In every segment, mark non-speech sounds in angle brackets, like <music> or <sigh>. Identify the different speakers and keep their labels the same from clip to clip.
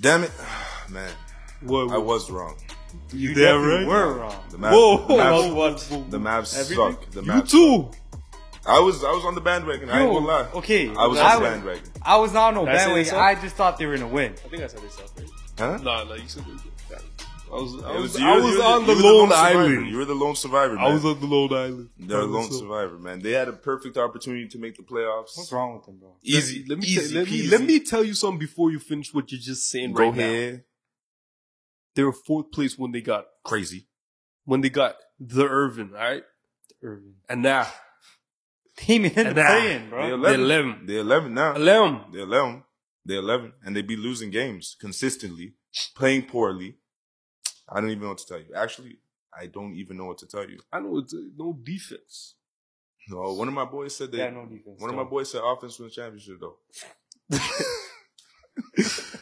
Speaker 1: Damn it, <sighs> man.
Speaker 2: What,
Speaker 1: I was wrong.
Speaker 2: you
Speaker 3: Damn
Speaker 2: damn right.
Speaker 3: We're wrong.
Speaker 1: The Mavs,
Speaker 2: Whoa,
Speaker 1: the Mavs,
Speaker 3: what?
Speaker 1: the Mavs
Speaker 3: Everything?
Speaker 1: suck. The
Speaker 2: You
Speaker 1: Mavs.
Speaker 2: too.
Speaker 1: I was I was on the bandwagon. I ain't
Speaker 3: Yo,
Speaker 1: gonna lie.
Speaker 3: okay,
Speaker 1: I was
Speaker 3: I
Speaker 1: on the
Speaker 3: was-
Speaker 1: bandwagon.
Speaker 3: I was not on no
Speaker 4: Did I say
Speaker 3: bandwagon.
Speaker 4: this up?
Speaker 3: I just thought they were gonna win.
Speaker 4: I think I said this up, right?
Speaker 1: Huh?
Speaker 4: No, no, you said this.
Speaker 2: I was, I
Speaker 1: It
Speaker 2: was,
Speaker 1: you-
Speaker 2: I
Speaker 1: you
Speaker 2: was
Speaker 1: were
Speaker 2: on
Speaker 1: you
Speaker 2: the
Speaker 1: were
Speaker 2: Lone
Speaker 1: survivor.
Speaker 2: Island.
Speaker 1: You were the lone survivor. Man.
Speaker 2: I was on the Lone Island.
Speaker 1: They're a lone
Speaker 2: So-
Speaker 1: survivor, man. They had a perfect opportunity to make the playoffs.
Speaker 3: What's wrong with them, bro?
Speaker 1: Easy,
Speaker 2: Let me,
Speaker 1: easy
Speaker 2: let, me
Speaker 1: peasy.
Speaker 2: let me tell you something before you finish what you're just saying
Speaker 1: go
Speaker 2: right now.
Speaker 1: ahead.
Speaker 2: They were fourth place when they got
Speaker 1: Crazy.
Speaker 2: when they got the Irvin, all right?
Speaker 3: Irving.
Speaker 2: And now
Speaker 3: Team in the
Speaker 2: And I-
Speaker 3: play-in,
Speaker 1: They're
Speaker 3: bro.
Speaker 2: they're
Speaker 1: 11.
Speaker 2: eleven.
Speaker 1: They're 11 now.
Speaker 2: Eleven.
Speaker 1: They're 11. They're 11. And they be losing games consistently, playing poorly. I don't even know what to tell you. Actually, I don't even know what to tell you.
Speaker 2: I know it's uh, no defense.
Speaker 1: No, one of my boys said that.
Speaker 3: Yeah, no defense.
Speaker 1: one of my boys said offense wins championship, though.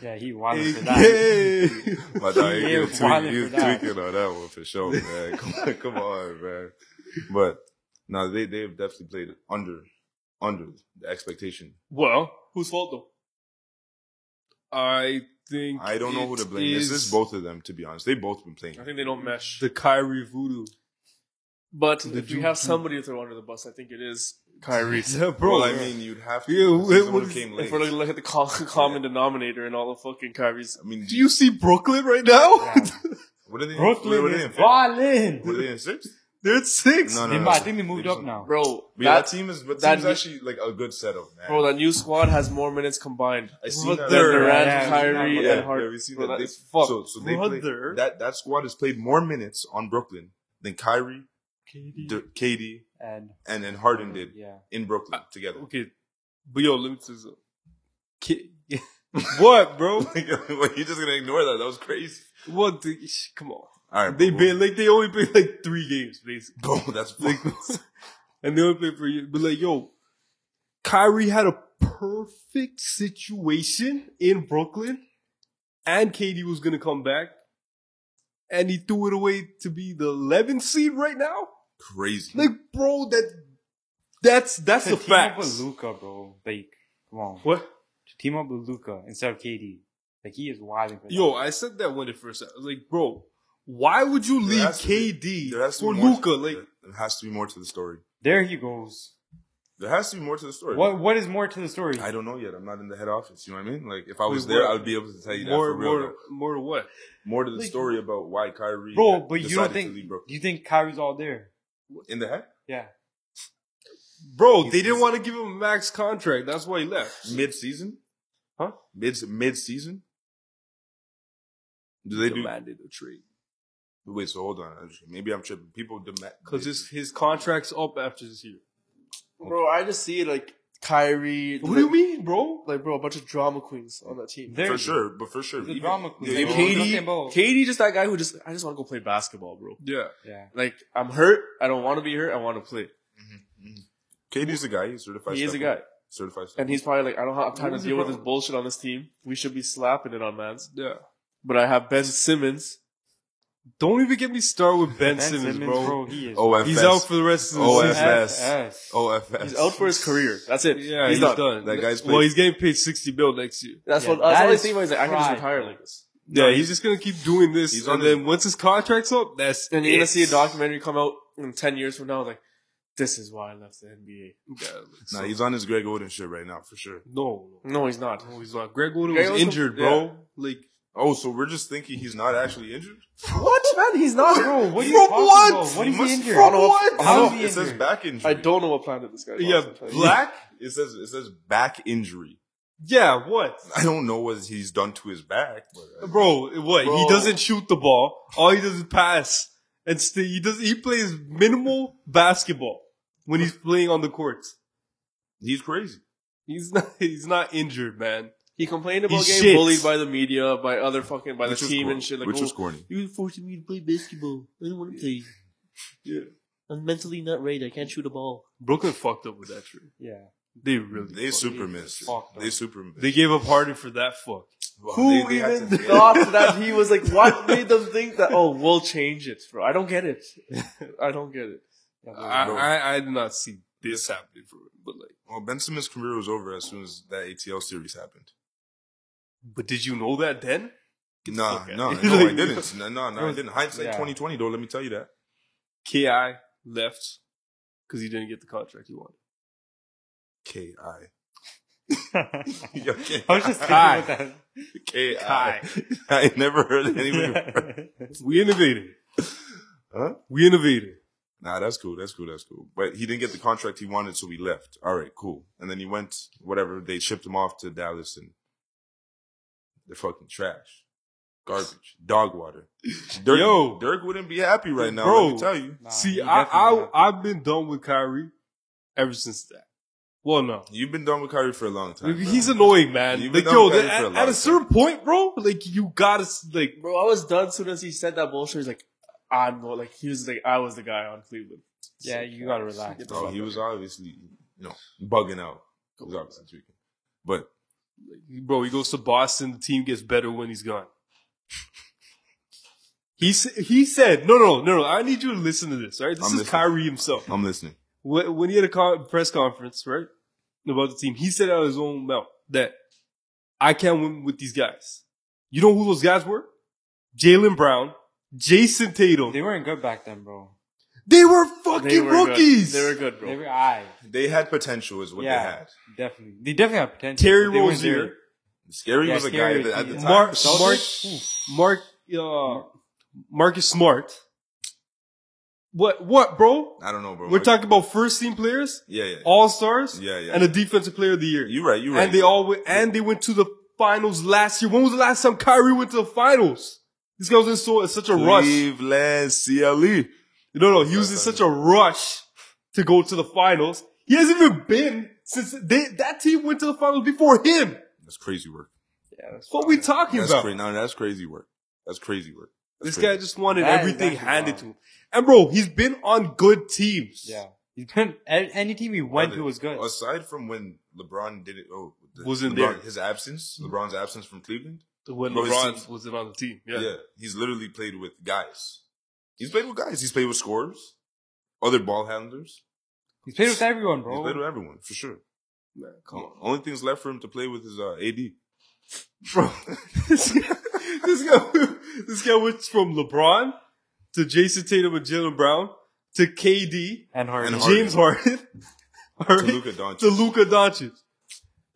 Speaker 3: Yeah, he wanted for that.
Speaker 1: Hey, My dog,
Speaker 3: He
Speaker 1: he was
Speaker 3: is
Speaker 1: tweaking,
Speaker 3: wildin'
Speaker 1: he was
Speaker 3: for that.
Speaker 1: tweaking on that one for sure, man. <laughs> come, on, come on, man. But no, they they have definitely played under under the expectation.
Speaker 2: Well, whose fault though? I think
Speaker 1: I don't know who
Speaker 2: it
Speaker 1: to blame. This
Speaker 2: is
Speaker 1: is both of them, to be honest. They both been playing.
Speaker 4: I think they don't mesh.
Speaker 2: the Kyrie voodoo.
Speaker 4: But
Speaker 2: The
Speaker 4: if you
Speaker 2: Ju-
Speaker 4: have
Speaker 2: Ju-
Speaker 4: somebody to throw under the bus, I think it is Kyrie. if
Speaker 2: Yeah,
Speaker 1: Bro,
Speaker 2: bro.
Speaker 1: well, I mean, you'd have to.
Speaker 2: Yeah,
Speaker 1: because he's
Speaker 2: it
Speaker 1: the one who
Speaker 2: was-
Speaker 1: came
Speaker 4: we're
Speaker 1: late.
Speaker 4: gonna look at the co- <laughs> common denominator and all the fucking Kyrie's,
Speaker 1: I mean,
Speaker 2: do you see Brooklyn right now?
Speaker 3: <laughs> Yeah.
Speaker 1: what are they? what
Speaker 3: Brooklyn
Speaker 1: are they
Speaker 3: is
Speaker 1: in? fifth? What are
Speaker 3: balling.
Speaker 1: they in sixth?
Speaker 2: They're at six.
Speaker 1: No, no,
Speaker 3: They
Speaker 1: no.
Speaker 3: might- I think they moved
Speaker 1: just-
Speaker 3: up now.
Speaker 4: bro.
Speaker 1: But yeah, that
Speaker 4: that-
Speaker 1: team is. That
Speaker 4: that
Speaker 1: team's
Speaker 4: new-
Speaker 1: actually like a good setup, man.
Speaker 4: Bro, that new squad has more minutes combined.
Speaker 1: I seen
Speaker 2: Well,
Speaker 1: that.
Speaker 2: they're-
Speaker 4: Than Durant,
Speaker 3: Yeah,
Speaker 4: Kyrie,
Speaker 3: yeah,
Speaker 4: and Harden.
Speaker 1: yeah, we seen
Speaker 4: Bro,
Speaker 1: that.
Speaker 4: that
Speaker 1: They-
Speaker 4: is fucked.
Speaker 1: So, so they play,
Speaker 2: Brother.
Speaker 1: that that squad has played more minutes on Brooklyn than Kyrie, D- Katie,
Speaker 3: And
Speaker 1: and then Harden did
Speaker 3: Yeah.
Speaker 1: in Brooklyn together. <laughs>
Speaker 2: Okay, but yo, let me say something. Ki- <laughs>
Speaker 4: <laughs>
Speaker 2: what, bro?
Speaker 1: <laughs> You're just gonna ignore that? That was crazy.
Speaker 2: What? The, sh- come on.
Speaker 1: All right,
Speaker 2: They
Speaker 1: bro.
Speaker 2: been like they only played like three games basically,
Speaker 1: <laughs> Bro, that's fucked.
Speaker 2: <laughs> and they only played for you. But like, yo, Kyrie had a perfect situation in Brooklyn, and KD was gonna come back, and he threw it away to be the 11th seed right now.
Speaker 1: crazy.
Speaker 2: Like, bro, that that's that's
Speaker 3: To
Speaker 2: the
Speaker 3: team up
Speaker 2: facts.
Speaker 3: with Luca, bro. Like, come on.
Speaker 2: What?
Speaker 3: To team up with Luca instead of KD. Like he is wilding for that.
Speaker 2: Yo, I said that when it first. I was like, bro, why would you leave
Speaker 1: has to be-
Speaker 2: KD
Speaker 1: There has to
Speaker 2: for
Speaker 1: be more
Speaker 2: Luca?
Speaker 1: To,
Speaker 2: Like,
Speaker 1: there has to be more to the story.
Speaker 3: there he goes.
Speaker 1: There has to be more to the story.
Speaker 3: What what is more to the story?
Speaker 1: I don't know yet. I'm not in the head office. You know what I mean? Like, if I
Speaker 2: Wait,
Speaker 1: was there,
Speaker 2: what?
Speaker 1: I would be able to tell you that
Speaker 2: more,
Speaker 1: for real.
Speaker 2: more,
Speaker 1: though.
Speaker 2: more what?
Speaker 1: more to the
Speaker 2: Like-
Speaker 1: story about why Kyrie,
Speaker 3: Bro, but you
Speaker 1: decided
Speaker 3: don't
Speaker 1: to
Speaker 3: think
Speaker 1: leave
Speaker 3: do
Speaker 1: Brooklyn.
Speaker 3: you think Kyrie's all there?
Speaker 1: in the head.
Speaker 3: Yeah.
Speaker 2: Bro,
Speaker 1: He's-
Speaker 2: they didn't want to give him a max contract. That's why he left.
Speaker 1: mid season?
Speaker 2: Huh?
Speaker 1: Mid mid season? Do they do?
Speaker 2: demanded a trade
Speaker 1: Wait, so hold on. Maybe I'm tripping. People demand
Speaker 2: because his his contract's up after this year.
Speaker 4: Bro, I just see like Kyrie.
Speaker 2: What do you mean, bro?
Speaker 4: Like, bro, a bunch of drama queens on that team.
Speaker 3: There
Speaker 1: for
Speaker 3: he
Speaker 1: sure, but for sure,
Speaker 3: The
Speaker 1: even-
Speaker 3: drama queen.
Speaker 1: Yeah,
Speaker 4: Like,
Speaker 3: Bro,
Speaker 1: even-
Speaker 3: we're talking
Speaker 4: KD,
Speaker 3: about-
Speaker 4: KD, just that guy who just I just want to go play basketball, bro.
Speaker 2: Yeah,
Speaker 3: goes. Yeah.
Speaker 4: Like, I'm hurt. I don't want to be hurt. I want to play.
Speaker 1: KD's a guy. He's certified.
Speaker 4: He is a
Speaker 1: stepper.
Speaker 4: guy,
Speaker 1: Certified. stepper.
Speaker 4: and he's probably like, I don't have time
Speaker 2: What
Speaker 4: to
Speaker 2: is the
Speaker 4: deal with this
Speaker 2: problem?
Speaker 4: bullshit on this team. We should be slapping it on man's.
Speaker 2: yeah.
Speaker 4: But I have Ben Simmons.
Speaker 2: Don't even get me started with Ben,
Speaker 3: Ben
Speaker 2: Simmons, bro.
Speaker 3: he is.
Speaker 1: OFS.
Speaker 2: He's out for the rest of the
Speaker 1: Oh,
Speaker 2: season.
Speaker 1: OFS.
Speaker 3: OFS.
Speaker 1: OFS.
Speaker 4: He's out for his career. That's it.
Speaker 2: Yeah,
Speaker 4: he's,
Speaker 2: he's,
Speaker 4: done.
Speaker 2: done.
Speaker 1: That guy's
Speaker 2: well,
Speaker 1: played-
Speaker 2: he's getting paid sixty bill next year.
Speaker 4: That's
Speaker 3: Yeah,
Speaker 4: what. That's
Speaker 3: that
Speaker 4: the only
Speaker 3: is
Speaker 4: thing. where He's like, I can just
Speaker 3: fried.
Speaker 4: retire like this.
Speaker 2: Yeah, he's just gonna keep doing this,
Speaker 1: He's on
Speaker 2: and
Speaker 1: his-
Speaker 2: then once his contract's up, that's
Speaker 4: And you're gonna
Speaker 2: it.
Speaker 4: see a documentary come out in ten years from now, like, this is why I left the NBA.
Speaker 2: Yeah, like,
Speaker 1: Nah,
Speaker 2: so-
Speaker 1: he's on his Greg Oden shit right now for sure.
Speaker 2: no, no,
Speaker 4: No, he's not.
Speaker 2: no, he's not. Greg Oden
Speaker 4: Greg
Speaker 2: was
Speaker 4: Oden's-
Speaker 2: injured, bro. Like
Speaker 1: Oh, so we're just thinking he's not actually injured.
Speaker 4: What man? He's not.
Speaker 3: Bro, what are you
Speaker 2: From
Speaker 3: talking
Speaker 2: what?
Speaker 3: about? What
Speaker 1: He
Speaker 3: is
Speaker 1: must-
Speaker 3: he injured?
Speaker 2: from what?
Speaker 3: How is
Speaker 1: No,
Speaker 3: he
Speaker 1: it says
Speaker 3: injured?
Speaker 1: back injury.
Speaker 4: I don't know what planet this guy. is
Speaker 2: Yeah,
Speaker 4: on, I'll tell you.
Speaker 1: Black. It says it says back injury.
Speaker 2: Yeah, what?
Speaker 1: I don't know what he's done to his back, but uh,
Speaker 2: Bro, what? He
Speaker 4: Bro.
Speaker 2: doesn't shoot the ball. All he does is pass. And st- he does he plays minimal basketball when he's playing on the courts.
Speaker 1: he's crazy.
Speaker 4: <laughs>
Speaker 2: He's not he's not injured, man.
Speaker 4: He complained about
Speaker 2: He
Speaker 4: getting
Speaker 2: shits.
Speaker 4: bullied by the media, by other fucking, by
Speaker 1: Which
Speaker 4: the
Speaker 1: is
Speaker 4: team
Speaker 1: corny.
Speaker 4: and shit. Like,
Speaker 1: Which
Speaker 4: oh,
Speaker 1: is corny.
Speaker 5: You're forcing me to play basketball. I don't want to play.
Speaker 2: Yeah.
Speaker 5: I'm mentally not right. I can't shoot a ball.
Speaker 2: Brooklyn fucked up with that trade.
Speaker 3: Yeah.
Speaker 2: They really
Speaker 1: They
Speaker 2: fucked
Speaker 1: super
Speaker 2: up.
Speaker 1: missed.
Speaker 3: Fucked
Speaker 1: They
Speaker 3: up.
Speaker 1: super missed.
Speaker 2: They gave up Harden for that fuck.
Speaker 1: Wow,
Speaker 4: who
Speaker 1: they- they had
Speaker 4: even
Speaker 1: to- yeah.
Speaker 4: thought that he was like? What made them think that? Oh, we'll change it, bro. I don't get it. I don't get it.
Speaker 3: Yeah, bro.
Speaker 2: I,
Speaker 1: Bro.
Speaker 2: I I did not see this happening for him, but like
Speaker 1: Well, Ben Simmons' career was over as soon as that ATL series happened.
Speaker 2: But did you know that then?
Speaker 1: Nah,
Speaker 2: fuck
Speaker 1: no,
Speaker 2: out.
Speaker 1: no, I
Speaker 2: Like-
Speaker 1: didn't. No, no, no, I didn't. Hindsight
Speaker 3: Yeah.
Speaker 1: 2020, though, let me tell you that.
Speaker 2: Ki left because he didn't get the contract he wanted.
Speaker 1: K I. <laughs>
Speaker 3: <laughs> I
Speaker 2: <laughs>
Speaker 1: Yo, K
Speaker 3: was just thinking
Speaker 1: I.
Speaker 3: about that.
Speaker 1: K I. <laughs> I ain't never heard of anyone.
Speaker 2: We innovated.
Speaker 1: Huh? Ah,
Speaker 2: We innovated.
Speaker 1: Nah, that's cool. That's cool. That's cool. But he didn't get the contract he wanted, so we left. All right, cool. And then he went, whatever. They shipped him off to Dallas, and they're fucking trash, garbage, dog
Speaker 2: <laughs>
Speaker 1: water. Dirk,
Speaker 2: Yo.
Speaker 1: Dirk wouldn't be happy right now.
Speaker 2: Bro.
Speaker 1: let me tell you,
Speaker 3: Nah,
Speaker 2: See,
Speaker 3: he
Speaker 2: I, I
Speaker 3: definitely
Speaker 2: I've been done with Kyrie ever since that. Well, no,
Speaker 1: you've been done with Kyrie for a long time. bro.
Speaker 2: he's annoying, man.
Speaker 1: You've
Speaker 2: like,
Speaker 1: been done
Speaker 2: yo,
Speaker 1: with Kyrie
Speaker 2: at,
Speaker 1: for a
Speaker 2: at
Speaker 1: long
Speaker 2: a
Speaker 1: time.
Speaker 2: certain point, bro, like you gotta s- like
Speaker 4: Bro, I was done soon as he said that bullshit. He's like, I'm the- like he was like I was the guy on Cleveland.
Speaker 3: Yeah, you gotta relax.
Speaker 4: Get the
Speaker 1: Oh,
Speaker 4: fuck
Speaker 1: he
Speaker 4: out.
Speaker 1: was obviously, you know, bugging out. He was obviously tweaking. But
Speaker 2: bro, he goes to Boston. The team gets better when he's gone. He s- he said, no, no, no, no. I need you to listen to this. All right, this
Speaker 1: I'm
Speaker 2: is
Speaker 1: listening.
Speaker 2: Kyrie himself.
Speaker 1: I'm listening.
Speaker 2: Wh- When he had a con- press conference, right, about the team, he said out of his own mouth that I can't win with these guys. You know who those guys were? Jalen Brown, Jason Tatum.
Speaker 3: They weren't good back then, bro.
Speaker 2: They were fucking
Speaker 4: They were good.
Speaker 2: rookies.
Speaker 4: They were good,
Speaker 3: They
Speaker 4: bro.
Speaker 3: were I
Speaker 1: They had potential, is what
Speaker 3: Yeah.
Speaker 1: they had.
Speaker 3: definitely. They definitely have potential.
Speaker 2: Terry
Speaker 3: but they weren't
Speaker 2: Rozier,
Speaker 3: there.
Speaker 1: Scary
Speaker 3: Yeah,
Speaker 1: was a
Speaker 3: Scary,
Speaker 1: guy that at the
Speaker 3: yeah.
Speaker 1: time.
Speaker 2: Mark,
Speaker 3: Celtics?
Speaker 2: Mark, Mark, uh, Marcus Smart. What, what, bro?
Speaker 1: I don't know, bro.
Speaker 2: We're
Speaker 1: Mark-
Speaker 2: talking about first team players,
Speaker 1: Yeah, yeah,
Speaker 2: all stars,
Speaker 1: yeah, yeah.
Speaker 2: and a defensive player of the year.
Speaker 1: you right. You right.
Speaker 2: and they
Speaker 1: you right.
Speaker 2: all went, and they went to the finals last year. When was the last time Kyrie went to the finals? This guy was in so, such a rush.
Speaker 1: Cleveland E. CLE.
Speaker 2: No, no, he was in such a rush to go to the finals. He hasn't even been since they, that team went to the finals before him.
Speaker 1: That's crazy work.
Speaker 3: Yeah, that's
Speaker 2: What we
Speaker 3: fine.
Speaker 2: talking
Speaker 1: That's
Speaker 2: about?
Speaker 1: crazy. No, that's crazy work. That's crazy work. That's
Speaker 2: This
Speaker 1: crazy.
Speaker 2: guy just wanted
Speaker 3: That is
Speaker 2: everything
Speaker 3: actually
Speaker 2: handed
Speaker 3: wild.
Speaker 2: to him. And bro, he's been on good teams.
Speaker 3: Yeah. He's been a- any team he went
Speaker 1: Brother,
Speaker 3: to was good.
Speaker 1: Aside from when LeBron did it, oh, the-
Speaker 2: Wasn't
Speaker 1: LeBron-
Speaker 2: there.
Speaker 1: His absence,
Speaker 2: Mm-hmm.
Speaker 1: LeBron's absence from Cleveland.
Speaker 2: When
Speaker 1: Bro, his
Speaker 2: LeBron
Speaker 1: team-
Speaker 2: wasn't on the team.
Speaker 1: Yeah.
Speaker 2: Yeah.
Speaker 1: he's literally played with guys. He's played with guys. He's played with scorers, other ball handlers.
Speaker 3: He's played with everyone,
Speaker 1: He's played
Speaker 3: bro.
Speaker 1: with
Speaker 2: Oh.
Speaker 1: everyone for sure.
Speaker 2: Man, come on.
Speaker 1: Only things left for him to play with is uh, AD.
Speaker 2: <laughs> Bro. <laughs> this guy this guy <laughs> this guy went from LeBron to Jason Tatum and Jalen Brown to KD,
Speaker 3: And Harden.
Speaker 1: And
Speaker 2: James Harden, <laughs> all
Speaker 1: To
Speaker 2: right,
Speaker 1: Luka Doncic.
Speaker 2: to Luka Doncic.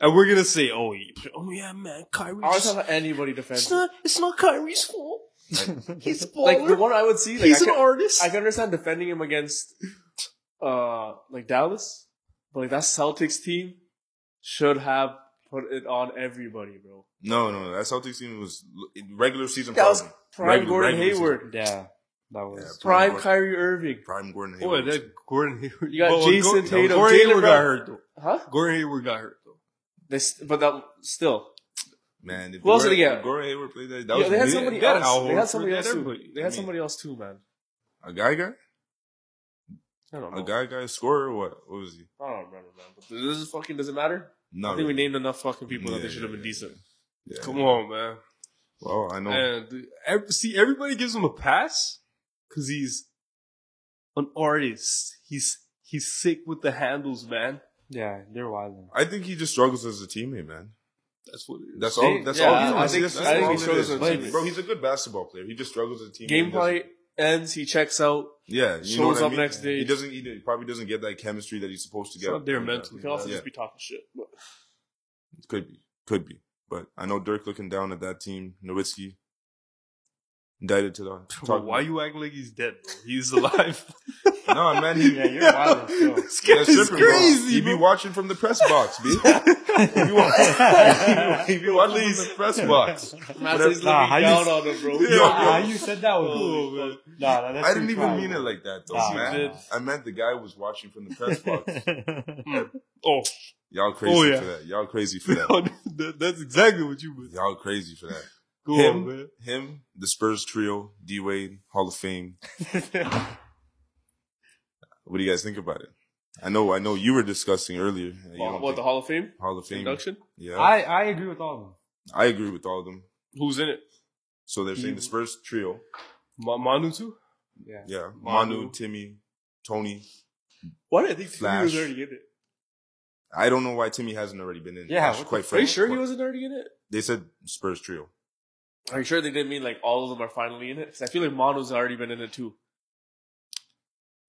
Speaker 2: And we're gonna say, oh, he- oh yeah, man, Kyrie.
Speaker 4: I was
Speaker 2: just-
Speaker 4: not anybody
Speaker 5: It's
Speaker 4: defensive.
Speaker 5: not. It's not Kyrie's fault. He's a
Speaker 4: Like the
Speaker 5: baller.
Speaker 4: one I would see, like
Speaker 5: He's
Speaker 4: I,
Speaker 5: an
Speaker 4: can,
Speaker 5: artist.
Speaker 4: I can understand defending him against, uh, like Dallas, but like that Celtics team should have put it on everybody, bro.
Speaker 1: No, no, that Celtics team was in regular season.
Speaker 4: That was
Speaker 1: problem.
Speaker 4: prime
Speaker 1: Regular-
Speaker 4: Gordon
Speaker 1: regular season.
Speaker 4: Hayward,
Speaker 3: Yeah. That was.
Speaker 1: Yeah,
Speaker 4: prime
Speaker 1: Gordon-
Speaker 4: Kyrie Irving,
Speaker 1: prime Gordon
Speaker 2: Boy,
Speaker 1: Hayward. was-
Speaker 2: that Gordon
Speaker 4: <laughs>
Speaker 2: Hayward.
Speaker 4: You got
Speaker 2: Well,
Speaker 4: Jason
Speaker 2: Gordon-
Speaker 4: Tatum,
Speaker 2: Gordon
Speaker 4: Jalen
Speaker 2: Hayward got
Speaker 4: Brown.
Speaker 2: hurt though.
Speaker 4: huh?
Speaker 2: Gordon Hayward got hurt though.
Speaker 4: This, but that still,
Speaker 1: Man, if
Speaker 4: Who else did they
Speaker 1: Gordon-
Speaker 4: get?
Speaker 1: if Gordon Hayward played that. That
Speaker 4: Yeah,
Speaker 1: was
Speaker 4: they had
Speaker 1: weird.
Speaker 4: somebody
Speaker 2: got
Speaker 4: else. They
Speaker 2: Howard
Speaker 4: had somebody
Speaker 2: for
Speaker 4: else too.
Speaker 2: everybody.
Speaker 4: They
Speaker 1: I
Speaker 4: had
Speaker 1: mean-
Speaker 4: somebody else too, man.
Speaker 1: A guy guy?
Speaker 4: I don't know.
Speaker 1: A guy guy scorer? or What? What was he?
Speaker 4: I don't remember, man. But this is fucking doesn't matter.
Speaker 1: Not
Speaker 4: I think we
Speaker 1: really.
Speaker 4: named enough fucking people that
Speaker 1: Yeah,
Speaker 4: they should have
Speaker 1: yeah,
Speaker 4: been
Speaker 1: yeah,
Speaker 4: decent.
Speaker 1: Yeah. Oh.
Speaker 2: Come on, man.
Speaker 1: Well, I know.
Speaker 2: And the- ev- see, everybody gives him a pass because he's an artist. He's he's sick with the handles, man.
Speaker 3: Yeah, they're wild.
Speaker 1: I think he just struggles as a teammate, man.
Speaker 2: That's what it is.
Speaker 1: That's
Speaker 3: See?
Speaker 1: all. That's
Speaker 4: Yeah,
Speaker 1: all.
Speaker 4: I
Speaker 1: he is.
Speaker 4: think-
Speaker 1: That's-
Speaker 4: I
Speaker 1: that's
Speaker 4: think
Speaker 1: all
Speaker 4: he
Speaker 1: it
Speaker 4: struggles
Speaker 1: is.
Speaker 4: as a
Speaker 1: Like,
Speaker 4: teammate.
Speaker 1: Bro, he's a good basketball player. He just struggles as a teammate. He
Speaker 4: Gameplay
Speaker 1: doesn't-
Speaker 4: ends. He checks out.
Speaker 1: Yeah, you know
Speaker 4: shows
Speaker 1: what I
Speaker 4: up
Speaker 1: mean?
Speaker 4: next day.
Speaker 1: He doesn't. He probably doesn't get that chemistry that he's supposed to
Speaker 2: It's
Speaker 1: get.
Speaker 2: not there
Speaker 1: Yeah.
Speaker 2: mentally.
Speaker 4: We can also
Speaker 1: Yeah.
Speaker 4: just be talking shit. But
Speaker 1: Could be. Could be. But I know Dirk looking down at that team. Nowitzki indicted to the.
Speaker 2: Bro, <laughs> why you acting like he's dead, bro? He's alive.
Speaker 5: <laughs>
Speaker 1: No, man.
Speaker 2: <laughs>
Speaker 1: He,
Speaker 3: Yeah, you're wild.
Speaker 2: this guy
Speaker 1: Yeah,
Speaker 2: is
Speaker 1: tripping, bro.
Speaker 2: crazy,
Speaker 1: He be
Speaker 2: bro.
Speaker 1: watching from the press box,
Speaker 2: <laughs>
Speaker 1: B. he be watching, he be watching from the press box.
Speaker 4: Matt's
Speaker 3: Nah, how
Speaker 4: looking
Speaker 3: you-
Speaker 4: down on
Speaker 1: <laughs>
Speaker 4: him, bro.
Speaker 1: Yo,
Speaker 3: Nah,
Speaker 1: yo.
Speaker 3: how you said that was.
Speaker 2: Oh, man.
Speaker 3: Nah, nah, that's
Speaker 1: I didn't
Speaker 3: too
Speaker 1: even
Speaker 3: far,
Speaker 1: mean it
Speaker 3: bro.
Speaker 1: like that, though,
Speaker 3: Nah,
Speaker 1: man.
Speaker 3: did.
Speaker 1: I meant the guy was watching from the press
Speaker 2: <laughs>
Speaker 1: box.
Speaker 3: Mm,
Speaker 2: Oh,
Speaker 1: Y'all crazy
Speaker 2: Oh, yeah.
Speaker 1: for that. Y'all crazy for
Speaker 2: <laughs>
Speaker 1: that.
Speaker 2: that, that's exactly what you would.
Speaker 1: Y'all crazy for that.
Speaker 2: Go
Speaker 1: Him?
Speaker 2: on, man.
Speaker 1: Him, the Spurs trio, D Wade, Hall of
Speaker 2: <laughs>
Speaker 1: Fame. What do you guys think about it? I know, I know you were discussing earlier. uh, you don't
Speaker 4: What the
Speaker 1: think-
Speaker 4: Hall of Fame
Speaker 1: Hall of Fame?
Speaker 4: induction?
Speaker 1: Yeah, I,
Speaker 3: I, I agree with all of them.
Speaker 1: agree with all of them.
Speaker 2: Who's in it?
Speaker 1: So they're
Speaker 2: Mm-hmm.
Speaker 1: saying the Spurs trio.
Speaker 2: Ma- Manu too.
Speaker 3: Yeah.
Speaker 1: Yeah, Manu,
Speaker 4: Manu.
Speaker 1: Timmy, Tony.
Speaker 4: What I think Timmy was
Speaker 1: Flash.
Speaker 4: already in it.
Speaker 1: I don't know why Timmy hasn't already been in.
Speaker 3: Yeah,
Speaker 1: That's
Speaker 3: what the-
Speaker 1: quite
Speaker 4: Are
Speaker 1: frankly.
Speaker 4: you sure he wasn't already in it?
Speaker 1: They said Spurs trio.
Speaker 4: Are you sure they didn't mean like all of them are finally in it? 'Cause I feel like Mono's already been in it too.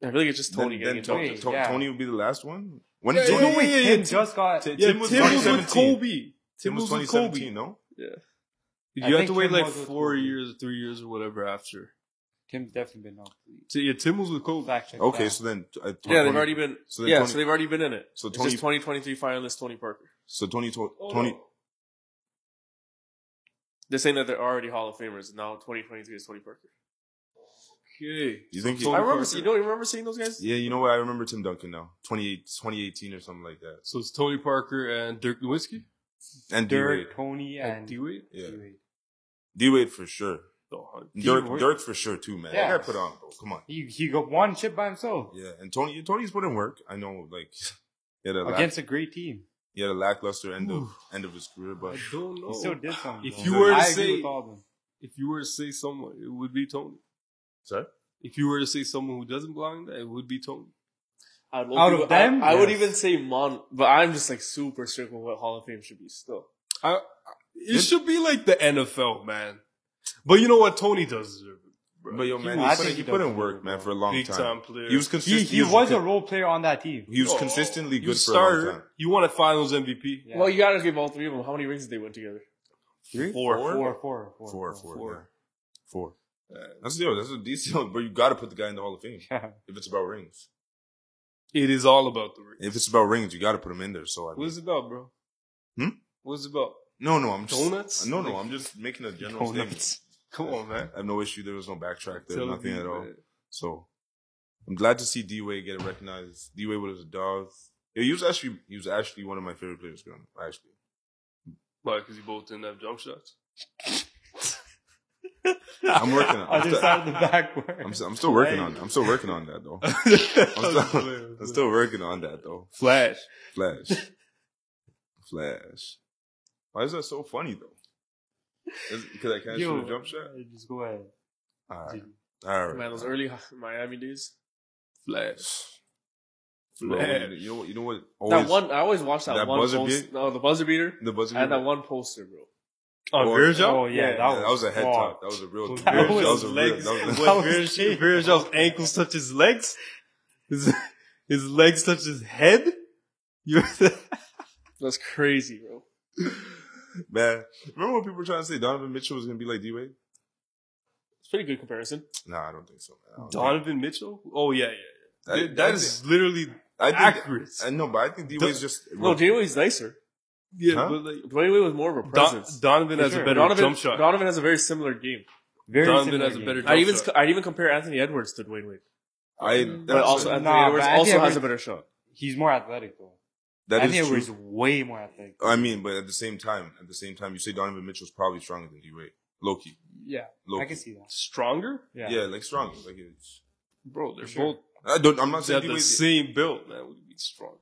Speaker 4: I feel like it's just Tony
Speaker 1: Tony. Then,
Speaker 4: getting
Speaker 1: Tony,
Speaker 4: inducted.
Speaker 1: To-
Speaker 3: yeah.
Speaker 1: Tony would be the last one. When
Speaker 2: Yeah,
Speaker 1: did
Speaker 2: yeah,
Speaker 1: Tony-
Speaker 2: yeah, yeah, yeah.
Speaker 3: Tim just got.
Speaker 1: Tim-
Speaker 2: Yeah,
Speaker 1: Tim
Speaker 2: Tim
Speaker 1: was
Speaker 2: was,
Speaker 1: like
Speaker 2: with
Speaker 1: 17.
Speaker 2: Kobe.
Speaker 1: Tim was
Speaker 2: with Kobe.
Speaker 1: 2017. No,
Speaker 2: You
Speaker 3: I
Speaker 2: have
Speaker 3: think
Speaker 2: to wait
Speaker 3: Tim
Speaker 2: like
Speaker 3: was with
Speaker 2: four
Speaker 3: Kobe.
Speaker 2: years, three years, or whatever after.
Speaker 3: Tim's definitely been off.
Speaker 2: So, yeah, Tim was with Kobe.
Speaker 3: Fact check.
Speaker 1: okay.
Speaker 3: that.
Speaker 1: So then, uh, Tony,
Speaker 4: yeah, they've already been.
Speaker 1: So then
Speaker 4: yeah,
Speaker 1: Tony-
Speaker 4: so they've already been in it.
Speaker 1: So
Speaker 4: It's
Speaker 1: Tony-
Speaker 4: just 2023 finalist Tony Parker.
Speaker 1: So Tony, to-
Speaker 2: Oh,
Speaker 1: Tony,
Speaker 2: no.
Speaker 4: They're saying that they're already Hall of Famers, and now 2023 is Tony Parker.
Speaker 2: Okay.
Speaker 1: you think? He,
Speaker 4: I remember,
Speaker 2: Parker.
Speaker 4: you know, you remember seeing those guys?
Speaker 1: yeah, you know what? I remember Tim Duncan now. 28, 2018 or something like that.
Speaker 2: So it's Tony Parker and Dirk Nowitzki
Speaker 1: And D Wade.
Speaker 3: Dirk, Tony,
Speaker 2: and
Speaker 3: and
Speaker 2: D Wade.
Speaker 1: Yeah,
Speaker 3: D-Wade.
Speaker 1: D Wade for sure.
Speaker 4: No,
Speaker 1: Dirk,
Speaker 3: Wade.
Speaker 1: Dirk for sure too, man.
Speaker 3: Yeah.
Speaker 1: I got put on, bro. Come on.
Speaker 3: He he got one chip by himself
Speaker 1: Yeah, and Tony, Tony's put in work. I know, like, <laughs> he had a, lack,
Speaker 3: against a great team.
Speaker 1: he had a lackluster end of end of his career, but
Speaker 2: I don't know.
Speaker 3: He still did something.
Speaker 2: Oh, If
Speaker 3: bro.
Speaker 2: you were to
Speaker 3: I agree
Speaker 2: say-
Speaker 3: with all of them.
Speaker 2: if you were to say someone, it would be Tony.
Speaker 1: Sorry?
Speaker 2: If you were to say someone who doesn't belong, that it would be Tony.
Speaker 4: I'd love
Speaker 3: Out
Speaker 4: to-
Speaker 3: of them?
Speaker 4: I, I would
Speaker 3: Yes.
Speaker 4: even say Mon, but I'm just like super strict with what Hall of Fame should be still.
Speaker 2: I, I- it should be like the NFL, man. But you know what? Tony does deserve it. bro.
Speaker 1: but yo,
Speaker 3: He
Speaker 1: man,
Speaker 3: was-
Speaker 1: he,
Speaker 3: I
Speaker 1: put,
Speaker 3: think
Speaker 1: in- he
Speaker 3: he
Speaker 1: put
Speaker 3: does
Speaker 1: in work,
Speaker 3: good,
Speaker 1: man,
Speaker 3: bro.
Speaker 1: for a long
Speaker 2: big
Speaker 1: time.
Speaker 2: time player.
Speaker 1: He was
Speaker 3: He
Speaker 1: consistent.
Speaker 3: he was a
Speaker 1: con-
Speaker 3: role player on that team.
Speaker 1: he was
Speaker 2: Oh.
Speaker 1: consistently
Speaker 2: you
Speaker 1: good for a long time.
Speaker 2: starter. You want a Finals MVP?
Speaker 3: Yeah.
Speaker 4: Well, you gotta give all three of them. How many rings did they win
Speaker 2: <laughs>
Speaker 4: together?
Speaker 3: Three?
Speaker 1: Four.
Speaker 3: Four, four, four, four,
Speaker 1: Four, four,
Speaker 2: Four.
Speaker 1: yeah. four.
Speaker 2: Uh,
Speaker 1: That's yo, that's a decent. But you got to put the guy in the Hall of Fame
Speaker 3: Yeah.
Speaker 1: if it's about rings.
Speaker 2: It is all about the ring.
Speaker 1: If it's about rings, you got to put him in there. So I
Speaker 2: What's it about, bro?
Speaker 1: Hmm?
Speaker 2: What's it about?
Speaker 1: no, no, I'm just
Speaker 2: Donuts?
Speaker 1: no, no, I'm just making a general statement.
Speaker 3: Donuts.
Speaker 2: Come on, man.
Speaker 1: I have no issue. There was no backtrack. There
Speaker 2: Tell
Speaker 1: was nothing
Speaker 2: me,
Speaker 1: at all.
Speaker 2: man.
Speaker 1: So I'm glad to see D Wade get recognized. D Wade was a dog. Yo, He was actually he was actually one of my favorite players growing up. Actually,
Speaker 2: Why? Because you both didn't have jump shots.
Speaker 1: I'm working
Speaker 2: <laughs>
Speaker 1: on. I'm
Speaker 3: Other
Speaker 1: still,
Speaker 3: side of <laughs> the backboard.
Speaker 1: I'm, still, I'm still working on. I'm still working on that
Speaker 2: <laughs>
Speaker 1: though. I'm still, I'm still working on that though.
Speaker 2: Flash.
Speaker 1: Flash. Flash. Why is that so funny though? Because I can't shoot a jump shot.
Speaker 3: <laughs> Just go ahead.
Speaker 1: All right. All right.
Speaker 4: Man, those early <laughs> Miami days.
Speaker 2: Flash.
Speaker 1: Bro,
Speaker 2: Flash.
Speaker 1: you know what? You know what?
Speaker 4: that one, I always watched that,
Speaker 1: that
Speaker 4: one.
Speaker 1: buzzer
Speaker 4: post-
Speaker 1: beat-
Speaker 4: No, the buzzer beater
Speaker 1: The buzzer.
Speaker 4: and
Speaker 1: beater?
Speaker 4: that one poster, bro.
Speaker 2: On
Speaker 1: Or-
Speaker 2: Virgil?
Speaker 3: Oh yeah,
Speaker 4: Yeah,
Speaker 1: Yeah,
Speaker 3: that,
Speaker 1: that was a head
Speaker 3: raw.
Speaker 1: top. That was a real.
Speaker 2: Those
Speaker 1: That,
Speaker 3: Virgil-
Speaker 1: was,
Speaker 2: Virgil's
Speaker 1: a real.
Speaker 4: <laughs>
Speaker 2: legs.
Speaker 1: That was,
Speaker 2: <laughs>
Speaker 3: That
Speaker 2: When
Speaker 3: was
Speaker 2: Virgil-
Speaker 3: cheap.
Speaker 2: Virgil's ankles touch his legs. His, his legs touch his head. <laughs> You
Speaker 4: That's crazy, bro.
Speaker 1: man. Remember when people were trying to say Donovan Mitchell was gonna be like D Wade?
Speaker 4: It's pretty good comparison.
Speaker 1: Nah, I don't think so. Man. I don't
Speaker 2: Donovan Mitchell? Oh yeah, yeah. yeah.
Speaker 1: think-
Speaker 2: Th- that is literally
Speaker 1: I think,
Speaker 2: accurate.
Speaker 1: I know, but I think D Wade's just.
Speaker 4: No, Dwayne Wade's nicer.
Speaker 2: yeah,
Speaker 1: Huh?
Speaker 2: but like
Speaker 4: Dwayne Wade was more of a
Speaker 2: Don-
Speaker 4: presence.
Speaker 2: Donovan
Speaker 3: For
Speaker 2: has
Speaker 3: sure.
Speaker 2: a better
Speaker 4: Donovan,
Speaker 2: jump shot.
Speaker 4: Donovan has a very similar game.
Speaker 3: Very
Speaker 2: Donovan
Speaker 3: similar
Speaker 2: has a
Speaker 3: game.
Speaker 2: better
Speaker 4: I even
Speaker 2: shot.
Speaker 4: I even compare Anthony Edwards to Dwayne Wade,
Speaker 1: I
Speaker 4: but
Speaker 1: that's
Speaker 4: also
Speaker 1: it.
Speaker 4: Anthony
Speaker 3: Nah,
Speaker 4: Edwards
Speaker 3: but
Speaker 4: also
Speaker 3: Anthony
Speaker 4: has a
Speaker 3: Edwards-
Speaker 4: better shot.
Speaker 3: He's more athletic though.
Speaker 1: that
Speaker 3: Anthony
Speaker 1: is true.
Speaker 3: Edwards is way more athletic.
Speaker 1: I mean, but at the same time, at the same time, you say Donovan Mitchell's probably stronger than D Wade. Loki.
Speaker 3: Yeah,
Speaker 1: Loki.
Speaker 3: I can see that.
Speaker 2: Stronger?
Speaker 1: Oh. Yeah.
Speaker 3: Yeah,
Speaker 1: like stronger. Like it's,
Speaker 2: Bro, they're
Speaker 3: For sure.
Speaker 2: both
Speaker 1: I don't. I'm not
Speaker 2: they
Speaker 1: saying
Speaker 2: have
Speaker 1: D
Speaker 2: the
Speaker 1: Wade.
Speaker 2: same build, man. We'd be strong.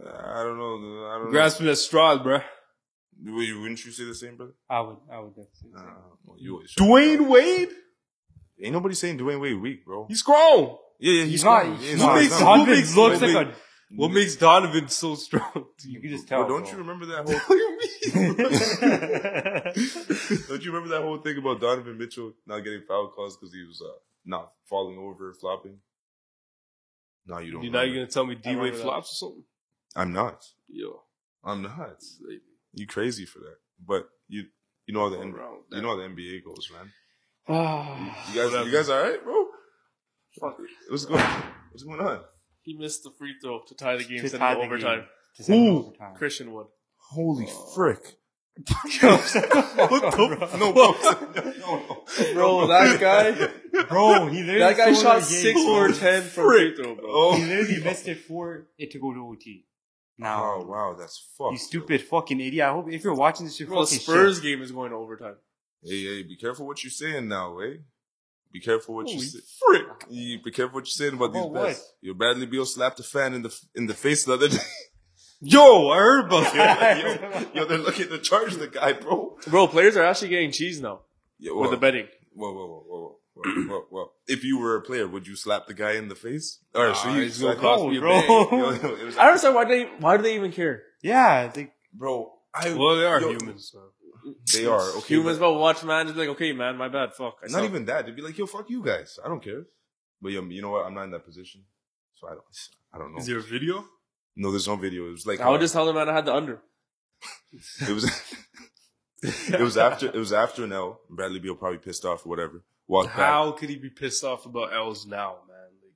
Speaker 1: I don't know. I don't
Speaker 2: Grasping at straws, bro.
Speaker 1: know. Would you- Wouldn't you say the same, brother?
Speaker 3: I would, I would definitely.
Speaker 1: Nah,
Speaker 3: Say
Speaker 1: well, you always-
Speaker 2: Dwayne Wade?
Speaker 1: Ain't nobody saying Dwayne Wade weak, bro.
Speaker 2: He's grown.
Speaker 1: yeah, yeah,
Speaker 3: that.
Speaker 1: he's,
Speaker 3: He's
Speaker 1: strong.
Speaker 3: not.
Speaker 1: Yeah,
Speaker 3: He's
Speaker 2: Who
Speaker 3: not.
Speaker 2: makes- who
Speaker 3: Donovan
Speaker 2: makes-
Speaker 3: looks
Speaker 1: who
Speaker 3: like a.
Speaker 2: What makes Donovan so strong? <laughs>
Speaker 3: You can just tell.
Speaker 1: Bro, don't you
Speaker 3: <laughs> bro.
Speaker 1: remember that whole?
Speaker 2: What do you mean?
Speaker 1: Don't you remember that whole thing about Donovan Mitchell not getting foul calls because he was uh, not falling over, flopping? No, you don't.
Speaker 2: You're not
Speaker 1: remember.
Speaker 2: gonna tell me D Wade
Speaker 4: remember that.
Speaker 2: flops or something?
Speaker 1: I'm not.
Speaker 2: Yo,
Speaker 1: I'm not.
Speaker 2: it's like
Speaker 1: You crazy for that? But you, you know how the
Speaker 2: all
Speaker 1: N-
Speaker 2: around
Speaker 1: you know how the NBA goes, man.
Speaker 4: Ah,
Speaker 1: You guys, you guys, all right, bro?
Speaker 4: Fuck.
Speaker 1: What's going? What's going on?
Speaker 4: he missed the free throw to tie the game
Speaker 3: To
Speaker 4: to tie
Speaker 3: tie the game.
Speaker 4: overtime.
Speaker 3: Just have
Speaker 2: Who?
Speaker 3: overtime.
Speaker 4: Christian Wood.
Speaker 1: Holy
Speaker 2: <laughs>
Speaker 1: frick!
Speaker 2: what the f-
Speaker 1: No, bro, no, no.
Speaker 4: <laughs>
Speaker 1: <laughs>
Speaker 4: Bro, that guy,
Speaker 3: bro? He literally
Speaker 4: that guy
Speaker 3: stole
Speaker 4: shot
Speaker 3: the game.
Speaker 4: six or ten from free throw, bro.
Speaker 3: He
Speaker 1: Oh,
Speaker 3: literally missed it for it to go to OT. Now,
Speaker 1: oh, wow, that's fucked.
Speaker 3: you stupid fucking idiot! I hope if you're watching this, you're
Speaker 4: Bro,
Speaker 3: fucking
Speaker 4: Spurs
Speaker 3: shit.
Speaker 4: game is going to overtime.
Speaker 1: Hey, hey, be careful what you're saying now, eh? Be careful what you
Speaker 2: Holy
Speaker 1: say.
Speaker 2: frick?
Speaker 1: You be careful what you're saying about these
Speaker 3: About
Speaker 1: bets.
Speaker 3: what?
Speaker 1: Your Bradley Beal slapped a fan in the in the face the other day. <laughs>
Speaker 2: Yo, I heard about that.
Speaker 1: yo, yo, they're looking to charge the guy, bro.
Speaker 4: Bro, players are actually getting cheese now
Speaker 1: Yo,
Speaker 4: with the betting.
Speaker 1: Whoa, whoa, whoa, whoa, whoa. well, well, well. If you were a player, would you slap the guy in the face? Or
Speaker 2: Nah,
Speaker 1: should you
Speaker 2: it's gonna
Speaker 1: slap-
Speaker 2: cost
Speaker 3: me
Speaker 1: <laughs> Yo,
Speaker 3: a bag.
Speaker 1: yo, yo, it was
Speaker 4: I don't understand why they why do they even care?
Speaker 3: Yeah, I think
Speaker 1: bro. I
Speaker 2: Well, they are
Speaker 1: yo,
Speaker 2: humans. So.
Speaker 1: They are okay.
Speaker 4: Humans
Speaker 1: but
Speaker 4: will watch man just be like, okay, man, my bad, fuck. I
Speaker 1: not
Speaker 4: suck.
Speaker 1: even that. They'd be like, "Yo, fuck you guys. I don't care." But yo, you know what? I'm not in that position, so I don't. I don't know.
Speaker 2: Is there a video?
Speaker 1: no, there's no video. It was like
Speaker 4: I would
Speaker 1: uh,
Speaker 4: just tell them man I had the under.
Speaker 1: It was <laughs> it was after it was after an L. Bradley Beal probably pissed off or whatever. Walked back.
Speaker 2: How could he be pissed off about L's now, man? Like,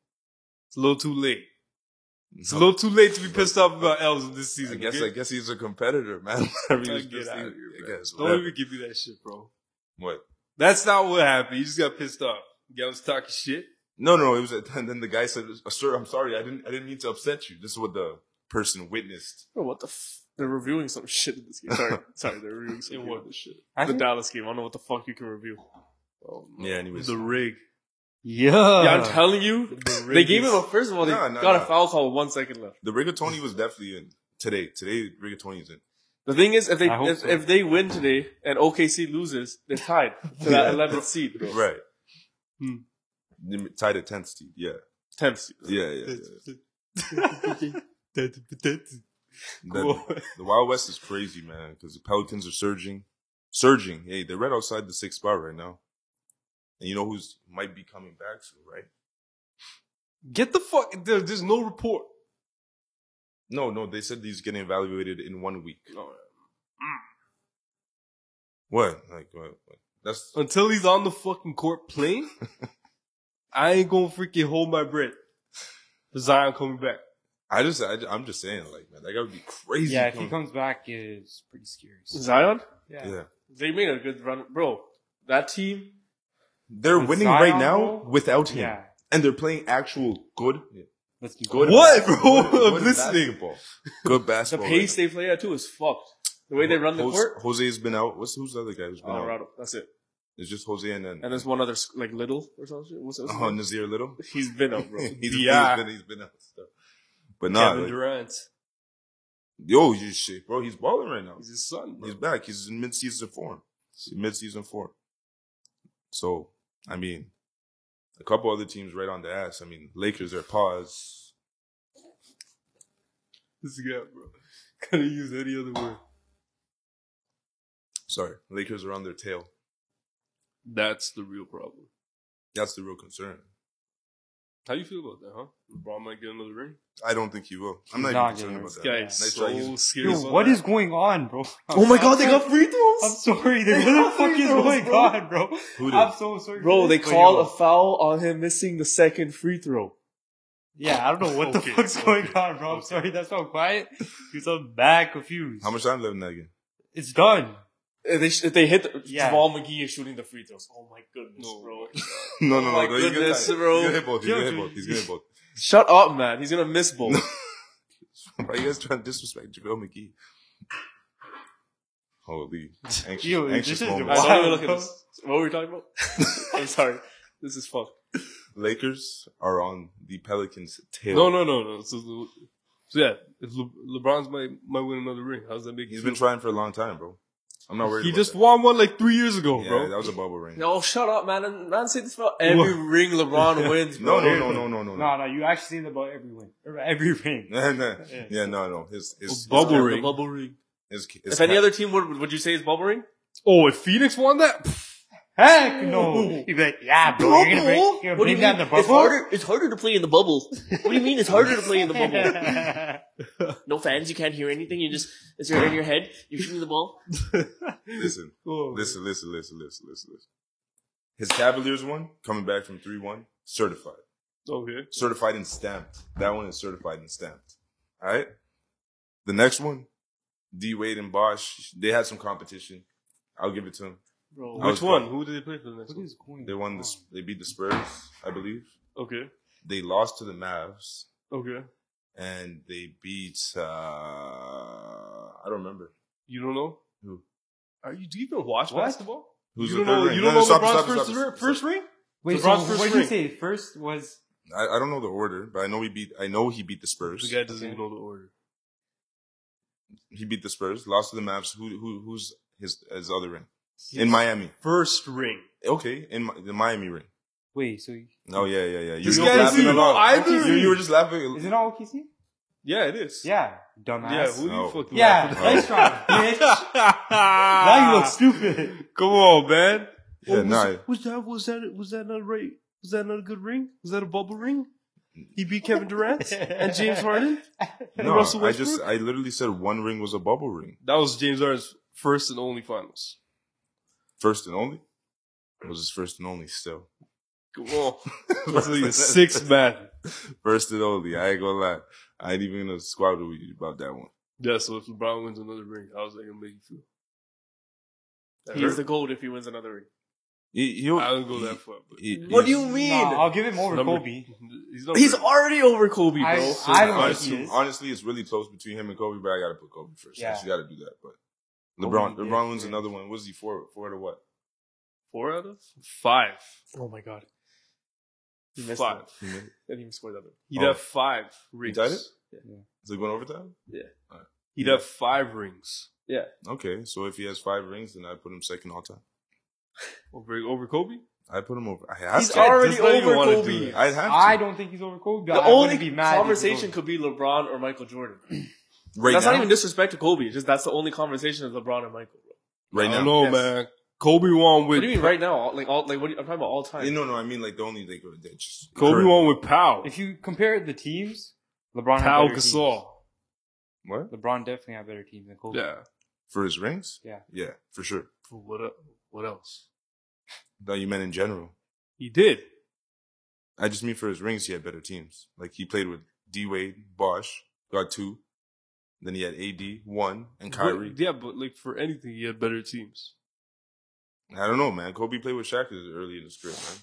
Speaker 2: it's a little too late. It's a little too late to be pissed off about L's this
Speaker 1: I
Speaker 2: season.
Speaker 1: guess
Speaker 2: okay?
Speaker 1: I guess he's a competitor, man. <laughs> Whatever he
Speaker 2: Like,
Speaker 1: was
Speaker 2: get
Speaker 1: pissed-
Speaker 2: out of here,
Speaker 1: I
Speaker 2: man.
Speaker 1: guess,
Speaker 2: Don't
Speaker 1: whatever.
Speaker 2: even give me that shit, bro.
Speaker 1: What?
Speaker 2: That's not what happened. He just got pissed off. The guy was talking shit.
Speaker 1: No, no. It was and then the guy said, "Sir, I'm sorry. I didn't I didn't mean to upset you." This is what the person witnessed.
Speaker 4: Bro, Oh, what the f- they're reviewing some shit in this game. Sorry, sorry, they're reviewing some
Speaker 2: It
Speaker 4: game.
Speaker 2: was.
Speaker 4: This shit.
Speaker 3: I
Speaker 4: the
Speaker 3: think-
Speaker 4: Dallas game. I don't know what the fuck you can review.
Speaker 1: Yeah. Anyways,
Speaker 2: The rig.
Speaker 3: yeah.
Speaker 4: yeah, I'm telling you,
Speaker 2: The rig
Speaker 4: they gave
Speaker 2: is-
Speaker 4: him a first of all. They
Speaker 1: Nah, nah,
Speaker 4: got
Speaker 1: nah.
Speaker 4: a foul call with one second left.
Speaker 1: the rigatoni was definitely in today. Today, rigatoni is in.
Speaker 4: The thing is, if they
Speaker 3: I hope
Speaker 4: if,
Speaker 3: so.
Speaker 4: if they win today and OKC loses, they're tied
Speaker 1: Yeah.
Speaker 4: to that 11th seed, bro.
Speaker 1: Right.
Speaker 2: Hmm.
Speaker 1: They Tied at tenth seed. Yeah.
Speaker 4: 10th seed.
Speaker 1: Yeah.
Speaker 2: <laughs>
Speaker 1: Yeah. yeah. That-
Speaker 2: Cool.
Speaker 1: The Wild West is crazy, man, because the Pelicans are surging. Surging. Hey, they're right outside the sixth spot right now. And you know who's might be coming back soon, right?
Speaker 2: <laughs> Get the fuck. There, there's no report.
Speaker 1: No, no, they said he's getting evaluated in one week. Mm. What? Like what, what? that's
Speaker 2: Until he's on the fucking
Speaker 4: <laughs>
Speaker 2: court playing, I ain't gonna freaking hold my breath. For Zion coming back.
Speaker 1: I just I, am just saying, like, man, that guy would be crazy.
Speaker 3: Yeah, if he
Speaker 1: coming-
Speaker 3: comes back, it's pretty scary.
Speaker 4: Zion,
Speaker 1: yeah.
Speaker 4: they made a good run, bro. That team,
Speaker 1: They're
Speaker 3: With
Speaker 1: winning
Speaker 3: Zion,
Speaker 1: right now
Speaker 3: though?
Speaker 1: without him.
Speaker 3: Yeah.
Speaker 1: And they're playing actual good <laughs>
Speaker 3: Let's be
Speaker 1: good
Speaker 2: What,
Speaker 1: <laughs>
Speaker 2: bro?
Speaker 1: good
Speaker 2: I'm listening.
Speaker 1: basketball. Good
Speaker 4: the
Speaker 1: basketball.
Speaker 4: pace
Speaker 1: right
Speaker 4: they play at too is fucked. The
Speaker 1: now.
Speaker 4: way they run the
Speaker 1: Jose-
Speaker 4: court,
Speaker 1: Jose's been out. What's who's the other guy who's been out?
Speaker 4: Colorado. That's it.
Speaker 1: It's just Jose and then <laughs>
Speaker 4: And there's one other sc- like Little or something. What's, what's his
Speaker 1: Oh,
Speaker 4: name?
Speaker 1: Nazir Little.
Speaker 4: He's been up, bro.
Speaker 1: <laughs> he's,
Speaker 2: Yeah.
Speaker 1: he's been he's been out. So. But nah,
Speaker 2: Kevin
Speaker 1: like,
Speaker 2: Durant.
Speaker 1: yo, you shit, bro. He's balling right now.
Speaker 2: He's his son. Bro.
Speaker 1: He's back. He's in mid-season form. He's in Mid-season form. So I mean, a couple other teams right on the ass. I mean, Lakers are paused.
Speaker 2: This guy, bro. <laughs> Couldn't use any other word.
Speaker 1: Sorry, Lakers are on their tail.
Speaker 2: That's the real problem.
Speaker 1: That's the real concern.
Speaker 2: How you feel about that, huh? LeBron might get another ring.
Speaker 1: I don't think he will. I'm not,
Speaker 3: He's not
Speaker 1: even concerned
Speaker 3: getting
Speaker 1: about
Speaker 3: it.
Speaker 1: that.
Speaker 2: This guy
Speaker 3: Yeah.
Speaker 1: Nice try,
Speaker 2: is so
Speaker 1: he's-
Speaker 2: serious.
Speaker 3: Yo, what is going on, bro? <laughs>
Speaker 2: Oh my god, they got free
Speaker 3: I'm
Speaker 2: throws.
Speaker 3: sorry. There's what the fuck is going on, bro?
Speaker 1: Who did?
Speaker 3: I'm so sorry.
Speaker 4: Bro,
Speaker 3: for
Speaker 4: they
Speaker 3: this, but
Speaker 4: called
Speaker 3: yo-
Speaker 4: a foul on him missing the second free throw.
Speaker 3: Yeah, I don't know what
Speaker 2: Okay,
Speaker 3: the fuck's
Speaker 2: okay,
Speaker 3: going on, bro. I'm
Speaker 2: okay.
Speaker 3: sorry. That's so quiet. Because I'm bad confused.
Speaker 1: How much time left in that game? <laughs>
Speaker 3: It's done.
Speaker 4: If they, sh- if they hit the,
Speaker 3: Yeah.
Speaker 4: Jamal McGee is shooting the free throws. Oh my goodness,
Speaker 2: No.
Speaker 4: bro.
Speaker 1: No,
Speaker 4: Oh my
Speaker 1: no, no. he's gonna-
Speaker 4: goodness,
Speaker 1: he's
Speaker 4: bro.
Speaker 1: gonna hit both. He's
Speaker 3: Yo,
Speaker 1: gonna hit
Speaker 3: dude.
Speaker 1: both. He's gonna hit both.
Speaker 4: Shut up, man. He's gonna miss both.
Speaker 1: <laughs> Why you guys trying to disrespect JaVale McGee? Holy anxious,
Speaker 3: Yo,
Speaker 1: anxious
Speaker 3: this is
Speaker 1: moment.
Speaker 4: Alright, so
Speaker 3: Wow.
Speaker 4: let me look at this. What were we talking about? I'm sorry. This is fucked.
Speaker 1: Lakers are on the Pelicans' tail.
Speaker 2: No, no, no, no. So, so yeah, if Le- LeBron's might might win another ring, how's that make you
Speaker 1: He's
Speaker 2: feel?
Speaker 1: been trying for a long time, bro. I'm not worried.
Speaker 2: He
Speaker 1: about
Speaker 2: just
Speaker 1: that.
Speaker 2: won one like three years ago,
Speaker 1: yeah,
Speaker 2: bro.
Speaker 1: That was a bubble ring. No,
Speaker 4: <laughs> No, shut up, man. And man say this about every ring
Speaker 2: <laughs>
Speaker 4: LeBron wins,
Speaker 1: no,
Speaker 4: bro.
Speaker 1: no, no, no, no, no.
Speaker 3: No, no, you actually said about every win. Or Every ring.
Speaker 1: Nah, nah. <laughs> yeah, no, no. His, his
Speaker 2: A <laughs> bubble
Speaker 1: his,
Speaker 2: ring.
Speaker 4: The bubble ring.
Speaker 1: His, his,
Speaker 4: if any other team would, would you say it's bubble ring?
Speaker 2: Oh, if Phoenix won that, pff,
Speaker 3: Heck no. You'd be like, yeah, bro, you're gonna bring, you're gonna bring down the bubble.
Speaker 5: It's harder. It's harder to play in the bubble. What do you mean? It's harder to play
Speaker 2: <laughs>
Speaker 5: in the bubble.
Speaker 3: <laughs>
Speaker 5: No fans. You can't hear anything. You just it's right in your head. You're shooting the ball.
Speaker 1: listen,
Speaker 2: oh,
Speaker 1: listen, listen, listen, listen, listen, listen. His Cavaliers one coming back from three one certified,
Speaker 2: okay.
Speaker 1: certified and stamped. That one is certified and stamped. All right. The next one, D Wade and Bosch. They had some competition. I'll give it to them.
Speaker 3: bro,
Speaker 1: I was
Speaker 2: Which one?
Speaker 1: fine.
Speaker 2: Who did they play for the next
Speaker 3: what
Speaker 2: one?
Speaker 3: is going
Speaker 1: They won this.
Speaker 3: on?
Speaker 1: They beat the Spurs, I believe.
Speaker 2: Okay,
Speaker 1: They lost to the Mavs.
Speaker 2: okay.
Speaker 1: and they beat uh I don't remember.
Speaker 2: You don't know
Speaker 1: Who?
Speaker 2: Are you? Do you even watch
Speaker 3: What?
Speaker 2: basketball?
Speaker 1: Who's
Speaker 2: you
Speaker 1: the
Speaker 2: don't
Speaker 1: third
Speaker 2: know.
Speaker 1: ring?
Speaker 2: You
Speaker 1: No,
Speaker 2: don't
Speaker 1: no,
Speaker 2: know
Speaker 1: stop,
Speaker 2: LeBron's
Speaker 1: stop,
Speaker 2: first
Speaker 1: stop,
Speaker 2: ri-
Speaker 1: stop.
Speaker 2: first ring.
Speaker 3: Wait, so
Speaker 2: LeBron's first
Speaker 3: what did you
Speaker 2: ring.
Speaker 3: say? First was
Speaker 1: I, I don't know the order, but I know he beat I know he beat the
Speaker 2: The
Speaker 1: Spurs.
Speaker 2: guy doesn't even know the order.
Speaker 1: He beat the Spurs, lost to the Mavs. Who who who's his his other ring? In Miami.
Speaker 2: First ring.
Speaker 1: Okay, in Mi- the Miami ring.
Speaker 3: Wait, so you-
Speaker 1: Oh yeah, yeah, yeah. You
Speaker 2: This
Speaker 1: were
Speaker 2: guy
Speaker 1: laughing
Speaker 2: doesn't
Speaker 1: a
Speaker 2: know
Speaker 1: lot.
Speaker 2: either.
Speaker 1: You, you were just laughing.
Speaker 3: is it not OKC?
Speaker 2: Yeah, it is.
Speaker 3: Yeah,
Speaker 2: Yeah,
Speaker 3: dumbass.
Speaker 2: who do you
Speaker 1: No.
Speaker 2: fucking
Speaker 3: Yeah,
Speaker 1: Oh.
Speaker 3: nice try, bitch.
Speaker 2: Ah.
Speaker 3: now you look stupid.
Speaker 2: Come on, man.
Speaker 1: Yeah,
Speaker 2: Oh, was,
Speaker 1: nah.
Speaker 2: was that was that was that not right? Was that not a good ring? Was that a bubble ring? He beat Kevin Durant and James
Speaker 3: <laughs>
Speaker 2: Harden.
Speaker 1: No,
Speaker 2: Russell
Speaker 1: I just
Speaker 2: Westbrook?
Speaker 1: I literally said one ring was a bubble ring,
Speaker 2: <laughs> That was James Harden's first and only
Speaker 1: <laughs>
Speaker 2: finals.
Speaker 1: first and only. It was his first and only still.
Speaker 2: Come on,
Speaker 1: <laughs>
Speaker 2: <laughs> that's like the sixth man.
Speaker 1: First and only. I ain't gonna lie. I ain't even gonna squabble with you about that one.
Speaker 2: Yeah, so if LeBron wins another ring, how's that gonna make you feel? That
Speaker 4: He's
Speaker 2: hurt.
Speaker 4: the gold if he wins another ring.
Speaker 1: He, he'll,
Speaker 2: I don't go that far, but
Speaker 1: he- he-
Speaker 5: What do you mean?
Speaker 3: Nah, I'll give him over
Speaker 2: Number-
Speaker 3: Kobe.
Speaker 2: he's not.
Speaker 5: He's already over Kobe, bro.
Speaker 3: I, I don't think he
Speaker 1: honestly,
Speaker 3: is.
Speaker 1: honestly, it's really close between him and Kobe, but I gotta put Kobe first.
Speaker 3: Yeah.
Speaker 1: Yeah. You gotta do that. But
Speaker 3: Kobe
Speaker 1: LeBron,
Speaker 3: did,
Speaker 1: LeBron wins
Speaker 3: yeah.
Speaker 1: another one. Was he four, four to what?
Speaker 2: four out of five.
Speaker 4: Oh my god. He missed
Speaker 2: Five.
Speaker 4: it. And he scored that one.
Speaker 2: He'd
Speaker 1: Oh.
Speaker 2: have five rings.
Speaker 1: tied it? Is it going overtime?
Speaker 2: He'd have five rings
Speaker 1: Okay, so if he has five rings, then I put him second all time.
Speaker 2: over over Kobe.
Speaker 1: I put him over. I have
Speaker 5: He's
Speaker 1: to.
Speaker 5: already
Speaker 2: Just let you
Speaker 5: over
Speaker 2: wanna do
Speaker 5: Kobe.
Speaker 2: it.
Speaker 1: I'd have to.
Speaker 3: I don't think he's over Kobe.
Speaker 4: The
Speaker 3: I
Speaker 4: only
Speaker 3: wouldn't be mad if he was
Speaker 4: conversation
Speaker 3: over.
Speaker 4: could be LeBron or Michael Jordan.
Speaker 1: right
Speaker 4: that's
Speaker 1: now.
Speaker 4: not even disrespect to Kobe. It's just that's the only conversation of LeBron and Michael.
Speaker 1: right
Speaker 2: I
Speaker 1: now.
Speaker 2: don't know,
Speaker 4: Yes.
Speaker 2: man. Kobe won
Speaker 4: What
Speaker 2: with
Speaker 4: do you mean right now? All- Like all like what do you, I'm talking about all time.
Speaker 1: Yeah, Eh, no, no. I mean like the only thing they just
Speaker 2: Kobe
Speaker 1: current-
Speaker 2: won with Powell.
Speaker 3: If you compare the teams, LeBron had
Speaker 2: Powell
Speaker 3: better
Speaker 2: Gasol.
Speaker 1: what
Speaker 3: Teams. LeBron definitely had better teams than Kobe.
Speaker 2: Yeah.
Speaker 1: for his rings.
Speaker 3: Yeah.
Speaker 1: yeah, for sure.
Speaker 2: What el- what else?
Speaker 1: No, you meant in general.
Speaker 2: He did.
Speaker 1: I just mean for his rings, he had better teams. Like he played with D Wade, Bosch, got two. Then he had AD one and Kyrie.
Speaker 2: But- yeah, but like for anything, he had better teams.
Speaker 1: I don't know, man. Kobe played with Shaq early in his career, man.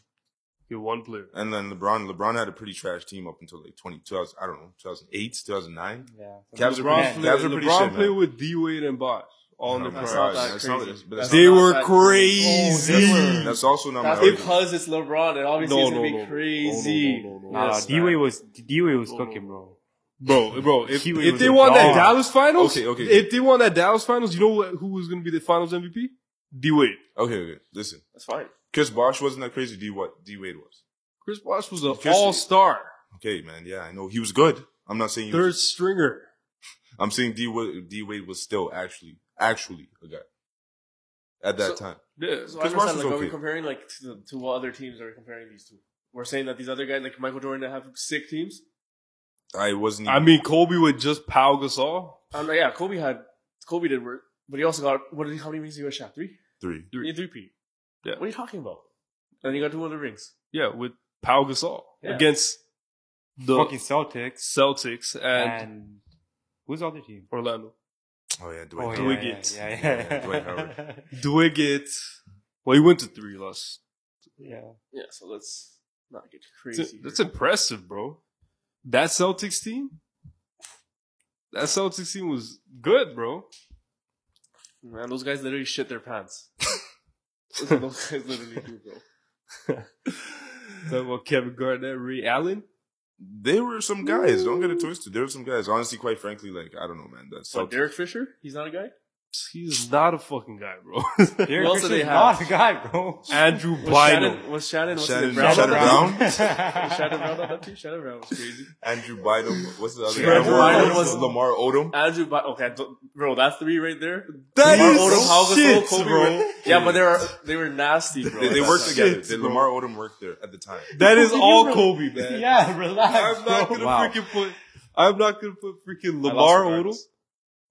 Speaker 2: He had one player.
Speaker 1: And then LeBron. LeBron had a pretty trash team up until like 20, 2000, I don't know, 2008, 2009.
Speaker 3: Yeah.
Speaker 1: Cavs are
Speaker 2: LeBron,
Speaker 1: pretty,
Speaker 2: played,
Speaker 1: Cavs are pretty
Speaker 2: LeBron
Speaker 1: shit, man.
Speaker 2: played with D Wade and Bosh all in
Speaker 1: No,
Speaker 2: their
Speaker 1: that's not
Speaker 2: prime.
Speaker 1: that
Speaker 4: That's
Speaker 1: crazy.
Speaker 4: not-
Speaker 1: That's
Speaker 4: that's
Speaker 1: not
Speaker 2: They
Speaker 4: that
Speaker 2: were
Speaker 4: bad.
Speaker 2: crazy.
Speaker 1: That's, that's also not
Speaker 4: That's
Speaker 1: my argument.
Speaker 4: because it's LeBron. It obviously
Speaker 2: No,
Speaker 4: is
Speaker 2: no,
Speaker 4: gonna
Speaker 2: no, no,
Speaker 4: be crazy.
Speaker 2: no, no, no, no.
Speaker 3: Nah,
Speaker 4: Yes,
Speaker 3: D Wade
Speaker 4: man.
Speaker 3: was D Wade was
Speaker 4: No, no,
Speaker 3: cooking, bro.
Speaker 2: Bro, bro, if,
Speaker 3: He was
Speaker 2: if they
Speaker 3: a
Speaker 2: won that
Speaker 3: dog.
Speaker 2: Dallas finals,
Speaker 1: Okay, okay.
Speaker 2: if they won that Dallas finals, you know what, who was going to be the finals MVP? D Wade.
Speaker 1: Okay, okay. Listen,
Speaker 4: That's fine.
Speaker 1: Chris Bosh wasn't that crazy. D what D Wade was.
Speaker 2: Chris Bosh was an
Speaker 1: Chris-
Speaker 2: all star,
Speaker 1: Okay, man. Yeah, I know he was good. I'm not saying he
Speaker 2: third
Speaker 1: was,
Speaker 2: stringer.
Speaker 1: I'm saying D Wade, D Wade was still actually actually a guy at that
Speaker 4: So-
Speaker 1: time.
Speaker 2: Yeah.
Speaker 4: So I
Speaker 1: Chris
Speaker 4: understand,
Speaker 1: Marshall's
Speaker 4: like, are we
Speaker 1: okay.
Speaker 4: comparing like to, the, to what other teams are we comparing these two? We're saying that these other guys, like Michael Jordan, that have sick teams.
Speaker 1: I wasn't.
Speaker 2: I
Speaker 1: Even,
Speaker 2: mean, Kobe with just Pau Gasol.
Speaker 4: Um, yeah, Kobe had Kobe did work, but he also got what? Did, he- how many rings did he got? Shaq three.
Speaker 1: three.
Speaker 4: He had three P.
Speaker 2: Yeah.
Speaker 4: What are you talking about? And he got two other rings.
Speaker 2: Yeah, with Pau Gasol
Speaker 4: Yeah.
Speaker 2: against the
Speaker 3: Fucking Celtics
Speaker 2: Celtics
Speaker 3: and,
Speaker 2: and,
Speaker 3: who's the other team?
Speaker 2: Orlando.
Speaker 1: Oh yeah, Dwight.
Speaker 3: yeah,
Speaker 1: Howard.
Speaker 2: Dwight Wiggins.
Speaker 3: Yeah,
Speaker 1: Yeah, Dwight
Speaker 3: yeah, yeah.
Speaker 1: Howard.
Speaker 2: Dwiggett. Well, he went to three loss.
Speaker 3: <laughs> yeah.
Speaker 4: Yeah, so let's not get
Speaker 2: It's-
Speaker 4: crazy.
Speaker 2: That's
Speaker 4: here.
Speaker 2: impressive, bro. That Celtics team. That Celtics team was good, bro.
Speaker 4: Man, those guys literally shit their <laughs> pants. That's what those guys literally do, <laughs> bro.
Speaker 2: Talking about Kevin Garnett, Ray Allen.
Speaker 1: They were some guys. Don't get it twisted. There were some guys. Honestly, quite frankly, like I don't know, man. That's
Speaker 4: So Derek Fisher, he's not a <laughs> guy.
Speaker 2: He's not a fucking guy, bro.
Speaker 3: Derrick
Speaker 4: else do they
Speaker 3: Fisher's
Speaker 4: have?
Speaker 3: not a guy, bro.
Speaker 2: <laughs> Andrew
Speaker 4: Was
Speaker 2: Bynum.
Speaker 4: Shannon? Was Shannon? What's
Speaker 1: Shannon-
Speaker 4: his name?
Speaker 1: Shannon
Speaker 4: Brown?
Speaker 1: Brown?
Speaker 3: <laughs>
Speaker 4: Was Shannon Brown on that team? Shannon Brown was crazy.
Speaker 1: Andrew Bynum. What's the other guy?
Speaker 4: Trevor
Speaker 1: Lamar
Speaker 4: Bynum was-
Speaker 1: Lamar Odom.
Speaker 4: Andrew, By- okay, don't- bro, that three right there.
Speaker 2: That
Speaker 4: Lamar
Speaker 2: is
Speaker 4: Odom, Pau Gasol,
Speaker 2: shit,
Speaker 4: Kobe
Speaker 2: bro.
Speaker 4: were- yeah, but they were they were nasty, bro.
Speaker 1: They, they
Speaker 4: at
Speaker 1: worked
Speaker 4: that time.
Speaker 1: together.
Speaker 2: Shit,
Speaker 1: Did
Speaker 2: bro.
Speaker 1: Lamar Odom work there at the time?
Speaker 2: That is
Speaker 3: Who did <laughs>
Speaker 2: all
Speaker 3: you-
Speaker 2: Kobe,
Speaker 3: <laughs>
Speaker 2: man.
Speaker 3: Yeah, relax.
Speaker 2: I'm not
Speaker 3: bro.
Speaker 2: gonna
Speaker 3: Wow.
Speaker 2: freaking put. I'm not gonna put freaking
Speaker 4: I lost
Speaker 2: Lamar Odom.
Speaker 4: regardless.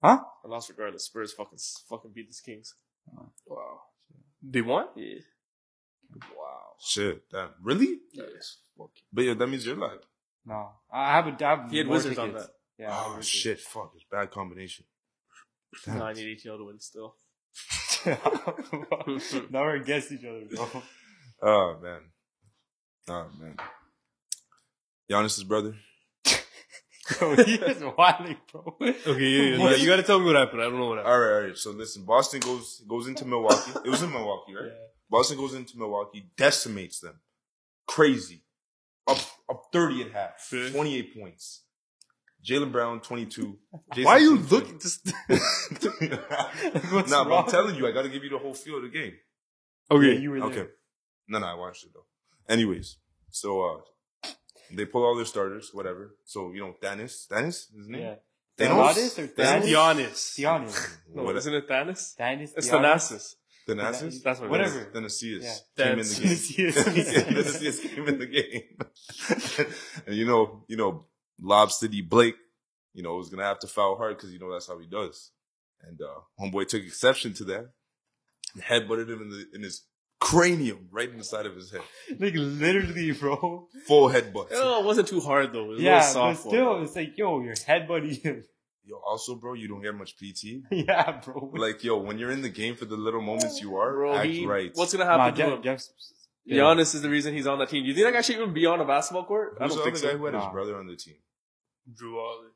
Speaker 3: Huh?
Speaker 4: I lost regardless. Spurs fucking fucking beat the Kings.
Speaker 2: Wow. They won.
Speaker 4: Yeah.
Speaker 1: Oh, Shit. Damn. Really? But yeah, that means you're live.
Speaker 3: No, I have a. I have
Speaker 4: He had
Speaker 3: more
Speaker 4: Wizards on
Speaker 3: tickets.
Speaker 4: that.
Speaker 3: Yeah. I have
Speaker 1: oh
Speaker 3: Wizards.
Speaker 1: shit! Fuck, it's a bad combination. Damn.
Speaker 4: No, I need ATL to win <laughs> still.
Speaker 3: <laughs> now we're against each other, bro. <laughs>
Speaker 1: Oh man. Oh man. Giannis's brother.
Speaker 3: bro he is wilding, bro.
Speaker 2: <laughs> Okay, yeah, yeah.
Speaker 3: What?
Speaker 2: you gotta tell me what happened. I don't know what happened.
Speaker 1: All right, all right. So listen, Boston goes goes into Milwaukee. It was in Milwaukee, right? Boston goes into Milwaukee, decimates them. Crazy. Up up 30 at half.
Speaker 2: Okay.
Speaker 1: 28 points. Jalen Brown, 22. Jason
Speaker 2: Why are you
Speaker 1: Tatum,
Speaker 2: looking? Just
Speaker 1: <laughs>
Speaker 3: <laughs> What's
Speaker 1: nah, but
Speaker 3: wrong?
Speaker 1: I'm telling you, I gotta give you the whole feel of the game.
Speaker 3: Yeah,
Speaker 2: okay,
Speaker 3: you were there.
Speaker 1: Okay. No, no, I watched it though. Anyways, so uh, they pull all their starters, whatever. So you know, Thanos, Thanos, is his name.
Speaker 3: Yeah.
Speaker 1: Thanos?
Speaker 3: Thanos or
Speaker 4: That's
Speaker 3: Thanos?
Speaker 4: Giannis.
Speaker 3: Giannis.
Speaker 4: No,
Speaker 1: What-
Speaker 4: isn't it Thanos?
Speaker 3: Thanos.
Speaker 4: It's
Speaker 3: Giannis.
Speaker 4: Thanasis.
Speaker 1: Thanasis?
Speaker 4: That's what it is.
Speaker 3: <laughs> Whatever.
Speaker 1: Thanasius
Speaker 3: Yeah.
Speaker 1: came in
Speaker 4: That's- <laughs>
Speaker 1: the game. <laughs>
Speaker 2: <laughs>
Speaker 1: this is came in the game. <laughs> and you know, you know, Lob City Blake, you know, was gonna have to foul hard because you know that's how he does. And uh homeboy took exception to that. And headbutted him in the in his cranium, right in the side of his head.
Speaker 3: <laughs> Like literally, bro.
Speaker 1: Full headbutt.
Speaker 4: Oh, it wasn't too hard though. It was a
Speaker 3: yeah,
Speaker 4: little
Speaker 3: but
Speaker 4: soft.
Speaker 3: still, it's like, yo, your head buddy. <laughs>
Speaker 1: Yo, also, bro, you don't get much PT.
Speaker 3: yeah, bro.
Speaker 1: Like, yo, when you're in the game for the little moments you are,
Speaker 4: Bro,
Speaker 1: act
Speaker 4: he-
Speaker 1: right.
Speaker 4: What's gonna
Speaker 3: nah,
Speaker 4: happen to
Speaker 3: Jeff,
Speaker 4: him?
Speaker 3: Jeff's,
Speaker 4: Giannis is the reason he's on that team. Do you think that guy should even be on a basketball court? I
Speaker 1: Who's the
Speaker 4: don't think
Speaker 1: other guy
Speaker 4: so.
Speaker 1: who had his
Speaker 3: Nah.
Speaker 1: brother on the team?
Speaker 4: Drew Holiday.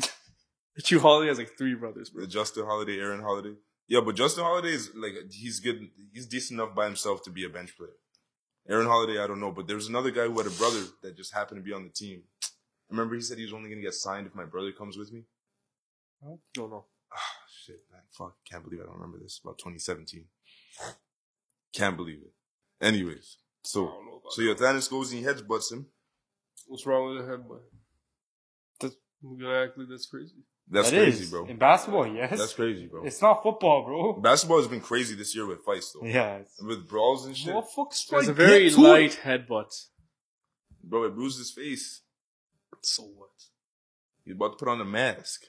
Speaker 4: <laughs> Drew Holiday has like three brothers, bro.
Speaker 1: the Justin Holiday, Aaron Holiday. Yeah, but Justin Holiday is like he's good. He's decent enough by himself to be a bench player. Aaron Holiday, I don't know, but there's another guy who had a brother that just happened to be on the team. Remember, he said he was only gonna get signed if my brother comes with me.
Speaker 4: No, no.
Speaker 1: Ah, shit, man, fuck, can't believe I don't remember this. About 2017, can't believe it. Anyways,
Speaker 4: I
Speaker 1: so
Speaker 4: don't know about
Speaker 1: so yeah, Thanos goes and he heads butts him.
Speaker 4: What's wrong with the headbutt? That's we're gonna act like that's crazy.
Speaker 1: That's
Speaker 3: that
Speaker 1: crazy,
Speaker 3: is.
Speaker 1: bro.
Speaker 3: In basketball, yes.
Speaker 1: That's crazy, bro.
Speaker 3: It's not football, bro.
Speaker 1: Basketball has been crazy this year with fights though,
Speaker 3: Yeah. it's-
Speaker 1: with brawls and shit.
Speaker 3: Motherfuckers
Speaker 4: It's a
Speaker 3: might
Speaker 4: very
Speaker 3: get to
Speaker 4: light headbutt.
Speaker 1: Bro, it bruised his face.
Speaker 4: So what?
Speaker 1: He's about to put on a mask.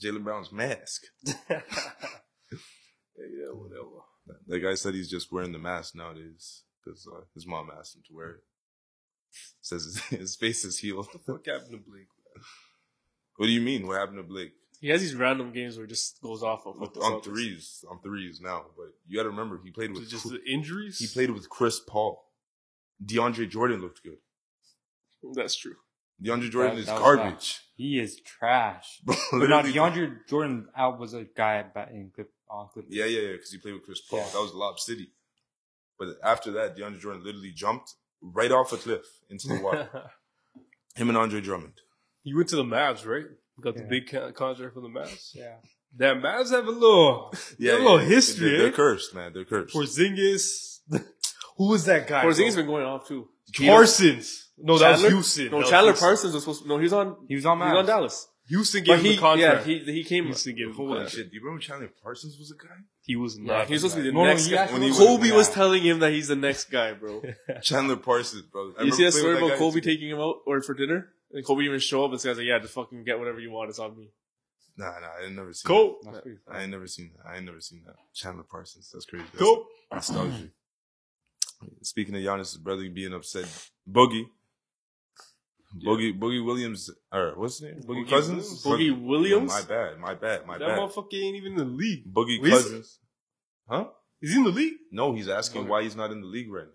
Speaker 1: Jalen Brown's
Speaker 4: <laughs>
Speaker 1: mask.
Speaker 3: it.
Speaker 4: Yeah, whatever.
Speaker 1: That guy said he's just wearing the mask nowadays because uh, his mom asked him to wear it. Says his, <laughs> his face is healed.
Speaker 4: What happened to Blake?
Speaker 1: What do you mean? What happened to Blake?
Speaker 4: He has these random games where he just goes off of with the
Speaker 1: on
Speaker 4: Celtics.
Speaker 1: threes, on threes now. But you got to remember, he played
Speaker 4: So
Speaker 1: with
Speaker 4: Just
Speaker 1: Cr-
Speaker 4: the injuries.
Speaker 1: he played with Chris Paul. DeAndre Jordan looked good.
Speaker 4: That's true.
Speaker 1: DeAndre Jordan
Speaker 3: That-
Speaker 1: is
Speaker 3: that was
Speaker 1: garbage. <laughs>
Speaker 3: he is trash.
Speaker 1: Bro,
Speaker 3: But now
Speaker 1: literally-
Speaker 3: DeAndre Jordan out was a guy at bat in clip on clip.
Speaker 1: Yeah, yeah, yeah. Because he played with Chris Paul.
Speaker 3: Yeah.
Speaker 1: That was Lob City. But after that, DeAndre Jordan literally jumped right off a cliff into the water.
Speaker 4: <laughs>
Speaker 1: Him and Andre Drummond.
Speaker 4: You went to the Mavs, right? Got the
Speaker 3: Yeah.
Speaker 4: big con- contract from the Mavs.
Speaker 3: Yeah.
Speaker 4: That Mavs have a little, yeah, a little history.
Speaker 1: They're,
Speaker 4: eh?
Speaker 1: they're cursed, man. They're cursed.
Speaker 4: Porzingis. <laughs>
Speaker 2: Who was that guy?
Speaker 4: Porzingis
Speaker 2: bro?
Speaker 4: been going off too.
Speaker 2: Parsons. No, that
Speaker 4: Chandler?
Speaker 2: was Houston.
Speaker 4: No,
Speaker 2: That was
Speaker 4: Chandler
Speaker 2: Houston.
Speaker 4: Parsons was supposed. To, no, he's on.
Speaker 3: He was on
Speaker 4: He's on
Speaker 3: Mavs.
Speaker 4: Dallas.
Speaker 2: Houston gave
Speaker 4: But he,
Speaker 2: him the
Speaker 4: yeah,
Speaker 2: contract.
Speaker 4: he he came.
Speaker 2: Houston gave him the
Speaker 1: Holy
Speaker 2: contract.
Speaker 1: shit! Do you remember Chandler Parsons was a guy?
Speaker 2: He was
Speaker 4: Nah,
Speaker 2: not.
Speaker 4: he was supposed to be the
Speaker 3: No, no,
Speaker 4: next
Speaker 3: he
Speaker 4: guy.
Speaker 3: actually
Speaker 1: was-
Speaker 4: Kobe was
Speaker 3: Yeah.
Speaker 4: telling him that he's the next guy, bro.
Speaker 1: Chandler Parsons, bro. I
Speaker 4: you
Speaker 1: remember
Speaker 4: see that
Speaker 1: playing
Speaker 4: story
Speaker 1: with
Speaker 4: about
Speaker 1: guy
Speaker 4: Kobe
Speaker 1: too.
Speaker 4: taking him out or for dinner, and Kobe even show up and says, like, "Yeah, just fucking get whatever you want. It's on me."
Speaker 1: Nah, nah. I ain't never seen.
Speaker 4: Kobe.
Speaker 3: That's pretty
Speaker 1: <laughs> That. I ain't never seen that. I ain't never seen that. Chandler Parsons. That's crazy. That's
Speaker 4: Kobe.
Speaker 1: nostalgia. Speaking of Giannis' brother being upset, Boogie. Boogie Boogie Williams or what's his name? Boogie,
Speaker 4: Boogie
Speaker 1: Cousins?
Speaker 4: Williams? Boogie
Speaker 1: Yeah,
Speaker 4: Williams?
Speaker 1: my bad, my bad, my
Speaker 4: That
Speaker 1: bad.
Speaker 4: motherfucker ain't even in the league.
Speaker 1: Boogie
Speaker 4: Williams?
Speaker 1: Cousins. Huh?
Speaker 4: Is he in the league?
Speaker 1: No, he's asking
Speaker 4: Okay.
Speaker 1: why he's not in the league right now.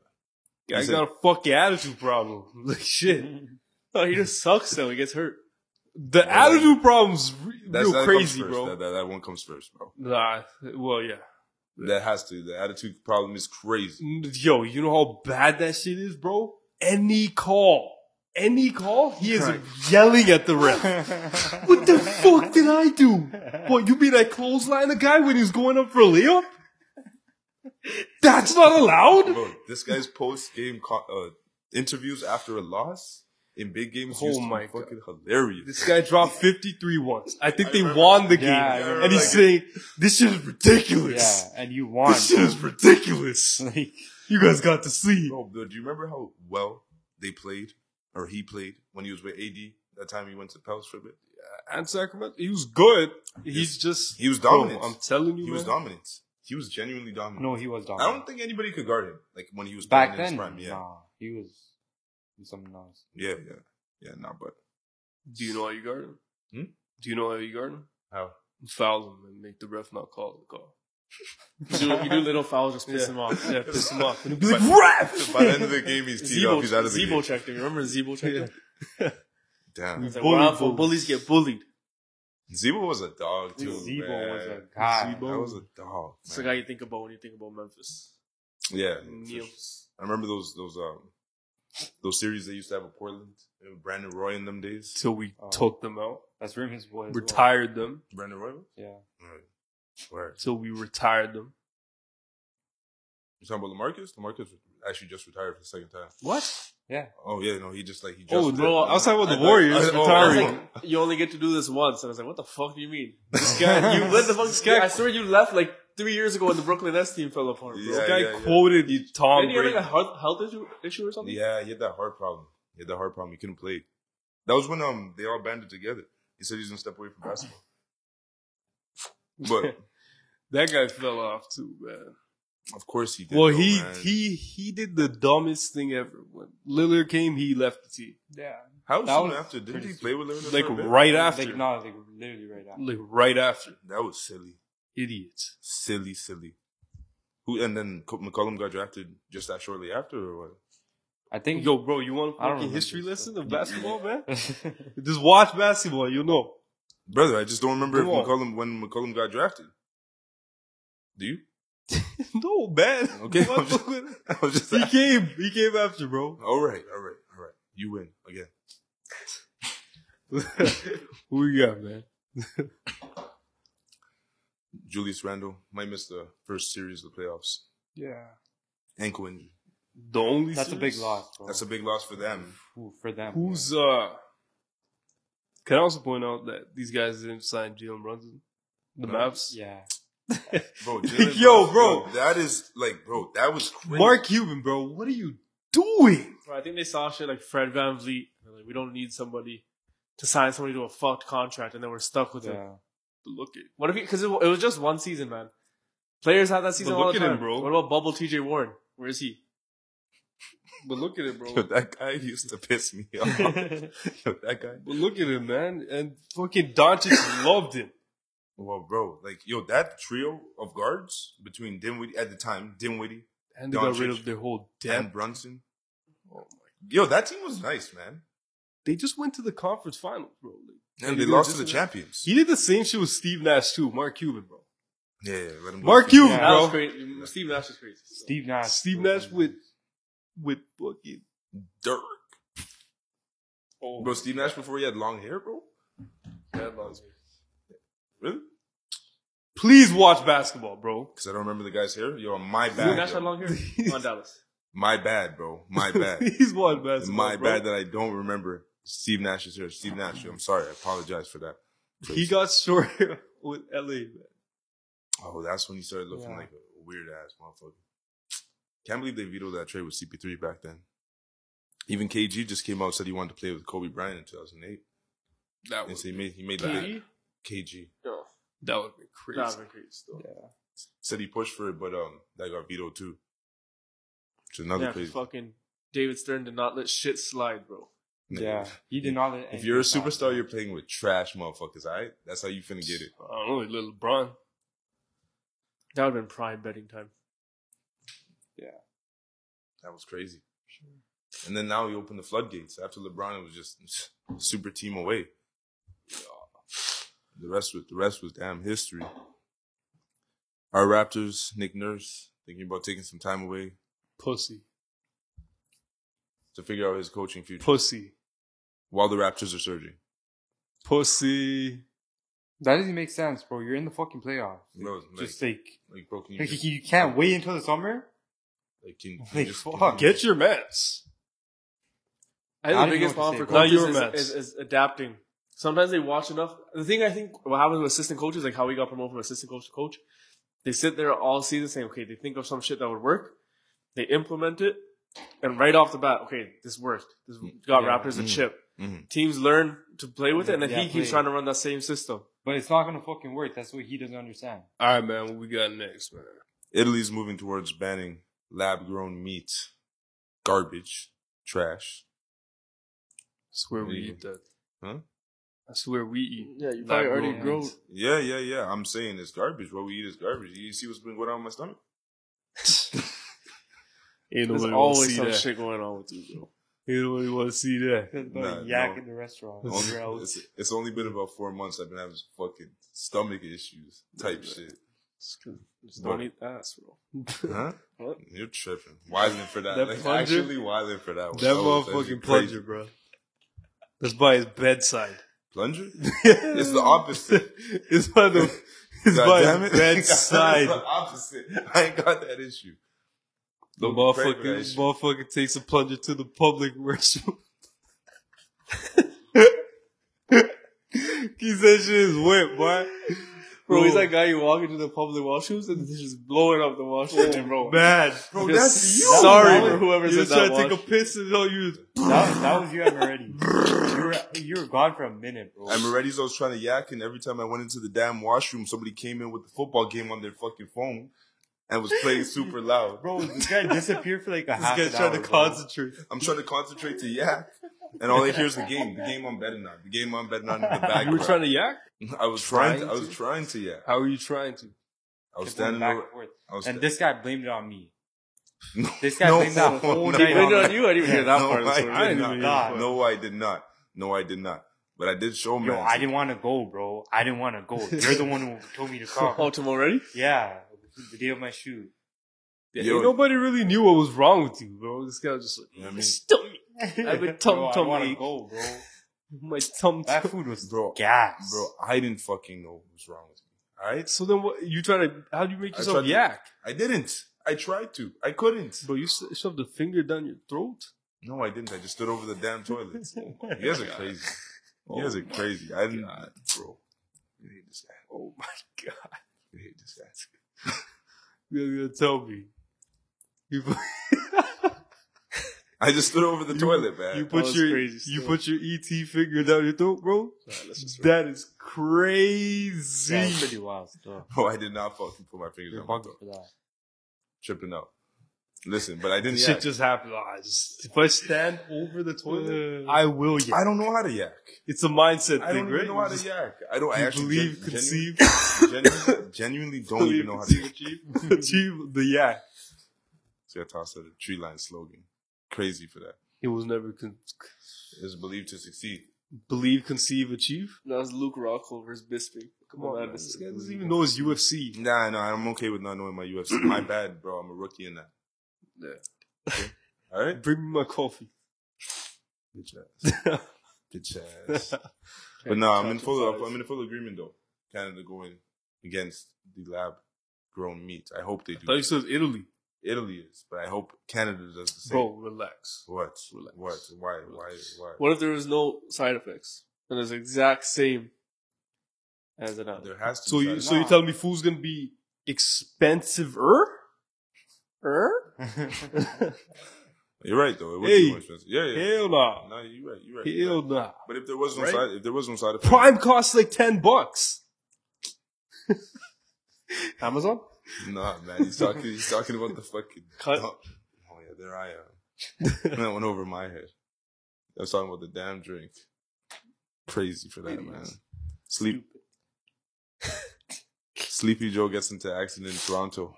Speaker 4: Yeah,
Speaker 1: He
Speaker 4: he's
Speaker 1: said-
Speaker 4: got a fucking attitude problem. <laughs> Like shit. No, he just sucks though. He gets hurt.
Speaker 2: The attitude problem's re-
Speaker 1: That's
Speaker 2: real
Speaker 1: that
Speaker 2: crazy,
Speaker 1: comes first.
Speaker 2: bro.
Speaker 1: That, that, that one comes first, bro.
Speaker 4: Nah. Well, yeah.
Speaker 1: That has to. The attitude problem is crazy.
Speaker 2: Yo, you know how bad that shit is, bro? Any call, any call, he is
Speaker 4: Right.
Speaker 2: yelling at the ref.
Speaker 1: <laughs>
Speaker 2: what the fuck did I do? What, you mean I clothesline the guy when he's going up for a layup? That's not allowed?
Speaker 1: Bro, this guy's post game co- uh, interviews after a loss in big games
Speaker 2: Oh
Speaker 1: used to
Speaker 2: my
Speaker 1: be fucking hilarious.
Speaker 2: This guy dropped 53 once. I think
Speaker 1: I
Speaker 2: they
Speaker 1: remember-
Speaker 2: won the game.
Speaker 3: Yeah, I
Speaker 2: and
Speaker 1: remember
Speaker 2: he's
Speaker 1: that
Speaker 2: saying, this shit is ridiculous.
Speaker 3: Yeah, and
Speaker 1: <laughs>
Speaker 3: you won.
Speaker 2: This shit is ridiculous.
Speaker 3: like,
Speaker 2: You guys got to see.
Speaker 1: Bro, bro, Oh, do you remember how well they played or he played when he was with AD? That time he went to Pels for a bit.
Speaker 2: And Sacramento, he was good. He's just
Speaker 1: He was
Speaker 2: Bro,
Speaker 1: dominant.
Speaker 2: I'm telling you,
Speaker 1: he was
Speaker 2: man.
Speaker 1: dominant. He was genuinely dominant.
Speaker 3: no, he was
Speaker 1: I don't
Speaker 3: dominant.
Speaker 1: think anybody could guard him like when he was
Speaker 3: Back
Speaker 1: playing in
Speaker 3: then,
Speaker 1: his prime. Yeah,
Speaker 3: nah, he was something else.
Speaker 1: yeah, yeah, yeah. Nah, but
Speaker 4: Do you know how you guard him?
Speaker 1: Hmm?
Speaker 4: Do you know how you guard him?
Speaker 1: How?
Speaker 4: Foul him and make the ref not call the call.
Speaker 3: You
Speaker 4: do, you do little fouls, just piss
Speaker 2: piss
Speaker 4: him off. Yeah, piss
Speaker 1: <laughs>
Speaker 4: him off.
Speaker 2: He'd be like, ref!
Speaker 1: by the end of the game, he's teed up. He's out of the game.
Speaker 4: Zebo checked him. Remember Zebo checked him?
Speaker 1: Damn,
Speaker 4: He's like,
Speaker 2: Bully
Speaker 4: "Wow, for
Speaker 2: bullies."
Speaker 4: bullies get bullied.
Speaker 1: Zebo was a dog too.
Speaker 3: Zebo
Speaker 1: man.
Speaker 3: was a guy.
Speaker 1: That was a dog.
Speaker 4: It's the
Speaker 1: man.
Speaker 4: guy you think about when you think about Memphis.
Speaker 1: Yeah, for
Speaker 4: Neal.
Speaker 1: sure. I remember those those um those series they used to have in Portland. It was Brandon Roy in them days.
Speaker 4: Till we
Speaker 3: Oh.
Speaker 4: took them out,
Speaker 3: That's Rim's boy. as well.
Speaker 4: retired them.
Speaker 1: Brandon Roy.
Speaker 3: Yeah.
Speaker 1: Right. Where?
Speaker 4: Till we retired them.
Speaker 1: You talking about Lamarcus? Lamarcus actually just retired for the second time.
Speaker 2: What?
Speaker 1: Oh yeah, no, he just like he just.
Speaker 2: Oh, bro, I was talking about the
Speaker 1: I-
Speaker 2: Warriors
Speaker 1: I- I- oh,
Speaker 4: I was
Speaker 2: retiring.
Speaker 1: oh,
Speaker 4: like, you only get to do this once. And I was like, what the fuck do you mean?
Speaker 2: <laughs>
Speaker 1: This
Speaker 4: Guy, you what the fuck?
Speaker 2: This guy-
Speaker 4: I swear you left like three years ago when the Brooklyn Nets team fell apart, bro.
Speaker 1: Yeah,
Speaker 2: This guy quoted you, Tom
Speaker 4: Didn't he have
Speaker 2: Brady.
Speaker 4: like a health, health issue, issue or something?
Speaker 1: Yeah, he had that heart problem. He had that heart problem. He couldn't play. That was when um they all banded together. He said he's gonna step away from
Speaker 2: <laughs>
Speaker 1: basketball. But
Speaker 2: That guy fell off too, man.
Speaker 1: of course he did.
Speaker 2: well,
Speaker 1: though,
Speaker 2: he
Speaker 1: man.
Speaker 2: he he did the dumbest thing ever. When Lillard came, he left the team
Speaker 3: Yeah.
Speaker 1: how
Speaker 3: that
Speaker 1: soon
Speaker 3: was
Speaker 1: after didn't he
Speaker 3: pretty
Speaker 1: play with Leonard?
Speaker 2: like
Speaker 1: for a bit?
Speaker 2: right after,
Speaker 3: Like, no, like literally right now.
Speaker 2: like right after.
Speaker 1: That was silly,
Speaker 2: Idiots.
Speaker 1: silly, silly. Who and then Co- McCollum got drafted just that shortly after, or what?
Speaker 3: I think. <laughs>
Speaker 2: Yo, bro, you want a
Speaker 3: I don't
Speaker 2: fucking
Speaker 3: remember
Speaker 2: history
Speaker 3: this
Speaker 2: lesson
Speaker 3: stuff.
Speaker 2: of basketball, man? Just watch basketball, you'll know.
Speaker 1: Brother, I just don't remember if
Speaker 2: Come on.
Speaker 1: McCollum when McCollum got drafted. Do you?
Speaker 2: No, man.
Speaker 1: Okay, <laughs>
Speaker 2: What
Speaker 1: I'm just-
Speaker 2: the-
Speaker 1: I was just
Speaker 2: he came. He came after, bro.
Speaker 1: all right, all right, all right. You win again.
Speaker 2: Who we got, man?
Speaker 1: Julius Randle might miss the first series of the playoffs.
Speaker 3: yeah.
Speaker 1: Ankle injury.
Speaker 2: The only
Speaker 3: That's a big
Speaker 2: series?
Speaker 3: loss, bro.
Speaker 1: That's a big loss for them.
Speaker 3: Ooh, for them.
Speaker 2: Who's uh? Can I also point out that these guys didn't sign Jalen Brunson? The
Speaker 1: No.
Speaker 2: Mavs.
Speaker 3: Yeah.
Speaker 2: <laughs>
Speaker 1: Bro, Jalen
Speaker 2: Yo,
Speaker 1: Brunson,
Speaker 2: bro.
Speaker 1: That is like, bro, that was crazy.
Speaker 2: Mark Cuban, bro, what are you doing?
Speaker 4: Bro, I think they saw shit like Fred Van Vliet. Like, we don't need somebody to sign somebody to a fucked contract and then we're stuck with him.
Speaker 3: Yeah.
Speaker 2: Look at
Speaker 4: What if because it, wa- it was just one season, man. Players had that season
Speaker 2: But look
Speaker 4: all the
Speaker 2: at him,
Speaker 4: time.
Speaker 2: bro.
Speaker 4: What about Bubble TJ Warren? Where is he?
Speaker 2: but look at it, bro.
Speaker 1: Yo, that guy <laughs> used to piss
Speaker 2: <laughs>
Speaker 1: me off. Yo, that guy.
Speaker 2: But look at him, man. And fucking Doncic <laughs> loved him.
Speaker 1: Well, bro, like, yo, that trio of guards between Dinwiddie at the time, Dinwiddie
Speaker 2: And they got
Speaker 1: Doncic.
Speaker 2: rid of their whole
Speaker 1: and
Speaker 2: depth.
Speaker 1: Brunson. Yo, that team was nice, man.
Speaker 2: They just went to the conference finals, bro. Like,
Speaker 1: And
Speaker 2: And
Speaker 1: they
Speaker 2: they
Speaker 1: lost to
Speaker 2: just-
Speaker 1: the champions.
Speaker 2: he did the same shit with Steve Nash too. Mark Cuban, bro.
Speaker 1: Yeah, yeah, let him go.
Speaker 2: Mark Cuban,
Speaker 3: Yeah.
Speaker 4: That was
Speaker 2: bro.
Speaker 4: crazy. Steve Nash is crazy.
Speaker 3: Steve Nash.
Speaker 2: Steve Nash with with fucking
Speaker 1: Dirk.
Speaker 2: oh,
Speaker 1: Bro, Steve Nash before he had long hair, bro? Really?
Speaker 2: Please watch basketball, bro.
Speaker 1: Because I don't remember the guy's hair. Yo, my
Speaker 4: Steve
Speaker 1: bad.
Speaker 4: Nash
Speaker 1: yo.
Speaker 4: had long
Speaker 2: <laughs>
Speaker 4: hair on Dallas.
Speaker 1: My bad, bro. <laughs> My bad.
Speaker 2: Please watch basketball.
Speaker 1: my
Speaker 2: bro.
Speaker 1: bad that I don't remember Steve Nash's hair. Steve Nash, yo, I'm sorry. I apologize for that.
Speaker 2: He got short <laughs> with LA, man.
Speaker 1: Oh, that's when he started looking
Speaker 3: Yeah.
Speaker 1: like a weird ass motherfucker. Can't believe they vetoed that trade with CP3 back then. Even KG just came out and said he wanted to play with Kobe Bryant in 2008.
Speaker 2: That
Speaker 1: And
Speaker 2: was
Speaker 1: so he made, he made that
Speaker 4: KD?
Speaker 1: KG.
Speaker 2: that would be
Speaker 4: That
Speaker 2: crazy.
Speaker 4: was crazy. still.
Speaker 1: Said he pushed for it, but um, that got vetoed too. Which is another
Speaker 4: Yeah,
Speaker 1: crazy.
Speaker 4: fucking David Stern did not let shit slide, bro.
Speaker 3: Yeah. He did not.
Speaker 1: If you're a superstar, you're playing with trash motherfuckers, all right? That's how you finna get it.
Speaker 2: I don't know, like little LeBron.
Speaker 4: That would have been prime betting time.
Speaker 1: That was crazy. And then now he opened the floodgates. After LeBron, it was just <laughs> super team away. <sighs> The rest was the rest was damn history. Our Raptors, Nick Nurse, thinking about taking some time away
Speaker 2: Pussy.
Speaker 1: to figure out his coaching future
Speaker 2: Pussy.
Speaker 1: while the Raptors are surging.
Speaker 2: Pussy.
Speaker 3: That doesn't make sense, bro. You're in the fucking playoffs.
Speaker 1: Bro, like,
Speaker 3: Just like,
Speaker 1: like, bro, can you,
Speaker 3: <laughs> like,
Speaker 1: just,
Speaker 3: you can't wait until the summer.
Speaker 1: like, can, can
Speaker 3: like,
Speaker 1: you just can
Speaker 3: fuck.
Speaker 1: you-
Speaker 2: Get your mats.
Speaker 4: I think
Speaker 3: I
Speaker 4: the
Speaker 3: don't
Speaker 4: biggest
Speaker 3: know what
Speaker 4: problem for
Speaker 3: to say, bro.
Speaker 2: Not your
Speaker 4: coaches is,
Speaker 2: Mets.
Speaker 4: is, is adapting. Sometimes they watch enough. The thing I think what happens with assistant coaches, like how we got promoted from assistant coach to coach, they sit there all season saying, okay, they think of some shit that would work, they implement it, and right off the bat, okay, this worked. This got
Speaker 3: Yeah.
Speaker 4: Raptors a
Speaker 1: Mm.
Speaker 4: chip.
Speaker 1: Mhm.
Speaker 4: Teams learn to play with it, and then
Speaker 3: Yeah,
Speaker 4: he keeps
Speaker 3: play.
Speaker 4: trying to run that same system.
Speaker 3: But it's not gonna fucking work. That's what he doesn't understand.
Speaker 2: All right, man. What we got next, man?
Speaker 1: Italy's moving towards banning lab grown meat, garbage, trash.
Speaker 2: That's where we
Speaker 1: Yeah.
Speaker 2: eat that.
Speaker 1: Huh?
Speaker 2: That's where we eat.
Speaker 5: Yeah, you
Speaker 2: probably
Speaker 5: probably
Speaker 2: already
Speaker 5: already
Speaker 3: Lab-grown grow-
Speaker 5: grow.
Speaker 3: hands.
Speaker 1: Yeah, yeah, yeah. I'm saying it's garbage. What we eat is garbage. You see what's been going on in my stomach?
Speaker 4: There's
Speaker 2: Ain't nobody want to
Speaker 4: always
Speaker 2: see
Speaker 4: some
Speaker 2: that.
Speaker 4: shit going on with you, bro.
Speaker 2: Ain't nobody want to see that.
Speaker 3: Because
Speaker 1: Nah,
Speaker 3: yak
Speaker 1: no.
Speaker 3: in the restaurant.
Speaker 1: Only-
Speaker 3: You're
Speaker 1: <laughs>
Speaker 3: out.
Speaker 1: it's, it's only been about four months I've been having some fucking stomach issues type shit.
Speaker 4: Just don't eat ass, bro.
Speaker 1: Huh?
Speaker 4: What?
Speaker 1: You're tripping. Wilding for that.
Speaker 2: That
Speaker 1: like,
Speaker 2: plunger?
Speaker 1: actually wilding for that one.
Speaker 2: That
Speaker 1: was actually
Speaker 2: motherfucking
Speaker 1: crazy.
Speaker 2: plunger, bro. That's by his bedside.
Speaker 1: Plunger?
Speaker 2: it's
Speaker 1: the opposite.
Speaker 2: <laughs> it's by the. It's
Speaker 1: God
Speaker 2: by
Speaker 1: damn
Speaker 2: his
Speaker 1: it. <laughs> It's <laughs>
Speaker 2: bedside.
Speaker 1: the opposite. I ain't got that issue.
Speaker 2: The
Speaker 1: Local
Speaker 2: motherfucker,
Speaker 1: preparation.
Speaker 2: motherfucker takes a plunger to the public restroom. <laughs> He said shit is wet, boy.
Speaker 4: Bro, he's that guy you walk into the public washrooms and it's just blowing up the washroom, bro.
Speaker 2: Bad.
Speaker 1: Bro,
Speaker 4: Just
Speaker 1: that's you.
Speaker 4: Sorry
Speaker 3: That
Speaker 4: for
Speaker 3: was-
Speaker 4: whoever
Speaker 2: You
Speaker 4: said
Speaker 2: was
Speaker 4: that.
Speaker 2: trying to
Speaker 4: Wash.
Speaker 2: take a piss and all you
Speaker 3: That, that was you, I'm
Speaker 1: <laughs>
Speaker 3: already. You were, you were gone for a minute, bro.
Speaker 1: I'm already so I was trying to yak, and every time I went into the damn washroom, somebody came in with the football game on their fucking phone and was playing
Speaker 4: <laughs>
Speaker 1: super loud.
Speaker 3: Bro, this guy disappeared for like a
Speaker 2: <laughs> This
Speaker 3: half
Speaker 2: guy's
Speaker 3: an
Speaker 2: trying
Speaker 3: hour,
Speaker 2: to
Speaker 3: bro.
Speaker 2: concentrate.
Speaker 1: I'm trying to concentrate to yak, and all I hear is the game, the game I'm betting on, the game I'm betting on in the
Speaker 4: <laughs>
Speaker 2: You were
Speaker 1: background.
Speaker 2: trying to yak?
Speaker 1: I was trying.
Speaker 2: Trying
Speaker 1: to, I was trying to yak.
Speaker 2: How are you trying to?
Speaker 1: I was
Speaker 3: Kept going
Speaker 1: standing.
Speaker 3: back
Speaker 1: Over,
Speaker 3: and forth.
Speaker 1: I was
Speaker 3: And
Speaker 1: sta-
Speaker 3: this guy blamed it on me.
Speaker 1: <laughs> No,
Speaker 3: This guy
Speaker 1: no,
Speaker 3: blamed that
Speaker 1: <laughs>
Speaker 3: whole
Speaker 1: no,
Speaker 3: night
Speaker 4: Wait,
Speaker 3: on
Speaker 4: no,
Speaker 3: me.
Speaker 4: you? I didn't even hear
Speaker 1: <laughs>
Speaker 4: that
Speaker 1: no,
Speaker 4: part. of the
Speaker 1: I
Speaker 4: story. I
Speaker 1: did
Speaker 4: didn't
Speaker 1: not.
Speaker 4: even hear that
Speaker 3: God.
Speaker 4: part.
Speaker 1: No, I did not. No, I did not. But I did show
Speaker 3: Yo,
Speaker 1: man.
Speaker 3: I didn't want to go, bro. I didn't want to <laughs> go. You're the one who told me to
Speaker 4: Oh,
Speaker 3: come.
Speaker 4: tomorrow already?
Speaker 3: Yeah, the day of my <laughs> shoot.
Speaker 1: Yo.
Speaker 2: Ain't nobody really knew what was wrong with you, bro. This guy was just like,
Speaker 1: You know what I mean?
Speaker 5: Stomach.
Speaker 3: <laughs>
Speaker 2: I've been
Speaker 3: Bro,
Speaker 2: tum
Speaker 3: I
Speaker 2: tum
Speaker 3: want to
Speaker 2: ache.
Speaker 3: go, bro.
Speaker 2: My tum tum.
Speaker 3: That food was
Speaker 1: Bro,
Speaker 3: gas,
Speaker 1: Bro, I didn't fucking know what was wrong with me. All right,
Speaker 2: So then what? You trying to, how do you make
Speaker 1: I
Speaker 2: yourself
Speaker 1: tried to-
Speaker 2: yak?
Speaker 1: I didn't. I tried to. I couldn't.
Speaker 2: Bro, you s- shoved a finger down your throat? <laughs>
Speaker 1: No, I didn't. I just stood over the damn toilet.
Speaker 2: Oh
Speaker 1: You guys are crazy. You guys are crazy. I didn't, bro. I hate this guy.
Speaker 2: Oh my god.
Speaker 1: I hate this guy.
Speaker 2: You're gonna tell me. You put,
Speaker 1: I just stood over the toilet, man.
Speaker 2: you put
Speaker 4: was
Speaker 2: your
Speaker 4: crazy
Speaker 2: you
Speaker 4: still.
Speaker 2: put your ET finger down your throat, bro? That is crazy.
Speaker 3: That was pretty wild stuff.
Speaker 1: <laughs> bro, I did not fucking put my fingers
Speaker 3: You're
Speaker 1: on my
Speaker 3: bugging
Speaker 1: throat.
Speaker 3: for that.
Speaker 1: Tripping out. Listen, but I didn't.
Speaker 2: Shit
Speaker 1: Yak.
Speaker 2: just happened. Ah, I just, if I stand over the toilet,
Speaker 3: Uh,
Speaker 2: I will yak.
Speaker 1: I don't know how to yak.
Speaker 2: It's a mindset
Speaker 1: I don't
Speaker 2: thing, right?
Speaker 1: even know how
Speaker 2: You
Speaker 1: to
Speaker 2: just-
Speaker 1: yak. I don't. I
Speaker 2: you
Speaker 1: actually
Speaker 2: believe,
Speaker 1: gen-
Speaker 2: conceive,
Speaker 1: <laughs> Genuinely, genuinely,
Speaker 2: <laughs>
Speaker 1: genuinely don't even know how to
Speaker 2: believe,
Speaker 1: yak.
Speaker 2: conceive, <laughs> achieve the yak.
Speaker 1: See, I tossed out a tree line slogan. Crazy for that.
Speaker 2: It was never con-
Speaker 1: It's believed to succeed.
Speaker 2: believe, conceive, achieve.
Speaker 4: That was Luke Rockhold versus Bisping.
Speaker 2: Come on, man. This guy doesn't even
Speaker 4: know.
Speaker 2: know his UFC.
Speaker 1: Nah, no, I'm okay with not knowing my UFC.
Speaker 2: <clears throat>
Speaker 1: my bad, bro. I'm a rookie in that.
Speaker 2: Yeah. <laughs>
Speaker 1: Okay? All right.
Speaker 2: Bring me my coffee.
Speaker 1: Bitch
Speaker 2: <laughs>
Speaker 1: ass. Bitch ass. But no, I'm in full. I'm in full agreement though. Canada going against the lab grown meat. I hope they do.
Speaker 2: thought you said Italy.
Speaker 1: Italy is, but I hope Canada does the same.
Speaker 2: Bro, relax.
Speaker 1: What?
Speaker 2: Relax.
Speaker 1: What? Why? Why? Why?
Speaker 4: What if there was no side effects? And it's the exact same as an
Speaker 1: There has to.
Speaker 2: So
Speaker 1: be
Speaker 2: you
Speaker 1: side-
Speaker 2: so you tell me food's gonna be expensiver? Er?
Speaker 1: You're right though. It would
Speaker 2: Hey.
Speaker 1: be more expensive. Yeah, yeah.
Speaker 2: Hell nah.
Speaker 1: No, you're right. You're right. you're
Speaker 2: Hell
Speaker 1: right.
Speaker 2: nah.
Speaker 1: But if there was no
Speaker 2: Right?
Speaker 1: side, if there was no side effect,
Speaker 2: Prime costs like ten bucks.
Speaker 4: Amazon?
Speaker 1: Nah, man. He's talking. He's talking about the fucking
Speaker 4: Cut.
Speaker 1: Oh, oh, yeah, there I am. that went over my head. I was talking about the damn drink. Crazy for that, man. Sleep. <laughs> Sleepy Joe gets into accident in Toronto.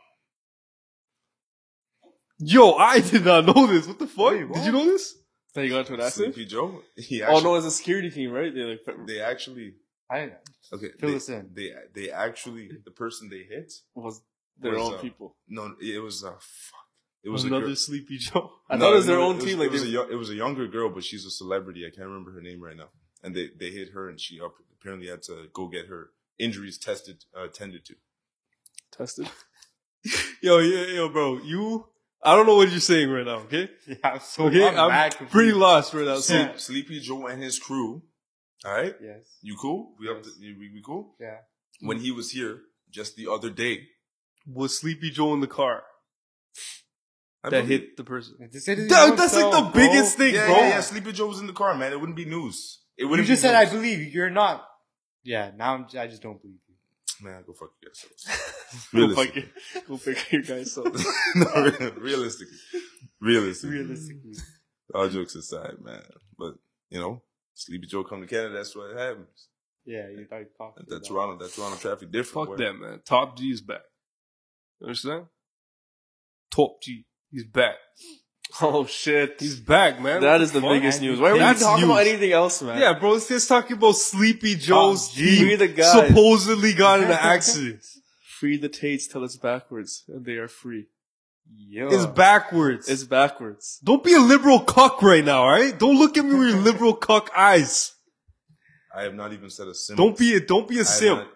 Speaker 2: Yo, I did not know this. What the fuck? did you know this?
Speaker 4: That you got into an accident?
Speaker 1: Sleepy Joe. He
Speaker 4: Oh
Speaker 1: actually,
Speaker 4: no, it's a security team, right? They like
Speaker 1: They actually.
Speaker 3: I didn't
Speaker 1: Okay.
Speaker 3: fill
Speaker 1: They,
Speaker 3: this in.
Speaker 1: they they actually the person they hit.
Speaker 4: was their
Speaker 1: Where's
Speaker 4: own
Speaker 1: that?
Speaker 4: people.
Speaker 1: No, it was a fuck. It was a
Speaker 2: another
Speaker 1: girl-
Speaker 2: sleepy Joe.
Speaker 4: I
Speaker 1: No,
Speaker 4: thought it was their
Speaker 1: no,
Speaker 4: own
Speaker 1: it was-
Speaker 4: team.
Speaker 1: it
Speaker 4: Like
Speaker 1: was,
Speaker 4: they,
Speaker 1: a, yo- it was a younger girl, but she's a celebrity. I can't remember her name right now. And they, they hit her, and she up, apparently had to go get her injuries tested, uh, tended to.
Speaker 4: <laughs> tested.
Speaker 2: Yo, yo, yo, bro. You I don't know what you're saying right now, okay?
Speaker 3: <laughs> Yeah, I'm so
Speaker 2: Okay,
Speaker 3: I'm, mad
Speaker 2: I'm pretty
Speaker 3: confused.
Speaker 2: lost right now. So
Speaker 1: Sleep, Sleepy Joe and his crew. All right,
Speaker 3: Yes.
Speaker 1: you cool? We up? To,
Speaker 3: Yes.
Speaker 1: we, we cool?
Speaker 3: Yeah.
Speaker 1: When he was here just the other day,
Speaker 2: was Sleepy Joe in the car
Speaker 1: I
Speaker 2: that
Speaker 1: believe-
Speaker 2: hit the person?
Speaker 3: This is
Speaker 2: That-
Speaker 3: your
Speaker 2: that's like the
Speaker 3: fault, bro.
Speaker 2: biggest thing,
Speaker 1: Yeah,
Speaker 2: bro.
Speaker 1: yeah, yeah. Sleepy Joe was in the car, man. It wouldn't be news. It
Speaker 3: You
Speaker 1: wouldn't.
Speaker 3: just
Speaker 1: be
Speaker 3: said I
Speaker 1: news.
Speaker 3: believe you're not. Yeah, now I'm, I just don't believe you.
Speaker 1: Man, go fuck yourself.
Speaker 4: Go fuck
Speaker 1: Realistically.
Speaker 4: it.
Speaker 3: <laughs>
Speaker 4: Go figure your guys up.
Speaker 1: <laughs> no, realistically, realistically.
Speaker 3: Realistically,
Speaker 1: All jokes aside, man. But you know, Sleepy Joe come to Canada. That's what happens.
Speaker 3: yeah, you thought you talked.
Speaker 1: That Toronto, that Toronto traffic different.
Speaker 2: Fuck
Speaker 1: where-
Speaker 2: that, man. Top G is back. Understand? Top G. He's back.
Speaker 4: <laughs> Oh shit.
Speaker 2: He's back, man.
Speaker 4: That is the
Speaker 2: Fuck.
Speaker 4: biggest news. Why are we
Speaker 2: That's
Speaker 4: talking about
Speaker 2: news.
Speaker 4: anything else, man?
Speaker 2: Yeah, bro. Let's just talk about Sleepy Joe's
Speaker 4: G. We
Speaker 2: team
Speaker 4: the guys.
Speaker 2: supposedly got
Speaker 4: <laughs>
Speaker 2: in an accident.
Speaker 4: Free the Tates till it's backwards, and they are free.
Speaker 3: Yo,
Speaker 2: it's backwards.
Speaker 4: It's backwards.
Speaker 2: Don't be a liberal cuck right now, all right? Don't look at me with your liberal cuck eyes.
Speaker 1: I have not even said a symbol.
Speaker 2: Don't be a don't
Speaker 1: uh,
Speaker 2: be a simp.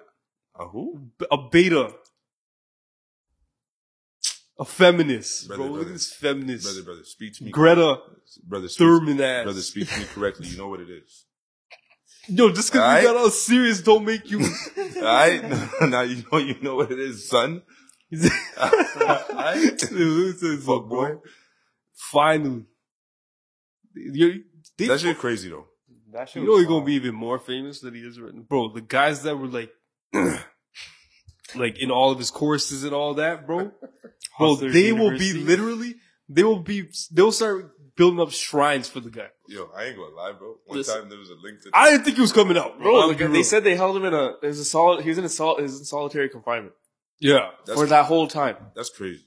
Speaker 1: A who?
Speaker 2: B- A beta. A feminist,
Speaker 1: Brother,
Speaker 2: bro. Look
Speaker 1: brother.
Speaker 2: at this feminist.
Speaker 1: Brother, brother, speak to me.
Speaker 2: Greta
Speaker 1: brother, speak,
Speaker 2: Thurman ass.
Speaker 1: brother, speak to me correctly. You know what it is.
Speaker 2: Yo, just because
Speaker 1: Aight.
Speaker 2: you got all serious don't make
Speaker 1: <laughs>
Speaker 2: you. <laughs>
Speaker 1: All right, <laughs> now you know you know what it is, son. All right,
Speaker 2: Fuck,
Speaker 1: fuck boy.
Speaker 2: Finally. You're, they,
Speaker 1: That shit crazy though.
Speaker 3: That shit
Speaker 2: you
Speaker 3: was
Speaker 2: know he's gonna
Speaker 3: fire.
Speaker 2: be even more famous than he is right now. Bro, the guys that were like <clears throat> like in all of his courses and all
Speaker 4: <laughs>
Speaker 2: that, bro. Bro,
Speaker 3: Hustlers
Speaker 2: they will be
Speaker 3: University.
Speaker 2: literally they will be they'll start building up shrines for the guy.
Speaker 1: Yo, I ain't gonna lie, bro. One
Speaker 4: Listen.
Speaker 1: time there was a link to
Speaker 2: I didn't think he was coming out, bro.
Speaker 4: Bro,
Speaker 2: I'll
Speaker 4: like,
Speaker 2: be
Speaker 4: they
Speaker 2: real.
Speaker 4: said they held him in a. It was a solid. He was in a sol, He was in solitary confinement
Speaker 2: Yeah.
Speaker 1: that's,
Speaker 4: for that whole time.
Speaker 1: That's crazy.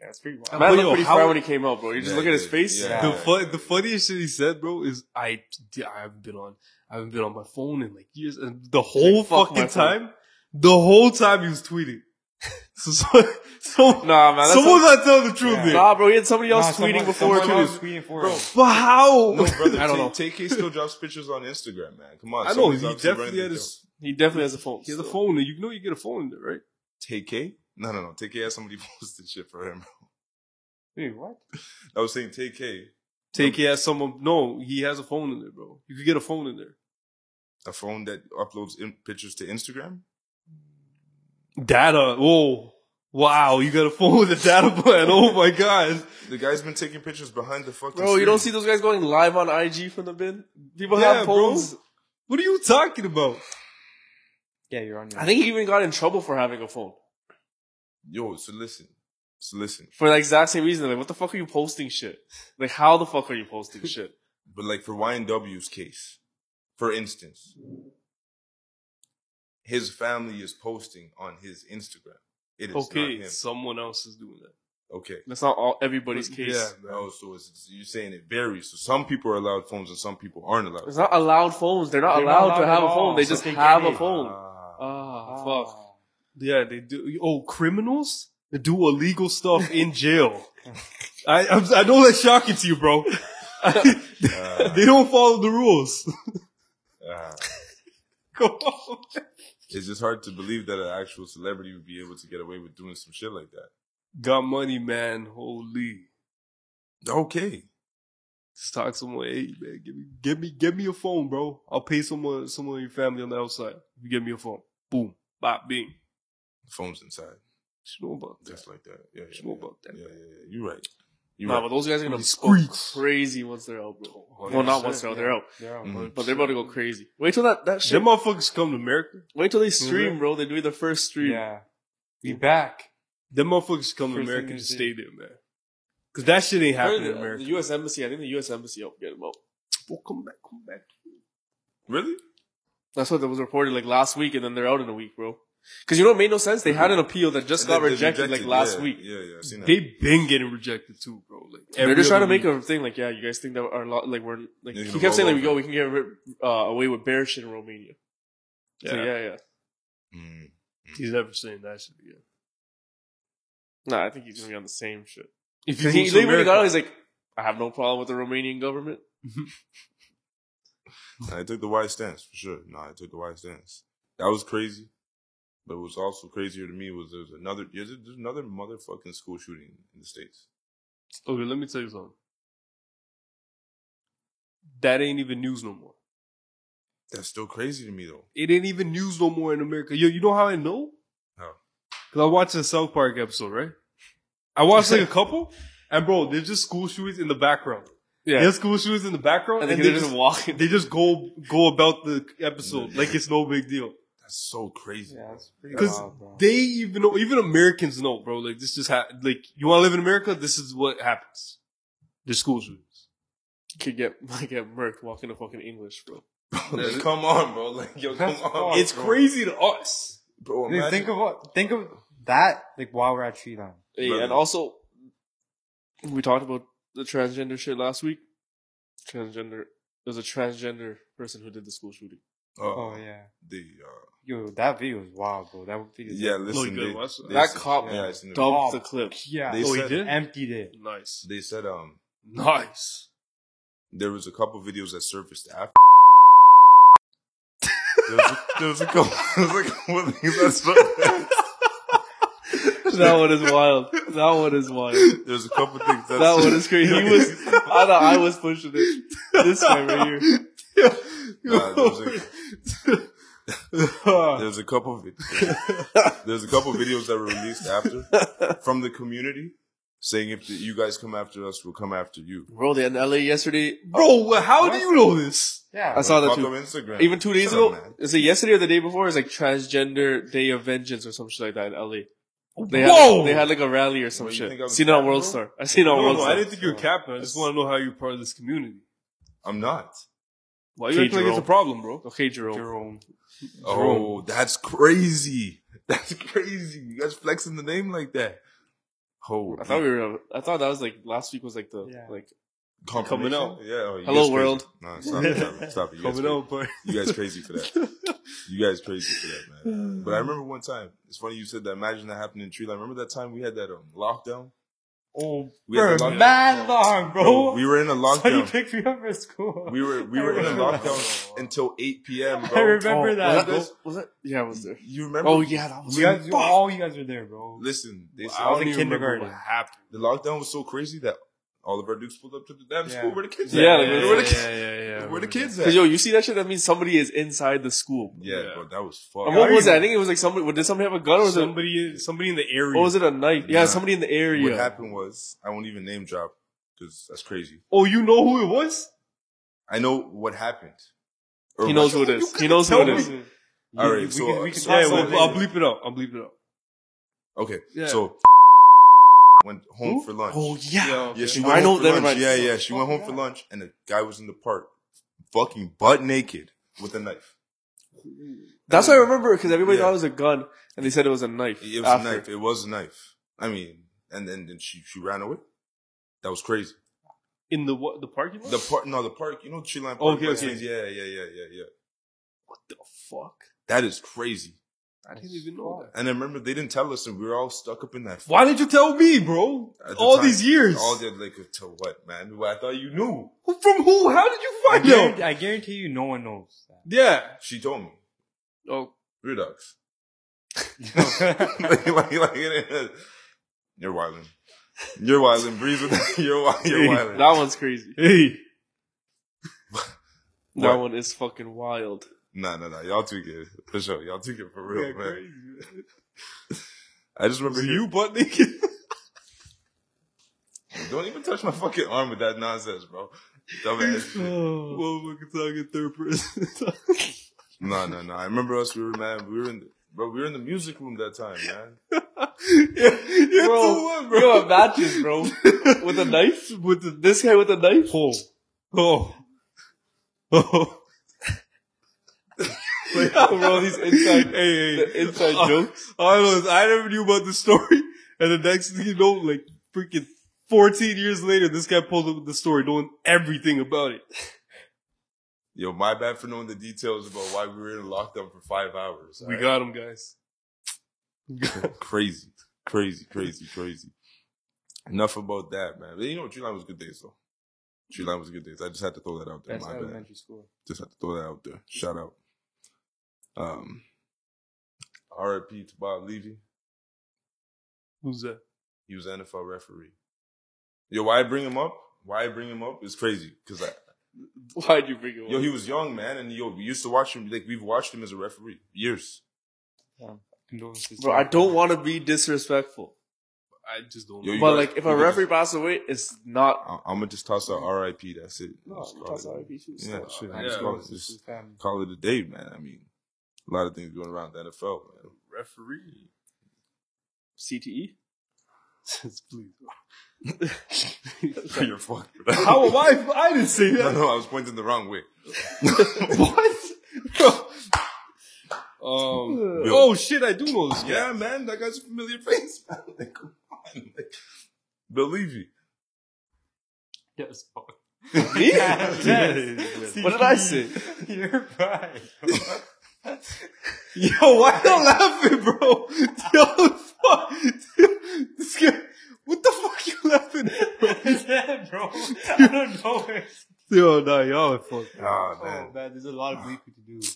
Speaker 3: Yeah, it's pretty wild.
Speaker 4: Man
Speaker 2: yo,
Speaker 4: looked pretty
Speaker 2: how-
Speaker 4: far when he came out, bro. You just
Speaker 1: Yeah,
Speaker 4: look at his
Speaker 1: yeah,
Speaker 4: face.
Speaker 1: yeah.
Speaker 2: The fun, the funniest shit he said, bro, is I I haven't been on I haven't been on my phone in like years, and the whole
Speaker 4: fuck my
Speaker 2: fucking
Speaker 4: phone.
Speaker 2: time, the whole time he was tweeting. <laughs> So, so, so
Speaker 4: Nah, man. That's
Speaker 2: someone's not telling the truth
Speaker 3: Yeah.
Speaker 2: there.
Speaker 4: nah, bro. He had somebody else
Speaker 3: Nah, someone-
Speaker 4: tweeting before.
Speaker 3: someone
Speaker 4: too.
Speaker 3: else tweeting for
Speaker 1: Bro,
Speaker 3: him.
Speaker 2: But how?
Speaker 1: No, brother,
Speaker 2: I don't know.
Speaker 1: T- TK still drops pictures on Instagram, man. Come on.
Speaker 2: I know
Speaker 1: somebody's
Speaker 2: he
Speaker 1: obviously
Speaker 2: definitely
Speaker 1: running
Speaker 2: had
Speaker 1: the
Speaker 2: his
Speaker 4: He definitely has a phone.
Speaker 2: he has a
Speaker 4: still.
Speaker 2: phone, and you know you get a phone in there, right?
Speaker 1: job. TK? No, no, no. TK had somebody <laughs> posted shit for him.
Speaker 3: Wait, what?
Speaker 1: I was saying TK,
Speaker 2: Take he has someone. No, he has a phone in there, bro. You could get a phone in there.
Speaker 1: a phone that uploads in- pictures to Instagram.
Speaker 2: Data. Whoa. Wow, you got a phone with a data plan. Oh my god.
Speaker 1: The guy's been taking pictures behind the fucking.
Speaker 4: Bro, you don't see
Speaker 1: screen.
Speaker 4: those guys going live on IG from the bin? People
Speaker 2: Yeah,
Speaker 4: have
Speaker 2: bro.
Speaker 4: phones.
Speaker 2: What are you talking about?
Speaker 3: Yeah, you're on your.
Speaker 4: I think he even got in trouble for having a phone
Speaker 1: Yo, so listen, so listen.
Speaker 4: for the exact same reason. Like, what the fuck are you posting shit? Like, how the fuck are you posting shit?
Speaker 1: But like for YNW's case, for instance, his family is posting on his Instagram. It is not
Speaker 2: Okay,
Speaker 1: him.
Speaker 2: someone else is doing that.
Speaker 1: Okay.
Speaker 4: That's not all everybody's case.
Speaker 2: man.
Speaker 1: Oh, so it's, it's- you're saying it varies. So some people are allowed phones and some people aren't allowed.
Speaker 4: It's not allowed phones. They're not,
Speaker 3: They're not
Speaker 4: allowed,
Speaker 3: allowed
Speaker 4: to have
Speaker 3: at
Speaker 4: a phone.
Speaker 3: all,
Speaker 4: They
Speaker 3: but
Speaker 4: just
Speaker 3: they get
Speaker 4: have a
Speaker 3: it.
Speaker 4: phone. <laughs>
Speaker 1: Ah.
Speaker 4: Ah, fuck.
Speaker 2: Yeah, they do. Oh, criminals that do illegal stuff in jail. <laughs> I I'm, I know that's shocking to you, bro.
Speaker 1: Ah.
Speaker 2: they don't follow the rules. <laughs>
Speaker 1: Ah.
Speaker 2: Come on.
Speaker 1: it's just hard to believe that an actual celebrity would be able to get away with doing some shit like that.
Speaker 2: Got money, man. Holy.
Speaker 1: Okay.
Speaker 2: Just talk to someone. Hey, man, give me, give me, give me a phone, bro. I'll pay someone, someone in your family on the outside. You give me a phone. Boom. Bop, bing.
Speaker 1: The phone's inside.
Speaker 2: What you know about that?
Speaker 1: Just like that. Yeah,
Speaker 2: What
Speaker 1: yeah,
Speaker 2: you know
Speaker 1: yeah.
Speaker 2: about that?
Speaker 1: yeah, yeah, yeah. You're right. You're
Speaker 4: Nah,
Speaker 1: right.
Speaker 4: but those guys are gonna go
Speaker 2: Squeaks.
Speaker 4: crazy once they're out, bro. Well, not once they're out. They're out,
Speaker 3: They're out.
Speaker 1: Mhm.
Speaker 4: but they're about to go crazy. Wait till that that shit.
Speaker 2: Them motherfuckers come to America.
Speaker 4: Wait till they stream, bro. They do their first stream.
Speaker 3: Yeah. Be back.
Speaker 2: Them motherfuckers come to
Speaker 3: First
Speaker 2: America
Speaker 3: thing
Speaker 2: to
Speaker 3: they
Speaker 2: stay there, man. Cause that shit ain't
Speaker 4: Apparently,
Speaker 2: happening in
Speaker 4: the-
Speaker 2: America.
Speaker 4: The U.S. embassy. I think the U.S. embassy helped get them out.
Speaker 2: Oh, come back, come back.
Speaker 1: Really?
Speaker 4: That's what that was reported like last week, and then they're out in a week, bro. Because you know, it made no sense. They had an appeal that just
Speaker 1: And
Speaker 4: got
Speaker 1: they- they
Speaker 4: rejected, like last
Speaker 1: yeah,
Speaker 4: week.
Speaker 1: Yeah, yeah. I seen that.
Speaker 2: They been getting rejected too, bro. Like every
Speaker 4: they're just trying to
Speaker 2: other
Speaker 4: make
Speaker 2: week.
Speaker 4: a thing like, yeah, you guys think that our lot, like we're like
Speaker 1: You're
Speaker 4: he
Speaker 1: gonna
Speaker 4: kept saying
Speaker 1: roll
Speaker 4: like we go,
Speaker 1: over.
Speaker 4: we can get rid, uh, away with bear shit in Romania. Yeah, so,
Speaker 2: Yeah.
Speaker 4: yeah, yeah.
Speaker 1: Mm.
Speaker 2: He's never saying that shit again.
Speaker 4: Nah, I think he's gonna be on the same shit.
Speaker 2: If
Speaker 4: Because he literally when he got out, he's like, I have no problem with the Romanian government.
Speaker 1: I took the wide stance for sure. No, I took the wide stance. That was crazy. But what's also crazier to me was there's another yeah, there's there's another motherfucking school shooting in the states.
Speaker 2: okay, let me tell you something. That ain't even news no more.
Speaker 1: That's still crazy to me though.
Speaker 2: It ain't even news no more in America. Yo, you know how I know?
Speaker 1: How?
Speaker 2: Cause I watched a South Park episode, right? I watched like a couple, and bro, there's just school shootings in the background.
Speaker 4: Yeah,
Speaker 2: There's school shootings in the background,
Speaker 4: and,
Speaker 2: and,
Speaker 4: they,
Speaker 2: they
Speaker 4: they're
Speaker 2: just
Speaker 4: just walking.
Speaker 2: they just go go about the episode like it's no big deal.
Speaker 1: That's so crazy.
Speaker 3: Yeah, it's pretty
Speaker 2: 'Cause
Speaker 3: wild, bro.
Speaker 2: They even know, even Americans know, bro. Like this just ha- like you want to live in America. This is what happens. There's school shootings.
Speaker 4: could get <laughs> might get murked walking to fucking English, bro.
Speaker 1: <laughs> Like, come on, bro. Like yo, come
Speaker 3: That's
Speaker 1: on.
Speaker 3: fucked.
Speaker 2: It's crazy to us.
Speaker 1: bro,
Speaker 3: Dude,
Speaker 1: imagine-
Speaker 3: think of what? Think of that. Like while we're at tree line.
Speaker 4: Hey,
Speaker 1: Brother.
Speaker 4: and also, we talked about the transgender shit last week. Transgender. There's a transgender person who did the school
Speaker 2: <laughs>
Speaker 4: shooting.
Speaker 1: uh,
Speaker 3: Oh yeah.
Speaker 1: the uh,
Speaker 3: Yo, that video is wild, bro. That video.
Speaker 1: yeah,
Speaker 2: you
Speaker 1: listen,
Speaker 2: gotta
Speaker 1: they,
Speaker 2: watch that.
Speaker 1: they
Speaker 4: That
Speaker 1: said-
Speaker 4: cop
Speaker 1: yeah, I seen the video.
Speaker 4: dumped
Speaker 3: Oh.
Speaker 4: the clip.
Speaker 3: Yeah.
Speaker 1: They
Speaker 2: Oh, he
Speaker 1: said-
Speaker 2: did.
Speaker 3: Emptied it.
Speaker 2: Nice,
Speaker 1: they said um
Speaker 2: <laughs> nice.
Speaker 1: there was a couple videos that surfaced
Speaker 4: <laughs>
Speaker 1: after. <laughs> there, was a, there was a couple, there was a couple of things that surfaced.
Speaker 4: that one is wild. That one is wild.
Speaker 1: There's a couple things that's,
Speaker 4: That one is crazy. He was. I thought I
Speaker 2: <laughs>
Speaker 4: was pushing it. This guy right here.
Speaker 1: Nah, there's,
Speaker 2: <laughs>
Speaker 1: a, there's a couple
Speaker 4: <laughs>
Speaker 1: vi- there's a couple videos that were released after from the community saying if the, you guys come after us, we'll come after you.
Speaker 4: Bro, they in LA yesterday.
Speaker 2: Bro, how do you know this?
Speaker 3: Yeah.
Speaker 4: I saw that
Speaker 1: Fuck
Speaker 4: too.
Speaker 1: up Instagram.
Speaker 4: Even two days
Speaker 1: Shut up,
Speaker 4: ago,
Speaker 1: man.
Speaker 4: is it yesterday or the day before? It's like Transgender Day of Vengeance or some shit like that in LA. They
Speaker 2: Whoa!
Speaker 4: Had, they had like a rally or some
Speaker 1: What, you think I
Speaker 4: shit.
Speaker 1: was
Speaker 4: Seen it on
Speaker 1: capping,
Speaker 4: World
Speaker 1: bro?
Speaker 4: Star. I seen it on
Speaker 2: no,
Speaker 4: World
Speaker 2: no,
Speaker 4: Star.
Speaker 2: I didn't think you were capping. I just want to know how you're part of this community.
Speaker 1: I'm not.
Speaker 2: Why you acting like it's a problem, bro?
Speaker 4: Okay, Jerome.
Speaker 3: Jerome.
Speaker 1: Oh, that's crazy. That's crazy. You guys flexing the name like that. Oh,
Speaker 4: I thought we were. I thought that was like last week was like the
Speaker 3: Yeah.
Speaker 4: like
Speaker 1: Confirmation?
Speaker 2: Coming out.
Speaker 1: Yeah. oh, you
Speaker 4: Hello,
Speaker 1: guys crazy.
Speaker 4: world.
Speaker 1: No, stop it. Stop it. Stop it. You, guys
Speaker 2: Coming
Speaker 1: crazy.
Speaker 2: out, but
Speaker 1: you guys crazy for that. You guys crazy for that, man. But I remember one time. It's funny you said that. Imagine that happened in Tree Line. Remember that time we had that um, lockdown?
Speaker 3: Oh,
Speaker 1: We had the
Speaker 3: bro,
Speaker 1: lockdown. Oh,
Speaker 3: mad long, bro.
Speaker 1: We were in a
Speaker 3: so you
Speaker 1: lockdown.
Speaker 3: picked me up for school.
Speaker 1: We were we
Speaker 3: I
Speaker 1: were in a
Speaker 3: remember that.
Speaker 1: lockdown until 8 p.m.
Speaker 3: <laughs> I
Speaker 1: Bro.
Speaker 3: remember
Speaker 4: Oh,
Speaker 3: that.
Speaker 4: Was that, was that? Yeah, I was there.
Speaker 1: You remember?
Speaker 4: Oh yeah, that was.
Speaker 3: you guys, you, all you guys were there, bro.
Speaker 1: Listen, they said,
Speaker 3: I was in
Speaker 2: even remember
Speaker 3: kindergarten.
Speaker 2: what
Speaker 1: the lockdown was so crazy that all of our dudes pulled up to the damn
Speaker 3: Yeah.
Speaker 1: school. Where the kids
Speaker 4: Yeah,
Speaker 1: at?
Speaker 4: like,
Speaker 1: where, the, kids-
Speaker 2: yeah, yeah.
Speaker 1: where the kids at?
Speaker 4: Cause yo, you see that shit? That means somebody is inside the school.
Speaker 1: yeah,
Speaker 2: Yeah.
Speaker 1: bro, that was
Speaker 4: And
Speaker 1: fucked.
Speaker 4: what was that? I think it was like somebody. Did somebody have a gun or was it?
Speaker 2: Somebody, somebody in the area.
Speaker 4: Or was it a knife? Yeah,
Speaker 1: Nah.
Speaker 4: somebody in the
Speaker 1: What
Speaker 4: area.
Speaker 1: happened was I won't even name drop because that's crazy.
Speaker 2: Oh, you know who it was?
Speaker 1: I know what happened. Or
Speaker 4: He
Speaker 1: what-
Speaker 4: knows who it is. He knows who
Speaker 2: tell
Speaker 4: it is.
Speaker 2: me.
Speaker 1: All right,
Speaker 3: You- we
Speaker 1: so,
Speaker 3: can- we can
Speaker 1: so-
Speaker 3: talk
Speaker 2: Yeah,
Speaker 3: about
Speaker 2: well,
Speaker 3: it
Speaker 2: I'll
Speaker 3: later.
Speaker 2: bleep it out. I'll bleep it out.
Speaker 1: Okay,
Speaker 2: Yeah.
Speaker 1: so <laughs> went home
Speaker 4: Who?
Speaker 1: for lunch.
Speaker 4: Oh yeah.
Speaker 1: Yeah, she
Speaker 4: I
Speaker 1: went
Speaker 4: know
Speaker 1: home for lunch.
Speaker 4: everybody.
Speaker 1: Yeah, yeah, she went home for lunch, and the guy was in the park, fucking butt naked with a knife.
Speaker 4: That's what I remember because everybody
Speaker 1: Yeah.
Speaker 4: thought it was a gun, and they said it was a knife.
Speaker 1: It was
Speaker 4: after.
Speaker 1: a knife. It was a knife. I mean, and then then she she ran away. That was crazy.
Speaker 2: In the what? The parking lot.
Speaker 1: The park, no, the park. You know, tree line park.
Speaker 2: Okay,
Speaker 1: West
Speaker 2: okay.
Speaker 1: Ends? Yeah, yeah, yeah, yeah, yeah.
Speaker 2: the fuck?
Speaker 1: That is crazy.
Speaker 2: I didn't even know that.
Speaker 1: And I remember they didn't tell us, and we were all stuck up in that.
Speaker 2: Why didn't you tell me, bro?
Speaker 1: At the
Speaker 2: All
Speaker 1: time,
Speaker 2: these years.
Speaker 1: All that like to what, man? Well, I thought you knew.
Speaker 2: From who? How did you
Speaker 3: I
Speaker 2: find out?
Speaker 3: guarantee, I guarantee you, no one knows.
Speaker 2: Yeah.
Speaker 1: She told me.
Speaker 4: Oh.
Speaker 2: <laughs>
Speaker 1: Redux.
Speaker 3: That.
Speaker 1: <laughs> like, like, like it is. You're wilding. You're wilding. Breeze with <laughs> You're wilding.
Speaker 2: <laughs>
Speaker 1: You're wilding.
Speaker 4: Oh, That one's crazy.
Speaker 2: Hey.
Speaker 4: That
Speaker 1: What?
Speaker 4: one is fucking wild.
Speaker 1: Nah, nah, nah. Y'all took it for sure. Y'all took it for real,
Speaker 2: Yeah,
Speaker 1: man. I just remember
Speaker 2: You
Speaker 1: you.
Speaker 2: butt naked.
Speaker 1: <laughs> Don't even touch my fucking arm with that nonsense, bro.
Speaker 2: <laughs>
Speaker 1: Dumbass.
Speaker 2: Oh. Well, we can talk in third person.
Speaker 1: no, no, no. I remember us. We were mad. We were in. The, bro, we were in the music room that time, man.
Speaker 2: <laughs> yeah,
Speaker 4: <laughs>
Speaker 2: yeah,
Speaker 4: Bro,
Speaker 2: so <laughs> what, bro?
Speaker 4: Yo, matches, bro. With a knife? <laughs> With the, this guy with a knife?
Speaker 2: Oh. <laughs> Oh. <laughs> Oh.
Speaker 4: Like, bro, these inside,
Speaker 2: <laughs> hey, hey.
Speaker 4: the inside <laughs>
Speaker 2: Uh,
Speaker 4: jokes.
Speaker 2: All <laughs> I know is I never knew about the story, <laughs> and the next thing you know, like freaking fourteen years later, this guy pulled up with the story, knowing everything about it.
Speaker 1: Yo, my bad for knowing the details about why we were in lockdown for five hours.
Speaker 2: We
Speaker 1: alright?
Speaker 2: got him, guys.
Speaker 1: crazy, crazy, crazy, crazy. Enough about that, man. But you know, Tree Line was good days though. Tree Line was good days. I just had to throw that out there.
Speaker 3: That's
Speaker 1: my bad.
Speaker 3: elementary school.
Speaker 1: Just had to throw that out there. Shout out. Um, R.I.P. to Bob Levy.
Speaker 2: Who's that?
Speaker 1: He was an NFL referee. Yo, why I bring him up? Why I bring him up is crazy. Cause I,
Speaker 4: Why'd you bring it up?
Speaker 1: yo, he was young, man, and yo, we used to watch him. Like we've watched him as a referee years.
Speaker 3: Condolences.
Speaker 4: bro, I don't want to be disrespectful.
Speaker 2: I just don't.
Speaker 1: Yo,
Speaker 2: know.
Speaker 1: you
Speaker 4: But
Speaker 1: guys-
Speaker 4: like, if
Speaker 1: you
Speaker 4: a
Speaker 1: guys-
Speaker 4: referee passes away, it's not.
Speaker 1: I, I'm gonna just toss out R.I.P. That's it.
Speaker 3: No,
Speaker 1: Just call
Speaker 3: that's
Speaker 1: it.
Speaker 3: all right, you should
Speaker 1: Yeah,
Speaker 3: stop.
Speaker 1: shit.
Speaker 3: I
Speaker 1: Yeah.
Speaker 3: just
Speaker 1: Yeah.
Speaker 3: wanted to
Speaker 1: Just-
Speaker 3: see them.
Speaker 1: call it a day, man. I mean, a lot of things going around the NFL, man.
Speaker 2: referee.
Speaker 4: CTE?
Speaker 2: Please.
Speaker 1: <laughs> You're fucked.
Speaker 2: How am I? I didn't say
Speaker 1: no,
Speaker 2: <laughs> that.
Speaker 1: no, I was pointing the wrong way.
Speaker 2: what?
Speaker 4: <laughs>
Speaker 2: um. Oh shit! I do know this guy.
Speaker 1: yeah, man, that guy's a familiar face. man. Like, come on, like, believe you.
Speaker 3: Yes, fuck. <laughs>
Speaker 4: Me?
Speaker 1: <laughs>
Speaker 3: Yes, <laughs> yes.
Speaker 4: What did I say?
Speaker 3: You're right.
Speaker 2: Yo, why you laughing, bro? <laughs> Yo, fuck. This guy, what the fuck you laughing at, bro?
Speaker 3: <laughs> yeah, bro.
Speaker 2: <laughs>
Speaker 3: I don't know. where-
Speaker 2: Yo, nah, y'all are fucked.
Speaker 1: Ah,
Speaker 3: Oh
Speaker 1: man.
Speaker 3: man, there's a lot of bleeping to do.
Speaker 4: <laughs>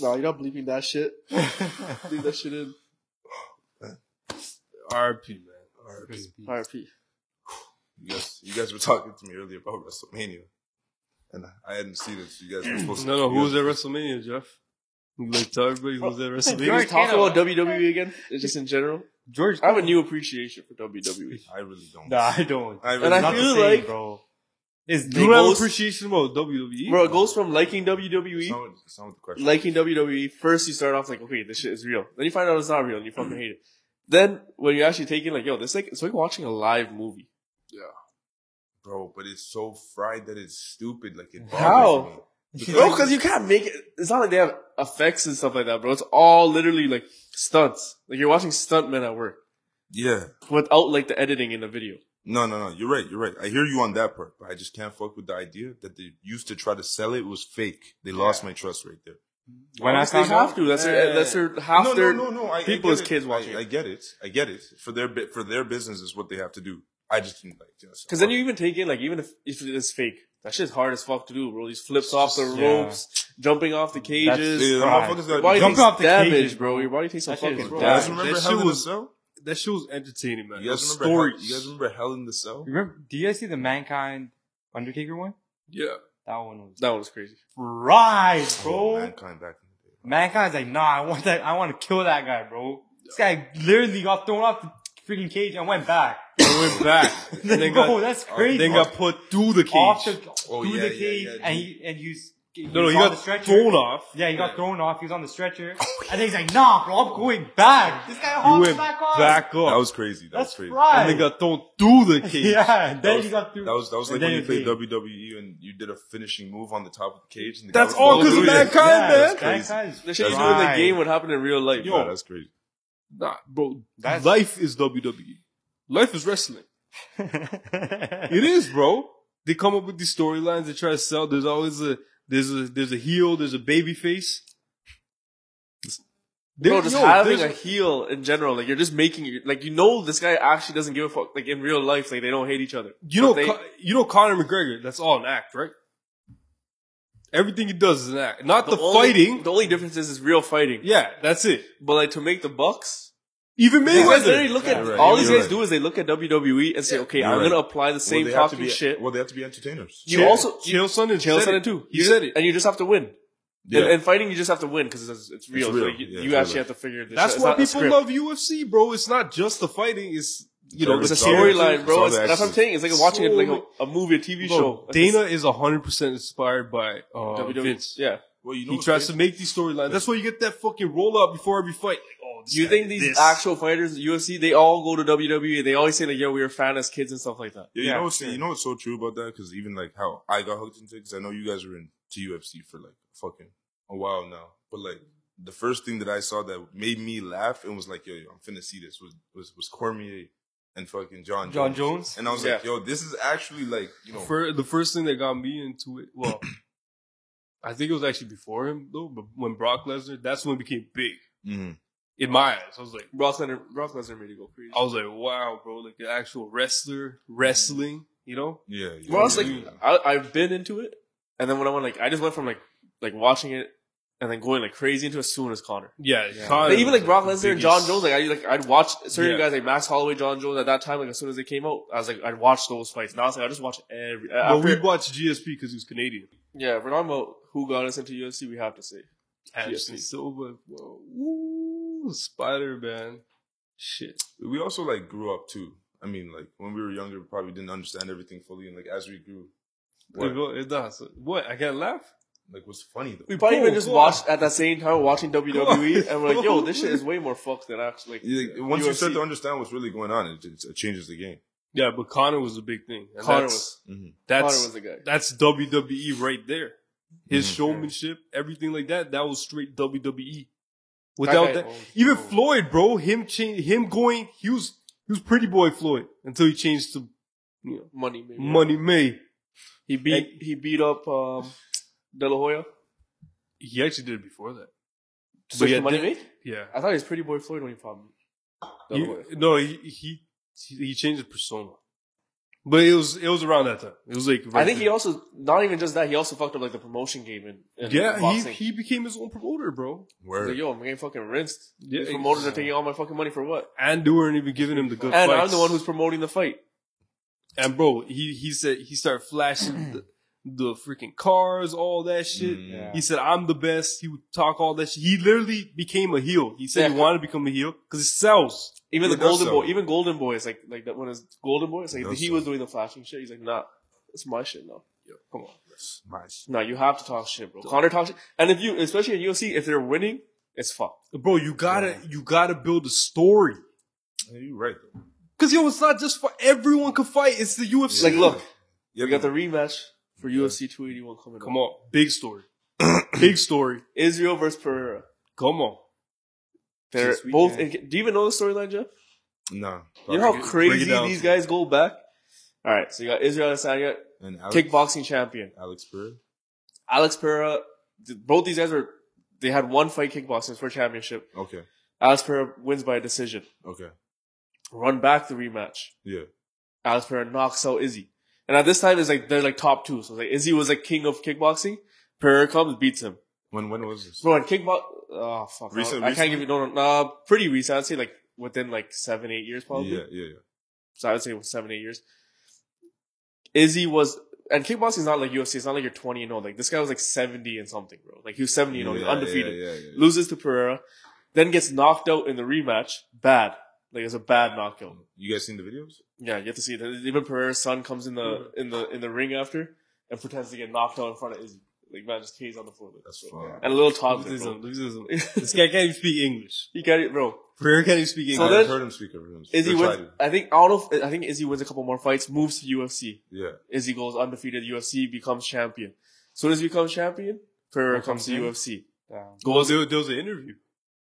Speaker 4: No, you're not bleeping that shit. Leave that shit in.
Speaker 2: RP, man. RP.
Speaker 4: RP.
Speaker 1: You guys, you guys were talking to me earlier about WrestleMania, and I hadn't seen it. So you guys were supposed to.
Speaker 2: No, no.
Speaker 1: you
Speaker 2: Who was
Speaker 1: guys-
Speaker 2: at WrestleMania, Jeff? You like tell everybody who was at
Speaker 4: Can we
Speaker 2: WrestleMania?
Speaker 4: just talk about WWE again? Just in general?
Speaker 3: George,
Speaker 4: I have a new appreciation for E. WWE.
Speaker 1: I really don't.
Speaker 3: <laughs> Nah, I don't.
Speaker 1: I really
Speaker 4: And I
Speaker 1: don't.
Speaker 4: feel
Speaker 3: Same,
Speaker 4: like,
Speaker 3: bro. It's
Speaker 2: Do you
Speaker 4: It
Speaker 2: have
Speaker 4: goes-
Speaker 2: appreciation about E? WWE?
Speaker 4: bro, it goes from liking E
Speaker 1: It's
Speaker 4: WWE,
Speaker 1: not, what- it's not what the question.
Speaker 4: liking WWE. First, you start off like, okay, this shit is real. Then you find out it's not real, and you fucking hate it. Then when you actually take it, like, yo, this like it's like watching a live movie.
Speaker 1: bro, but it's so fried that it's stupid. Like it bothers
Speaker 4: How?
Speaker 1: me.
Speaker 4: Bro, because you can't make it. It's not like they have effects and stuff like that, bro. It's all literally like stunts. Like you're watching stuntmen at work
Speaker 1: Yeah.
Speaker 4: without like the editing in the video.
Speaker 1: No, no, no. You're right. You're right. I hear you on that part, but I just can't fuck with the idea that they used to try to sell it was fake. They lost my trust right there.
Speaker 3: when I
Speaker 4: Honestly, they have
Speaker 3: found out, uh,
Speaker 4: to. That's their, that's their half
Speaker 1: no,
Speaker 4: their.
Speaker 1: no, no, no. I, I
Speaker 4: people
Speaker 1: get
Speaker 4: is
Speaker 1: it.
Speaker 4: kids watching
Speaker 1: I, I
Speaker 4: it.
Speaker 1: get it. I get it. For their bi- for their business is what they have to do. I just didn't like. Because
Speaker 4: Because then you even take in like even if, if it is fake, that shit's hard as fuck to do, bro. These flips off the
Speaker 3: Yeah.
Speaker 4: ropes, jumping off the
Speaker 1: Yeah,
Speaker 4: cages.
Speaker 1: the
Speaker 3: fried.
Speaker 1: motherfuckers
Speaker 4: Your
Speaker 1: got
Speaker 4: body
Speaker 1: jump
Speaker 4: takes
Speaker 3: Jumping off the
Speaker 4: damage,
Speaker 3: cages,
Speaker 4: bro.
Speaker 3: bro.
Speaker 4: Your body takes some
Speaker 3: That shit
Speaker 4: fucking
Speaker 3: is
Speaker 4: damage.
Speaker 3: raw.
Speaker 1: You guys
Speaker 3: That
Speaker 1: remember
Speaker 2: shit
Speaker 1: Hell in the
Speaker 2: was-
Speaker 1: Cell?
Speaker 2: That shit was entertaining, man.
Speaker 1: You guys
Speaker 2: Those
Speaker 1: remember? Hell,
Speaker 2: stories.
Speaker 1: you guys remember Hell in the Cell?
Speaker 3: Remember, do you guys see the Mankind Undertaker one?
Speaker 6: Yeah.
Speaker 3: That one was
Speaker 4: That was crazy.
Speaker 3: fried,
Speaker 1: Oh,
Speaker 3: bro.
Speaker 1: mankind back in the day.
Speaker 3: Mankind's like, nah, I want that. I want to kill that guy, bro. This guy literally got thrown off the freaking cage and went back.
Speaker 2: They went back.
Speaker 3: <laughs>
Speaker 2: and
Speaker 3: Bro,
Speaker 2: then got,
Speaker 3: that's
Speaker 2: then
Speaker 3: crazy.
Speaker 2: got put through the
Speaker 3: off the,
Speaker 2: cage.
Speaker 1: Oh,
Speaker 3: through
Speaker 1: yeah, yeah,
Speaker 3: the cage,
Speaker 1: yeah,
Speaker 3: and
Speaker 1: dude.
Speaker 3: he and he was. He
Speaker 2: No, no,
Speaker 3: was
Speaker 2: he
Speaker 3: on the
Speaker 2: got
Speaker 3: stretcher.
Speaker 2: thrown off.
Speaker 3: Yeah, he got thrown off. He was on the stretcher,
Speaker 1: Oh,
Speaker 3: and then he's like, "Nah, bro, I'm going back." This guy
Speaker 2: He
Speaker 3: hopped
Speaker 2: went
Speaker 3: back on.
Speaker 2: back up.
Speaker 1: That was crazy. That was
Speaker 3: That's
Speaker 1: crazy.
Speaker 3: right.
Speaker 2: and they got thrown through the
Speaker 3: <laughs>
Speaker 2: cage.
Speaker 3: yeah, and then
Speaker 1: was-
Speaker 3: he got through.
Speaker 1: That was that was
Speaker 3: and
Speaker 1: like when
Speaker 3: then
Speaker 1: you
Speaker 3: it
Speaker 1: played
Speaker 3: was me.
Speaker 1: WWE and you did a finishing move on the top of the cage. And the
Speaker 2: That's
Speaker 1: guy was
Speaker 2: all
Speaker 1: falling
Speaker 2: Oh, 'cause of
Speaker 1: through.
Speaker 2: Mankind,
Speaker 3: Yeah,
Speaker 2: man.
Speaker 3: that's
Speaker 1: Crazy.
Speaker 3: Mankind's
Speaker 4: <laughs> The shit you do in the
Speaker 3: fried.
Speaker 4: game would happen in real life.
Speaker 1: Nah, that's crazy.
Speaker 2: Nah, bro.
Speaker 3: That's-
Speaker 2: life is
Speaker 4: E.
Speaker 2: WWE. Life is wrestling. It is, bro. They come up with these storylines. They try to sell. There's always a there's a there's a heel. There's a baby face.
Speaker 4: Bro,
Speaker 2: There-
Speaker 4: just
Speaker 2: yo,
Speaker 4: having a
Speaker 2: there's-
Speaker 4: heel in general, like you're just making, like you know, this guy actually doesn't give a fuck. Like in real life, like they don't hate each other.
Speaker 2: you
Speaker 4: but
Speaker 2: know
Speaker 4: they-
Speaker 2: Con- you know Conor McGregor. That's all an act, right? Everything he does is an act. Not the,
Speaker 4: only-
Speaker 2: fighting.
Speaker 4: The only difference is, is real fighting.
Speaker 2: yeah, that's it.
Speaker 4: But like to make the bucks,
Speaker 2: Even
Speaker 4: these guys
Speaker 2: Mayweather.
Speaker 4: literally look
Speaker 1: Yeah,
Speaker 4: at
Speaker 1: right.
Speaker 4: all these
Speaker 1: You're
Speaker 4: guys
Speaker 1: right.
Speaker 4: do is they look at WWE and say, okay,
Speaker 1: You're
Speaker 4: I'm
Speaker 1: right.
Speaker 4: gonna apply the same
Speaker 1: Well, they have to
Speaker 4: fucking
Speaker 1: be,
Speaker 4: shit.
Speaker 1: Well, they have to be entertainers.
Speaker 4: You also you
Speaker 2: Chael Sonnen.
Speaker 4: Chael
Speaker 2: said
Speaker 4: Sonnen
Speaker 2: it.
Speaker 4: too.
Speaker 2: He
Speaker 4: You-
Speaker 2: said it.
Speaker 4: and you just have to win. And, and fighting, you just have to win because it's, it's real.
Speaker 1: real.
Speaker 4: So you
Speaker 1: Yeah,
Speaker 4: you
Speaker 1: it's
Speaker 4: actually
Speaker 1: real.
Speaker 4: have to figure this.
Speaker 2: That's
Speaker 4: out. It's
Speaker 2: why
Speaker 4: not a script.
Speaker 2: people love UFC, bro. It's not just the fighting. It's you know
Speaker 4: It's a
Speaker 1: It's all the-
Speaker 4: storyline,
Speaker 1: it's all
Speaker 4: bro.
Speaker 1: the
Speaker 4: It's- that's what I'm
Speaker 1: actions.
Speaker 4: saying. It's like watching it
Speaker 2: So
Speaker 4: like
Speaker 2: many-
Speaker 4: a, a movie, a E. TV show.
Speaker 2: Bro,
Speaker 4: Like
Speaker 2: Dana is 100% inspired by uh,
Speaker 4: this- WWE.
Speaker 2: Vince.
Speaker 4: Yeah.
Speaker 1: well, you know
Speaker 2: He
Speaker 1: what's
Speaker 2: tries
Speaker 1: crazy?
Speaker 2: to make these storylines. That's why you get that fucking roll up before every fight. Like, oh, this
Speaker 4: Do you
Speaker 2: guy
Speaker 4: think
Speaker 2: did
Speaker 4: these
Speaker 2: this.
Speaker 4: actual fighters, UFC, they all go to WWE? They always say like, "Yo, we were fan as kids and stuff like that."
Speaker 1: Yeah, you
Speaker 3: Yeah,
Speaker 1: know what's
Speaker 3: sure.
Speaker 1: you know what's so true about that because even like how I got hooked into it because I know you guys were into UFC for like fucking a while now, but like the first thing that I saw that made me laugh and was like, yo, yo, I'm finna see this was was was Cormier and fucking John
Speaker 3: John
Speaker 1: Jones.
Speaker 3: Jones.
Speaker 1: and I was like, yo, this is actually like you know
Speaker 2: Fir- the first thing that got me into it, well, <clears throat> I think it was actually before him though. But when Brock Lesnar, that's when it became big
Speaker 1: mhm.
Speaker 2: in my eyes. I was like,
Speaker 4: Brock Lesnar, Brock Lesnar made it go crazy.
Speaker 2: I was like, wow, bro, like the actual wrestler wrestling. You know,
Speaker 1: yeah, yeah,
Speaker 4: Well, I was
Speaker 1: yeah,
Speaker 4: like,
Speaker 2: Mm-hmm.
Speaker 1: yeah.
Speaker 4: I, I've been into it, and then when I went, like, I just went from like, like watching it, and then going like crazy into it as soon as Connor.
Speaker 2: yeah,
Speaker 3: Yeah.
Speaker 2: Conor
Speaker 4: Like, even
Speaker 2: was,
Speaker 4: like Brock
Speaker 2: the
Speaker 4: Lesnar and
Speaker 2: biggest-
Speaker 4: John Jones, like I like I'd watch certain
Speaker 2: Yeah.
Speaker 4: guys like Max Holloway, John Jones at that time. Like as soon as they came out, I was like I'd watch those fights. Now it's like I just watch every.
Speaker 2: Well,
Speaker 4: After,
Speaker 2: we watched GSP because he was Canadian.
Speaker 4: yeah, if we're talking about who got us into UFC, we have to say
Speaker 2: Anderson
Speaker 4: GSP.
Speaker 2: Silva, uh, whoa, Ooh, Spider Man, shit.
Speaker 1: we also like grew up too. I mean, like when we were younger, we probably didn't understand everything fully, and like as we grew,
Speaker 2: What?
Speaker 1: what,
Speaker 2: It, does. What? I can't laugh.
Speaker 1: like what's funny though.
Speaker 4: we probably
Speaker 2: Cool,
Speaker 4: even just
Speaker 2: cool.
Speaker 4: watched at that same time watching WWE, and we're like, yo,
Speaker 2: Cool.
Speaker 4: this shit
Speaker 2: <laughs>
Speaker 4: is way more fucked than actually. Like,
Speaker 1: Yeah, Once you
Speaker 4: UFC.
Speaker 1: start to understand what's really going on, it, it, it changes the game.
Speaker 2: Yeah, but Connor was a big thing. And
Speaker 4: Connor
Speaker 2: that's,
Speaker 4: was
Speaker 1: Mhm.
Speaker 4: Connor
Speaker 2: That's
Speaker 4: was the guy.
Speaker 2: that's WWE right there. His
Speaker 1: Mhm.
Speaker 2: showmanship, everything like that, that was straight WWE. Without
Speaker 4: guy-
Speaker 2: that, even Floyd, bro, him change, him going, he was he was Pretty Boy Floyd until he changed to
Speaker 4: Money, maybe.
Speaker 2: Money May.
Speaker 4: He beat he beat up um, De La Hoya.
Speaker 2: He actually did it before that.
Speaker 4: So
Speaker 2: yeah,
Speaker 4: Money,
Speaker 2: that-
Speaker 4: Mayweather?
Speaker 2: Yeah,
Speaker 4: I thought he was Pretty Boy Floyd when he fought him. De La
Speaker 2: He-
Speaker 4: Hoya.
Speaker 2: no, he he he changed his persona. But it was it was around that time. It was like right
Speaker 4: I think he
Speaker 2: there.
Speaker 4: also not even just that he also fucked up like the promotion game in, in
Speaker 2: yeah he,
Speaker 4: boxing.
Speaker 2: he became his own promoter, bro.
Speaker 4: He's like,
Speaker 1: Word.
Speaker 4: yo, I'm getting fucking rinsed.
Speaker 2: Yeah,
Speaker 4: These promoters are taking all my fucking money for what?
Speaker 2: and they weren't even giving him the good.
Speaker 4: And I'm
Speaker 2: fights.
Speaker 4: the one who's promoting the fight.
Speaker 2: and bro he he said he started
Speaker 4: <clears throat>
Speaker 2: flashing the, the freaking cars, all that shit.
Speaker 1: Mm.
Speaker 3: <laughs> Yeah.
Speaker 2: He said, I'm the best. He would talk all that shit. He literally became a heel. He said he
Speaker 4: Yeah.
Speaker 2: wanted to become a heel because it sells.
Speaker 4: Even
Speaker 1: He
Speaker 4: the
Speaker 1: does
Speaker 4: golden
Speaker 1: sell.
Speaker 4: boy, even golden boy is like like that one is golden boy. It's like
Speaker 1: does
Speaker 4: he
Speaker 1: sell.
Speaker 4: was doing the flashing shit. He's like, nah, it's my shit now. Come on,
Speaker 1: That's nice.
Speaker 4: no, you have to talk shit, bro. Connor talks shit, and if you, especially in UFC, if they're winning, it's fucked.
Speaker 2: Bro, you gotta, you gotta build a story.
Speaker 1: Yeah, you right though.
Speaker 2: Cause yo, it's not just for everyone can fight. It's the UFC.
Speaker 4: Like, look,
Speaker 1: Yeah,
Speaker 4: we got the rematch for UFC 281 coming.
Speaker 2: come
Speaker 4: up.
Speaker 2: on, big story, big story.
Speaker 4: Israel versus Pereira.
Speaker 2: Come on.
Speaker 4: They're
Speaker 1: This weekend.
Speaker 4: both. in- do you even know the storyline, Jeff?
Speaker 1: no.
Speaker 4: You know how
Speaker 1: Fuck it. Break it
Speaker 4: crazy
Speaker 1: down.
Speaker 4: these guys go back. All right, so you got Israel Adesanya,
Speaker 1: and Alex,
Speaker 4: kickboxing champion.
Speaker 1: Alex Pereira.
Speaker 4: Alex Pereira. th- Both these guys were. They had one fight kickboxing for championship.
Speaker 1: Okay.
Speaker 4: Alex Pereira wins by decision.
Speaker 1: Okay.
Speaker 4: Run back the rematch.
Speaker 1: Yeah.
Speaker 4: Alex Pereira knocks out Izzy. And at this time, it's like they're like top two. So it's like Izzy was like king of kickboxing. Pereira comes, beats him.
Speaker 1: When when was this?
Speaker 4: Bro, and kickbox. Oh fuck! I-
Speaker 1: Recent-
Speaker 4: I can't give you no, no, no. Pretty recent. I'd say like within like seven, eight years probably.
Speaker 1: Yeah, yeah, yeah.
Speaker 4: So I would say it was seven, eight years. Izzy was, and kickboxing is not like UFC. It's not like you're 20 and 0. Like this guy was like 70 and something, bro. Like he was 70 and 0,
Speaker 1: yeah,
Speaker 4: he's undefeated.
Speaker 1: Yeah, yeah, yeah,
Speaker 4: Loses to Pereira, then gets knocked out in the rematch. Bad. Like it's a bad knockout.
Speaker 1: You guys seen the videos?
Speaker 4: Yeah, you have to see it. Even Pereira's son comes in the in the in the ring after and pretends to get knocked out in front of Izzy. Like man, just K's on the floor. Like,
Speaker 1: That's
Speaker 4: bro.
Speaker 1: fun.
Speaker 4: And a little
Speaker 2: Look at
Speaker 4: toddler.
Speaker 2: this,
Speaker 4: Bro.
Speaker 2: look at this. This guy can't even speak English.
Speaker 4: He got it, bro.
Speaker 2: Prayer can't even speak
Speaker 4: So
Speaker 2: English.
Speaker 1: I
Speaker 4: then-
Speaker 1: heard him speak over him.
Speaker 4: Izzy
Speaker 1: Or
Speaker 4: wins.
Speaker 1: tried to.
Speaker 4: I think I don't know. If, I think Izzy wins a couple more fights, moves to UFC.
Speaker 1: Yeah.
Speaker 4: Izzy goes undefeated UFC, becomes champion. Soon as he becomes champion, Pereira comes
Speaker 3: Comes
Speaker 4: to
Speaker 3: in.
Speaker 4: UFC.
Speaker 3: Damn.
Speaker 2: well, there, there was an interview.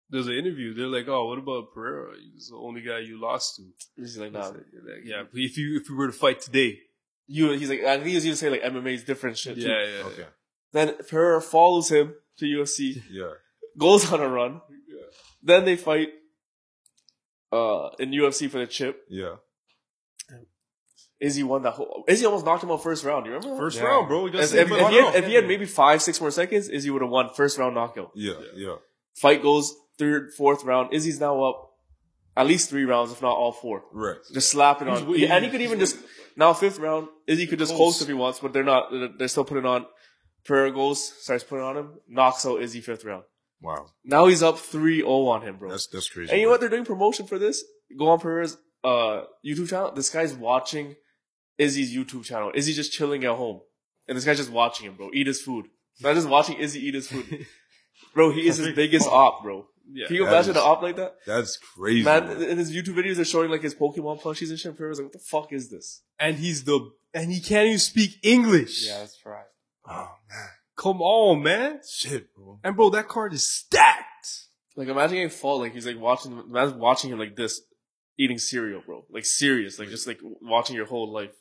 Speaker 2: There was an interview. They're like, oh, what about Pereira? He's the only guy you lost to.
Speaker 4: He's like, nah.
Speaker 2: Yeah, but if you if you were to fight today,
Speaker 4: You, he's like, I think he was even saying like MMA is different shit. too.
Speaker 2: yeah, yeah.
Speaker 1: Okay.
Speaker 4: Then Pereira follows him to UFC,
Speaker 1: Yeah.
Speaker 4: goes on a run. Then they fight uh in UFC for the chip.
Speaker 1: Yeah.
Speaker 4: Izzy won that whole. Izzy almost knocked him out first round. You remember? that?
Speaker 2: First
Speaker 3: Yeah.
Speaker 2: round, bro. We got
Speaker 4: If,
Speaker 2: saved
Speaker 4: Oh, if-
Speaker 2: by
Speaker 4: if
Speaker 2: one
Speaker 4: he had,
Speaker 2: round.
Speaker 4: if he had maybe five, six more seconds, Izzy would have won first round knockout.
Speaker 1: Yeah. Yeah.
Speaker 4: Fight goes third, fourth round. Izzy's now up at least three rounds, if not all four.
Speaker 1: Right.
Speaker 4: Just slap it on.
Speaker 2: He's-
Speaker 4: and he could even just now fifth round. Izzy could just
Speaker 2: Close.
Speaker 4: close if he wants, but they're not. They're, they're still putting on. Pereira goes, starts putting on him, knocks out Izzy fifth round.
Speaker 1: Wow.
Speaker 4: Now he's up 3-0 on him, bro.
Speaker 1: That's that's crazy.
Speaker 4: and you know what? They're doing promotion for this. Go on Pereira's uh, YouTube channel. This guy's watching Izzy's YouTube channel. Izzy just chilling at home, and this guy's just watching him, bro. Eat his food. Not just watching Izzy eat his food, bro. He is his biggest op, bro.
Speaker 2: Yeah.
Speaker 4: Can you
Speaker 1: That
Speaker 4: imagine
Speaker 1: is-
Speaker 4: an op like that?
Speaker 1: That's crazy.
Speaker 4: Man,
Speaker 1: bro.
Speaker 4: in his YouTube videos, they're showing like his Pokemon plushies and shit. Pereira's like, what the fuck is this?
Speaker 2: and he's the and he can't even speak English.
Speaker 3: Yeah, that's right.
Speaker 1: Oh man.
Speaker 2: Come on, man.
Speaker 1: Shit, bro.
Speaker 2: And bro, that card is stacked.
Speaker 4: Like, imagine getting fall. Like, he's like watching, the man's watching him like this, eating cereal, bro. Like, serious. Like, just like watching your whole life.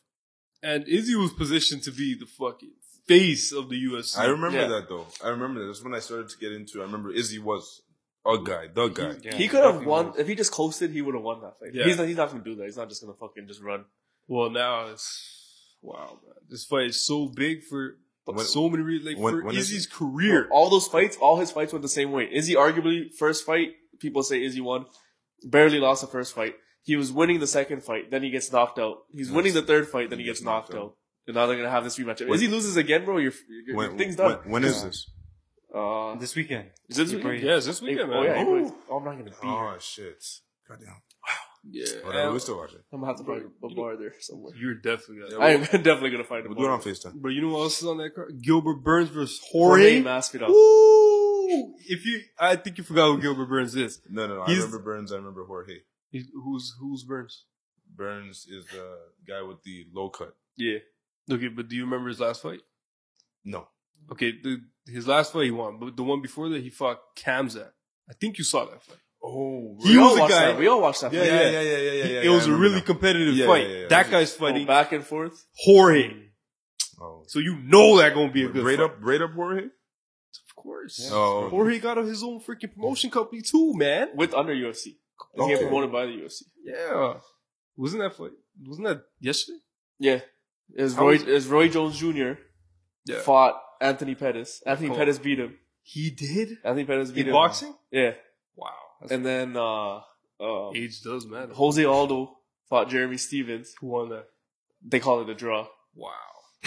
Speaker 2: And Izzy was positioned to be the fucking face of the UFC.
Speaker 1: I remember
Speaker 4: Yeah.
Speaker 1: that though. I remember that. That's when I started to get into. it. I remember Izzy was a guy, the guy.
Speaker 3: Yeah,
Speaker 4: he could have
Speaker 3: definitely
Speaker 4: won.
Speaker 3: was.
Speaker 4: If he just coasted, he would have won that fight.
Speaker 2: Yeah.
Speaker 4: He's, not, he's not gonna do that. He's not just gonna fucking just run.
Speaker 2: Well, now it's wow, man. This fight is so big for
Speaker 1: When-
Speaker 2: so many reasons. Like
Speaker 1: when-
Speaker 2: for
Speaker 1: when is Oh,
Speaker 2: Izzy's career.
Speaker 4: All those fights, all his fights went the same way. Izzy arguably first fight, people say Izzy won. Barely lost the first fight. He was winning the second fight, then he gets knocked out. He's
Speaker 1: Yes.
Speaker 4: winning the third fight, then he gets knocked out. And now they're gonna have this rematch. If
Speaker 1: When-
Speaker 4: Izzy loses again, bro, your your- your
Speaker 1: When,
Speaker 4: thing's
Speaker 1: when-
Speaker 4: done.
Speaker 1: when is this?
Speaker 4: Uh,
Speaker 3: This weekend.
Speaker 2: <laughs>
Speaker 4: is it this
Speaker 3: April
Speaker 4: weekend?
Speaker 3: eighth.
Speaker 2: Yes, this weekend,
Speaker 4: Oh, yeah,
Speaker 2: man.
Speaker 4: April eighth. Oh, I'm not gonna be here.
Speaker 1: Oh shit. Goddamn.
Speaker 2: yeah,
Speaker 1: Hold on, we still watch it.
Speaker 4: I'm gonna have to probably a bar there somewhere.
Speaker 2: you're definitely.
Speaker 4: <laughs>
Speaker 2: Got
Speaker 4: I am definitely gonna find him.
Speaker 1: We'll do it on Facetime.
Speaker 2: But you know what else is on that card? Gilbert Burns versus
Speaker 4: Jorge
Speaker 2: Jorge.
Speaker 4: Masvidal.
Speaker 2: Ooh! If you, I think you forgot who Gilbert Burns is.
Speaker 1: No, no, no. I
Speaker 2: He's-
Speaker 1: remember Burns. I remember Jorge.
Speaker 2: He- who's who's Burns?
Speaker 1: Burns is the guy with the low cut.
Speaker 2: Yeah. Okay, but do you remember his last fight?
Speaker 1: No.
Speaker 2: Okay, the, his last fight he won, but the one before that he fought Kamzat. I think you saw that fight.
Speaker 1: Oh,
Speaker 2: He
Speaker 4: we
Speaker 2: was
Speaker 4: all
Speaker 2: the
Speaker 4: watched
Speaker 2: guy-
Speaker 4: That. We all watched that.
Speaker 1: yeah,
Speaker 4: fight.
Speaker 1: yeah, yeah, yeah, yeah, yeah. yeah,
Speaker 2: it
Speaker 1: yeah, I
Speaker 2: was a
Speaker 1: remember
Speaker 2: really
Speaker 1: now.
Speaker 2: competitive
Speaker 1: Yeah,
Speaker 2: fight.
Speaker 1: yeah, yeah.
Speaker 2: That guy's fighting
Speaker 4: Go back and forth.
Speaker 2: Jorge,
Speaker 1: Oh.
Speaker 2: so you know that gonna be a good
Speaker 1: Rate
Speaker 2: fight.
Speaker 1: up, rate up Jorge.
Speaker 2: Of course,
Speaker 3: Yeah.
Speaker 1: Oh, okay.
Speaker 2: Jorge got his own freaking promotion company too, man.
Speaker 4: with under UFC. He
Speaker 1: Okay.
Speaker 4: got promoted by the UFC.
Speaker 2: Yeah, wasn't that fight? Wasn't that yesterday?
Speaker 4: Yeah. Is
Speaker 1: How
Speaker 4: Roy
Speaker 1: was-
Speaker 4: is Roy Jones Jr.
Speaker 1: Yeah.
Speaker 4: fought Anthony Pettis. Anthony
Speaker 1: Cool.
Speaker 4: Pettis beat him.
Speaker 2: He did
Speaker 4: Anthony Pettis beat
Speaker 2: in
Speaker 4: him.
Speaker 2: boxing.
Speaker 4: Yeah.
Speaker 2: Wow. That's-
Speaker 4: And then uh, uh,
Speaker 2: age does matter.
Speaker 4: Jose Aldo fought Jeremy Stevens.
Speaker 2: Who won that?
Speaker 4: They call it a draw.
Speaker 2: Wow.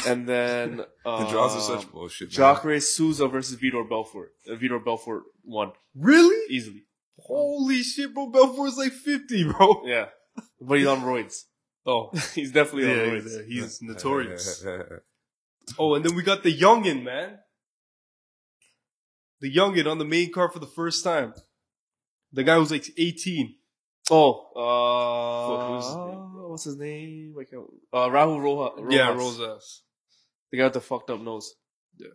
Speaker 4: And then
Speaker 1: The
Speaker 4: uh,
Speaker 1: draws are such bullshit. man.
Speaker 4: Jacare Souza versus Vitor Belfort. Uh, Vitor Belfort won
Speaker 2: Really?
Speaker 4: easily.
Speaker 2: Holy shit, bro. Belfort's like 50, bro.
Speaker 4: Yeah, but he's on roids. <laughs>
Speaker 2: <laughs> Oh,
Speaker 4: He's definitely on
Speaker 2: yeah,
Speaker 4: roids.
Speaker 2: he's,
Speaker 1: <laughs>
Speaker 2: he's notorious.
Speaker 1: Who
Speaker 2: Oh, and then we got the youngin, man. The youngin on the main card for the first time. The guy who's like 18.
Speaker 4: Oh, uh,
Speaker 2: Fuck, who's his
Speaker 4: what's his name? I can't. Uh, Rahul Roja. Rojas.
Speaker 2: Yeah, Rosas.
Speaker 4: The guy with the fucked up nose.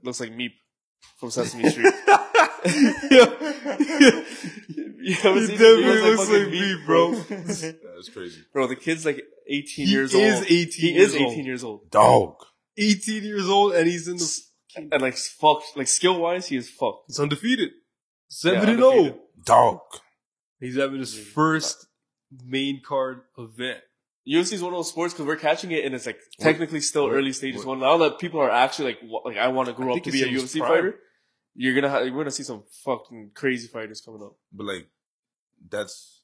Speaker 4: Looks like Meep
Speaker 2: <laughs>
Speaker 4: from Sesame Street.
Speaker 2: yeah.
Speaker 4: <laughs> you
Speaker 2: He definitely looks like me,
Speaker 3: <laughs>
Speaker 2: bro.
Speaker 1: That's crazy.
Speaker 4: Bro, the kid's like 18
Speaker 2: he
Speaker 4: years
Speaker 2: is
Speaker 4: old.
Speaker 2: 18
Speaker 4: he
Speaker 2: years
Speaker 4: is 18
Speaker 2: old.
Speaker 4: years old.
Speaker 1: Dog.
Speaker 2: 18 years old, and he's in the.
Speaker 4: S- And like fucked, like skill wise, he is fucked.
Speaker 2: He's undefeated. 7 and
Speaker 4: undefeated.
Speaker 2: 0.
Speaker 1: Dog.
Speaker 2: He's having his first main card event.
Speaker 4: UFC is one of those sports because we're catching it and it's like technically still
Speaker 1: What?
Speaker 4: early stages.
Speaker 1: What?
Speaker 4: One now that people are actually like, wa- like I want to grow up
Speaker 1: think
Speaker 4: to
Speaker 1: it's
Speaker 4: be a
Speaker 1: in his
Speaker 4: UFC
Speaker 1: prime.
Speaker 4: fighter. You're gonna ha- we're gonna see some fucking crazy fighters coming up.
Speaker 1: But like, that's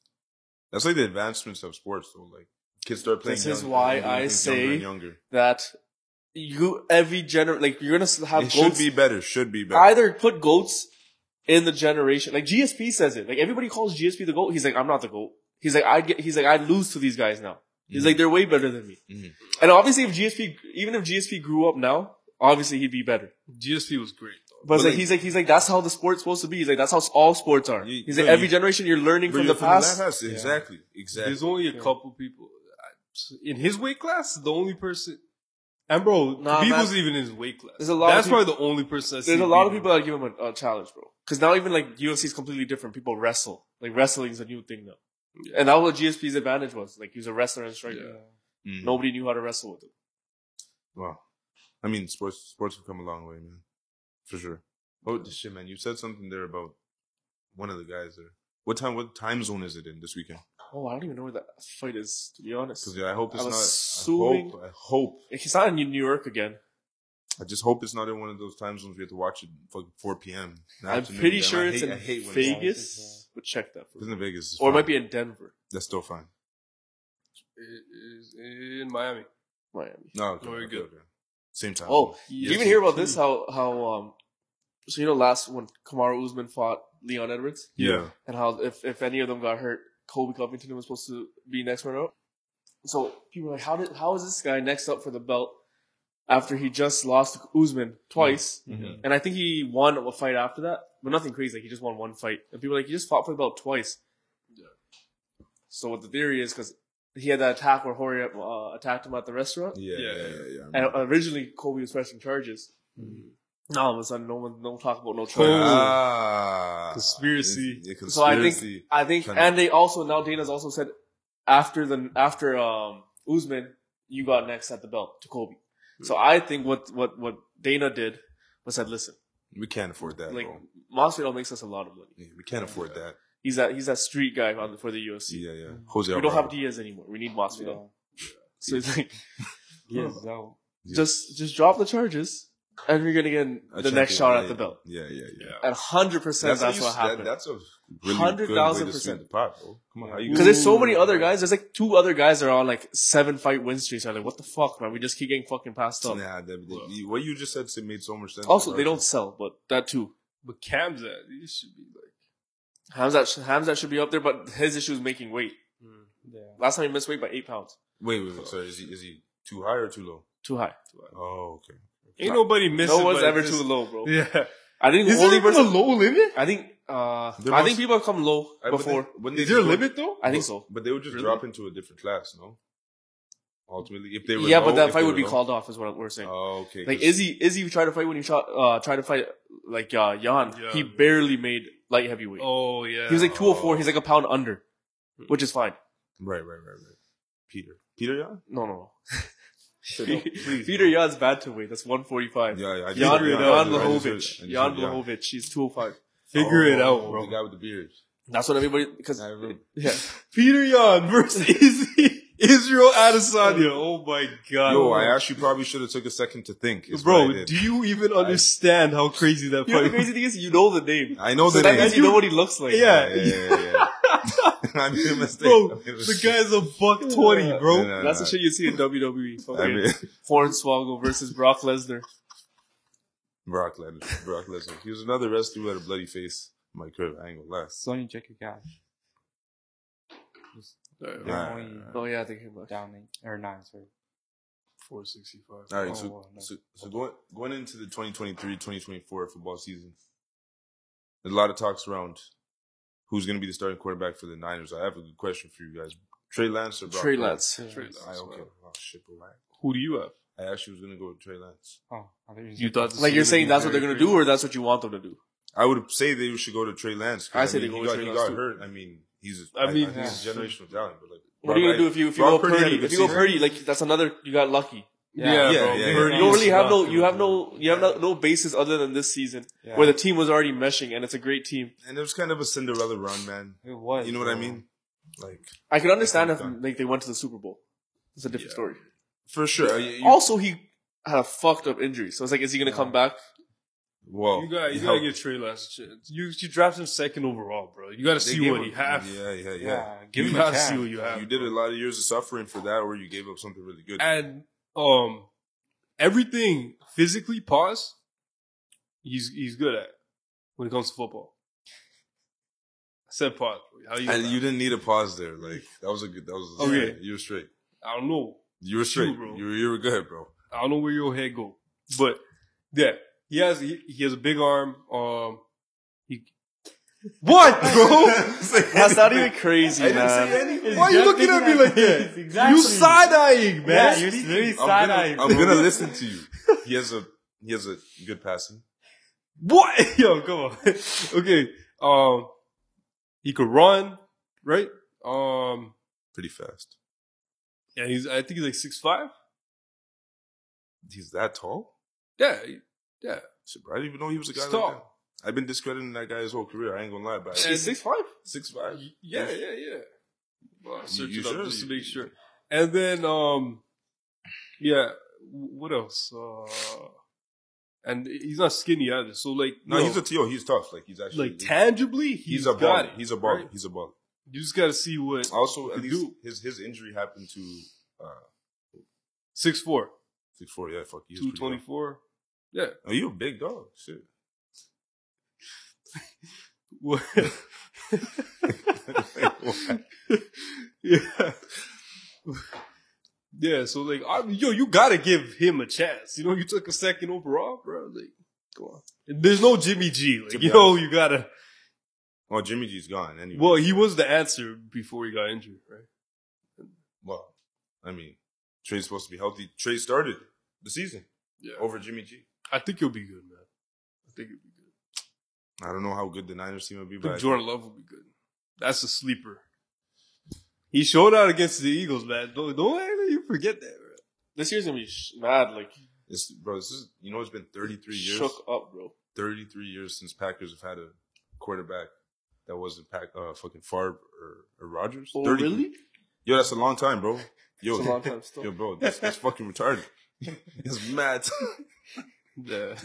Speaker 1: that's like the advancements of sports. though. like kids start playing.
Speaker 4: This is
Speaker 1: young-
Speaker 4: why
Speaker 1: younger
Speaker 4: I
Speaker 1: and
Speaker 4: say-
Speaker 1: younger and younger.
Speaker 4: That you every gener like you're gonna s- have
Speaker 1: It should
Speaker 4: goats.
Speaker 1: be better. Should be better.
Speaker 4: either put goats in the generation. Like GSP says it. Like everybody calls GSP the goat. He's like, I'm not the goat. He's like, I get. He's like, I lose to these guys now. He's
Speaker 1: Mhm.
Speaker 4: like, they're way better than me.
Speaker 1: Mhm.
Speaker 4: And obviously, if GSP, even if GSP grew up now, obviously he'd be better.
Speaker 2: GSP was great, though.
Speaker 4: But,
Speaker 1: But
Speaker 4: it's like,
Speaker 1: like-
Speaker 4: he's like, he's like, that's how the sport's supposed to be. He's like, that's how all sports are.
Speaker 1: You-
Speaker 4: he's
Speaker 1: no,
Speaker 4: like, every
Speaker 1: you-
Speaker 4: generation you're learning
Speaker 1: But
Speaker 4: from
Speaker 1: you're
Speaker 4: the past.
Speaker 1: Yeah. Exactly. Exactly.
Speaker 2: There's only a couple people I- in his weight class. The only person, and bro,
Speaker 4: Nah,
Speaker 2: Beef
Speaker 4: man.
Speaker 2: was even in his weight class.
Speaker 4: There's a lot of
Speaker 2: That's
Speaker 4: peop-
Speaker 2: probably the only person. I
Speaker 4: There's
Speaker 2: see
Speaker 4: a lot of
Speaker 2: beating
Speaker 4: people that give him a, a challenge, bro. Because now even like UFC is completely different. People wrestle. Like wrestling's a new thing now. And that was what GSP's advantage was. Like he was a wrestler and striker.
Speaker 2: Yeah.
Speaker 1: Mhm.
Speaker 4: Nobody knew how to wrestle with him.
Speaker 1: Wow. I mean, sports sports have come a long way, man. For sure. Oh this shit, man! You said something there about one of the guys there. What time? What time zone is it in this weekend?
Speaker 4: Oh, I don't even know where that fight is, to be honest.
Speaker 1: Because I hope it's
Speaker 4: I'm
Speaker 1: not. I
Speaker 4: assuming-
Speaker 1: hope. I hope.
Speaker 4: He's not in New York again.
Speaker 1: I just hope it's not in one of those time zones we have to watch it fucking 4 p.m. in the
Speaker 4: I'm
Speaker 1: afternoon,
Speaker 4: pretty
Speaker 1: man.
Speaker 4: sure
Speaker 1: I
Speaker 4: it's
Speaker 1: hate- I hate
Speaker 4: in
Speaker 1: when it's-
Speaker 4: Vegas. But check that.
Speaker 1: It's in Vegas. It's
Speaker 4: Or it
Speaker 1: fine.
Speaker 4: might be in Denver,
Speaker 1: That's still fine.
Speaker 2: It is in Miami.
Speaker 4: Miami.
Speaker 1: No, okay,
Speaker 2: Very
Speaker 1: okay,
Speaker 2: good.
Speaker 1: okay. Oh, Same time.
Speaker 4: Oh,
Speaker 1: Yes,
Speaker 4: you even hear about
Speaker 1: true.
Speaker 4: this? How, how, um, so you know, last when Kamaru Usman fought Leon Edwards,
Speaker 1: yeah.
Speaker 4: and how if, if any of them got hurt, Kobe Covington was supposed to be next runner up. So people are like, how did, how is this guy next up for the belt after he just lost to Usman twice?
Speaker 1: Mhm.
Speaker 4: And I think he won a fight after that, but nothing crazy. Like he just won one fight, and people are like he just fought for the belt twice. So what the theory is because he had that attack where Jorge uh, attacked him at the restaurant,
Speaker 1: Yeah, yeah,
Speaker 2: Yeah,
Speaker 1: yeah,
Speaker 2: yeah.
Speaker 1: yeah, I
Speaker 4: and
Speaker 1: remember.
Speaker 4: originally Kobe was pressing charges. Now all of a sudden, no one, no one talk about no charges.
Speaker 1: Ah,
Speaker 2: Conspiracy.
Speaker 1: It's- yeah,
Speaker 4: So I think-
Speaker 1: conspiracy.
Speaker 4: I think,
Speaker 1: Kinda.
Speaker 4: and they also now Dana's also said after the after um Usman, you got next at the belt to Kobe.
Speaker 1: Hmm.
Speaker 4: So I think what what what Dana did was said, listen,
Speaker 1: we can't afford that.
Speaker 4: like
Speaker 1: bro.
Speaker 4: Masvidal makes us a lot of money.
Speaker 1: Yeah, we can't afford that.
Speaker 4: He's that he's that street guy on, for the UFC.
Speaker 1: Yeah, yeah. Jose
Speaker 4: we don't
Speaker 1: Alvarado.
Speaker 4: have Diaz anymore. We need Masvidal. So it's like,
Speaker 3: Yes, that
Speaker 1: Yeah.
Speaker 4: just just drop the charges, and you're gonna get
Speaker 1: A
Speaker 4: the
Speaker 1: champion,
Speaker 4: next shot at
Speaker 1: yeah,
Speaker 4: the belt.
Speaker 1: Yeah, yeah, yeah.
Speaker 2: Yeah.
Speaker 4: And hundred percent,
Speaker 1: how
Speaker 4: that's
Speaker 1: you-
Speaker 4: what happened.
Speaker 1: That, that's a really 100, good way
Speaker 4: 100,000%.
Speaker 1: to sweeten the pot, bro. Come on, how you
Speaker 4: because there's so many other guys. There's like two other guys that are on like seven fight win streaks. I'm like, what the fuck, man? We just keep getting fucking passed up.
Speaker 1: Nah, that, that- you- what you just said it made so much sense.
Speaker 4: Also,
Speaker 1: Like,
Speaker 4: they don't
Speaker 1: okay.
Speaker 4: sell, but that too.
Speaker 2: But Kamza, he should be like.
Speaker 4: Hamzat, sh- Hamzat should be up there, but his issue is making weight.
Speaker 2: Hmm.
Speaker 3: yeah.
Speaker 4: Last time he missed weight by eight pounds.
Speaker 1: Wait, wait, wait. Sorry, is he is he too high or too low?
Speaker 4: Too high.
Speaker 1: Oh, okay.
Speaker 2: Ain't nobody missing.
Speaker 4: No one's
Speaker 2: but
Speaker 4: ever
Speaker 2: it's
Speaker 4: too
Speaker 2: just-
Speaker 4: low, bro.
Speaker 2: <laughs> Yeah.
Speaker 4: I think the
Speaker 2: Is there
Speaker 4: only
Speaker 2: even
Speaker 4: person.
Speaker 2: a low limit?
Speaker 4: I think. Uh,
Speaker 1: There
Speaker 4: I
Speaker 1: must-
Speaker 4: think people have come low
Speaker 1: I- but
Speaker 4: before.
Speaker 1: they- wouldn't
Speaker 2: Is
Speaker 1: they
Speaker 2: there a
Speaker 1: just go-
Speaker 2: limit though?
Speaker 4: I think so.
Speaker 1: But they would just
Speaker 2: Really?
Speaker 1: drop into a different class, no? Ultimately, if they were
Speaker 4: Yeah,
Speaker 1: low,
Speaker 4: but that
Speaker 1: if
Speaker 4: fight
Speaker 1: they
Speaker 4: would
Speaker 1: were
Speaker 4: be
Speaker 1: low-
Speaker 4: called off, is what we're saying.
Speaker 1: Oh, okay.
Speaker 4: like
Speaker 1: 'cause-
Speaker 4: Izzy, Izzy tried to fight when he shot, uh, tried to fight like uh, Jan.
Speaker 2: Yeah.
Speaker 4: he barely made light heavyweight.
Speaker 2: Oh yeah. Hmm.
Speaker 4: He was like 204. He's like a pound under, which is fine.
Speaker 1: right, right, right, right. Peter, Peter, yeah,
Speaker 4: No, no,
Speaker 2: <laughs>
Speaker 4: no.
Speaker 1: no, please,
Speaker 4: Peter Jan's bad to weight. That's 145.
Speaker 1: yeah, yeah. I just-
Speaker 4: Jan,
Speaker 1: yeah, I
Speaker 4: Jan
Speaker 1: just- I just heard-
Speaker 4: Blahovic.
Speaker 1: I just
Speaker 4: Jan
Speaker 1: heard, yeah.
Speaker 4: Blahovic. He's 205.
Speaker 2: figure it
Speaker 1: Oh,
Speaker 2: out,
Speaker 1: The
Speaker 2: bro.
Speaker 1: guy with the beard.
Speaker 4: <laughs> That's what everybody because
Speaker 1: I remember.
Speaker 4: yeah.
Speaker 2: Peter Yan versus Izzy. Israel Adesanya. Oh my god.
Speaker 1: Yo, I actually probably should have took a second to think. is what I
Speaker 2: Bro,
Speaker 1: did.
Speaker 2: do you even understand how crazy that
Speaker 4: You know, the
Speaker 2: fight
Speaker 4: crazy thing is, you know the name.
Speaker 1: I know
Speaker 4: So
Speaker 1: the
Speaker 4: that
Speaker 1: name.
Speaker 4: means you know what he looks like.
Speaker 2: Yeah.
Speaker 1: yeah, yeah, <laughs>
Speaker 4: <laughs>
Speaker 1: yeah, yeah. I made a mistake.
Speaker 2: Bro,
Speaker 1: I made a
Speaker 2: the
Speaker 1: mistake.
Speaker 2: guy's a buck 20,
Speaker 1: No,
Speaker 2: bro.
Speaker 1: no,
Speaker 4: That's the
Speaker 1: no.
Speaker 4: shit you see in
Speaker 1: <laughs>
Speaker 4: WWE. Fucking
Speaker 1: I mean,
Speaker 4: Hornswoggle versus Brock Lesnar.
Speaker 1: Brock Lesnar. Brock Lesnar. He was another wrestler who had a bloody face. in My crib. I ain't gonna lie.
Speaker 3: Sonya, check your cash.
Speaker 1: Nah.
Speaker 4: Oh yeah, I think he left.
Speaker 3: Down eight, or nine, sorry.
Speaker 4: 465.
Speaker 1: All right,
Speaker 3: Oh,
Speaker 1: so,
Speaker 3: well, no.
Speaker 1: so so going going into the 2023-2024 football season, there's a lot of talks around who's going to be the starting quarterback for the Niners. I have a good question for you guys: Trey Lance or Brock
Speaker 4: Trey
Speaker 1: Purdy?
Speaker 4: Lance.
Speaker 3: Trey Lance.
Speaker 1: I, okay. Oh shit, bro. I-
Speaker 4: Who do you have?
Speaker 1: I actually was going to go with Trey Lance.
Speaker 3: Oh, I thought you
Speaker 4: You thought this
Speaker 3: like
Speaker 4: like you're
Speaker 3: you're
Speaker 4: saying that's what they're gonna
Speaker 3: very
Speaker 4: do, or that's what you want them to do?
Speaker 1: I would say they should go to Trey Lance. 'cause,
Speaker 4: I say
Speaker 1: mean,
Speaker 4: they go
Speaker 1: he
Speaker 4: with
Speaker 1: got,
Speaker 4: Trey
Speaker 1: he
Speaker 4: Lance,
Speaker 1: got
Speaker 4: too.
Speaker 1: hurt. I mean, he's
Speaker 2: I mean,
Speaker 1: think he's a generational talent. But like,
Speaker 4: What are you
Speaker 1: Brock-
Speaker 4: gonna do if you if you
Speaker 1: Brock
Speaker 4: go
Speaker 1: Purdy had a
Speaker 4: Purdy?
Speaker 1: good
Speaker 4: If you go
Speaker 1: season.
Speaker 4: Purdy, like that's another you got lucky.
Speaker 3: Yeah,
Speaker 1: yeah,
Speaker 2: bro.
Speaker 1: yeah,
Speaker 4: You
Speaker 1: yeah.
Speaker 4: don't really have no
Speaker 2: Yeah.
Speaker 4: you have no you have no, no basis other than this season
Speaker 3: Yeah.
Speaker 4: where the team was already meshing and it's a great team.
Speaker 1: and it was kind of a Cinderella run, man.
Speaker 3: It was.
Speaker 1: You know what I
Speaker 3: bro.
Speaker 1: mean? Like
Speaker 4: I can understand if
Speaker 1: Done.
Speaker 4: like they went to the Super Bowl. It's a different
Speaker 1: Yeah.
Speaker 4: story.
Speaker 1: for sure. Uh, you- you-
Speaker 4: Also, he had a fucked up injury, so it's like, is he gonna come back?
Speaker 1: well,
Speaker 2: You got you
Speaker 1: yeah.
Speaker 2: gotta get Trey Lance a chance. You you draft him second overall, bro. You gotta
Speaker 1: They
Speaker 2: see
Speaker 1: gave
Speaker 2: what
Speaker 1: him-
Speaker 2: he have.
Speaker 1: Yeah, yeah, yeah.
Speaker 3: Yeah, give
Speaker 2: you
Speaker 3: him a
Speaker 2: gotta see what
Speaker 3: chance.
Speaker 2: you have.
Speaker 1: You did a lot of years of suffering for that, or you gave up something really good.
Speaker 2: and um everything physically pause, he's he's good at when it comes to football. I said pause. How you,
Speaker 1: And you didn't need a pause there. Like that was a good. That was
Speaker 2: Okay.
Speaker 1: straight. You were straight.
Speaker 2: I don't know.
Speaker 1: You were straight.
Speaker 2: Oh, bro.
Speaker 1: You were, you were good, bro.
Speaker 2: I don't know where your head go. But yeah, he has he, he has a big arm. Um <laughs> he
Speaker 1: What,
Speaker 2: <laughs> bro?
Speaker 4: That's not
Speaker 2: <laughs>
Speaker 4: even crazy,
Speaker 1: I didn't
Speaker 4: man.
Speaker 1: say anything.
Speaker 2: Why are you looking at me like that?
Speaker 3: Exactly.
Speaker 2: You side eyeing, man.
Speaker 3: Yeah, you're
Speaker 1: <laughs>
Speaker 3: really
Speaker 1: I'm gonna,
Speaker 3: side eyeing.
Speaker 1: I'm gonna listen to
Speaker 2: <laughs>
Speaker 1: you. He has a he has a good passing.
Speaker 2: What? <laughs> Yo, come on. okay. Um, he could run, right? Um,
Speaker 1: Pretty fast.
Speaker 2: and he's I think he's like six five.
Speaker 1: He's that tall.
Speaker 2: Yeah, he-
Speaker 1: Shit, bro, I didn't even know he was a guy
Speaker 2: he's
Speaker 1: like
Speaker 2: tall.
Speaker 1: that. I've been discrediting that guy his whole career. I ain't gonna lie, but
Speaker 2: And-
Speaker 1: I-
Speaker 4: He's six five.
Speaker 1: six five.
Speaker 2: Yeah, yeah, yeah. Well, I searched
Speaker 1: you
Speaker 2: it up
Speaker 1: sure?
Speaker 2: just to
Speaker 1: You-
Speaker 2: make sure. And then, um, yeah, wh- what else? Uh, and he's not skinny either. So like,
Speaker 1: No,
Speaker 2: you
Speaker 1: he's
Speaker 2: know,
Speaker 1: a TO. He's tough. Like he's actually
Speaker 2: like tangibly,
Speaker 1: He's,
Speaker 2: he's
Speaker 1: a
Speaker 2: got
Speaker 1: baller.
Speaker 2: it.
Speaker 1: He's a baller.
Speaker 2: right?
Speaker 1: He's a baller.
Speaker 2: You just gotta see what
Speaker 1: Also,
Speaker 2: Could
Speaker 1: at least
Speaker 2: do.
Speaker 1: his his injury happened to uh,
Speaker 2: six four,
Speaker 1: six four. Yeah, fuck. He's
Speaker 2: two
Speaker 1: pretty
Speaker 2: twenty
Speaker 1: tall.
Speaker 2: four.
Speaker 1: Oh, you a big dog. Shit.
Speaker 2: <laughs>
Speaker 1: <laughs>
Speaker 2: What?
Speaker 1: What?
Speaker 2: yeah. <laughs> Yeah, so like, I mean, yo, you gotta give him a chance. You know, you took a second overall, bro. Like, come on. There's no Jimmy G. Like,
Speaker 1: To be
Speaker 2: you know, you gotta.
Speaker 1: Well, Jimmy G's gone anyway.
Speaker 2: Well, he was the answer before he got injured, right?
Speaker 1: Well, I mean, Trey's supposed to be healthy. Trey started the season
Speaker 2: Yeah.
Speaker 1: over Jimmy G.
Speaker 2: I think he'll be good, man. I think he'll be good.
Speaker 1: I don't know how good the Niners team will be,
Speaker 2: I
Speaker 1: but
Speaker 2: think Jordan Love will be good. That's a sleeper. He showed out against the Eagles, man. Don't, don't let you forget that, bro.
Speaker 4: This year's gonna be sh- mad. Like
Speaker 1: it's, bro, this is you know it's been 33 years,
Speaker 4: shook up, bro.
Speaker 1: 33 years since Packers have had a quarterback that wasn't Pack, uh, fucking Favre or, or Rogers.
Speaker 4: Oh,
Speaker 1: 30
Speaker 4: really?
Speaker 1: Yo, that's a long time, bro. Yo, <laughs>
Speaker 4: It's a long time still.
Speaker 1: yo, bro, that's, that's fucking retarded. <laughs> It's mad.
Speaker 2: <laughs>
Speaker 1: <laughs>
Speaker 2: Yeah.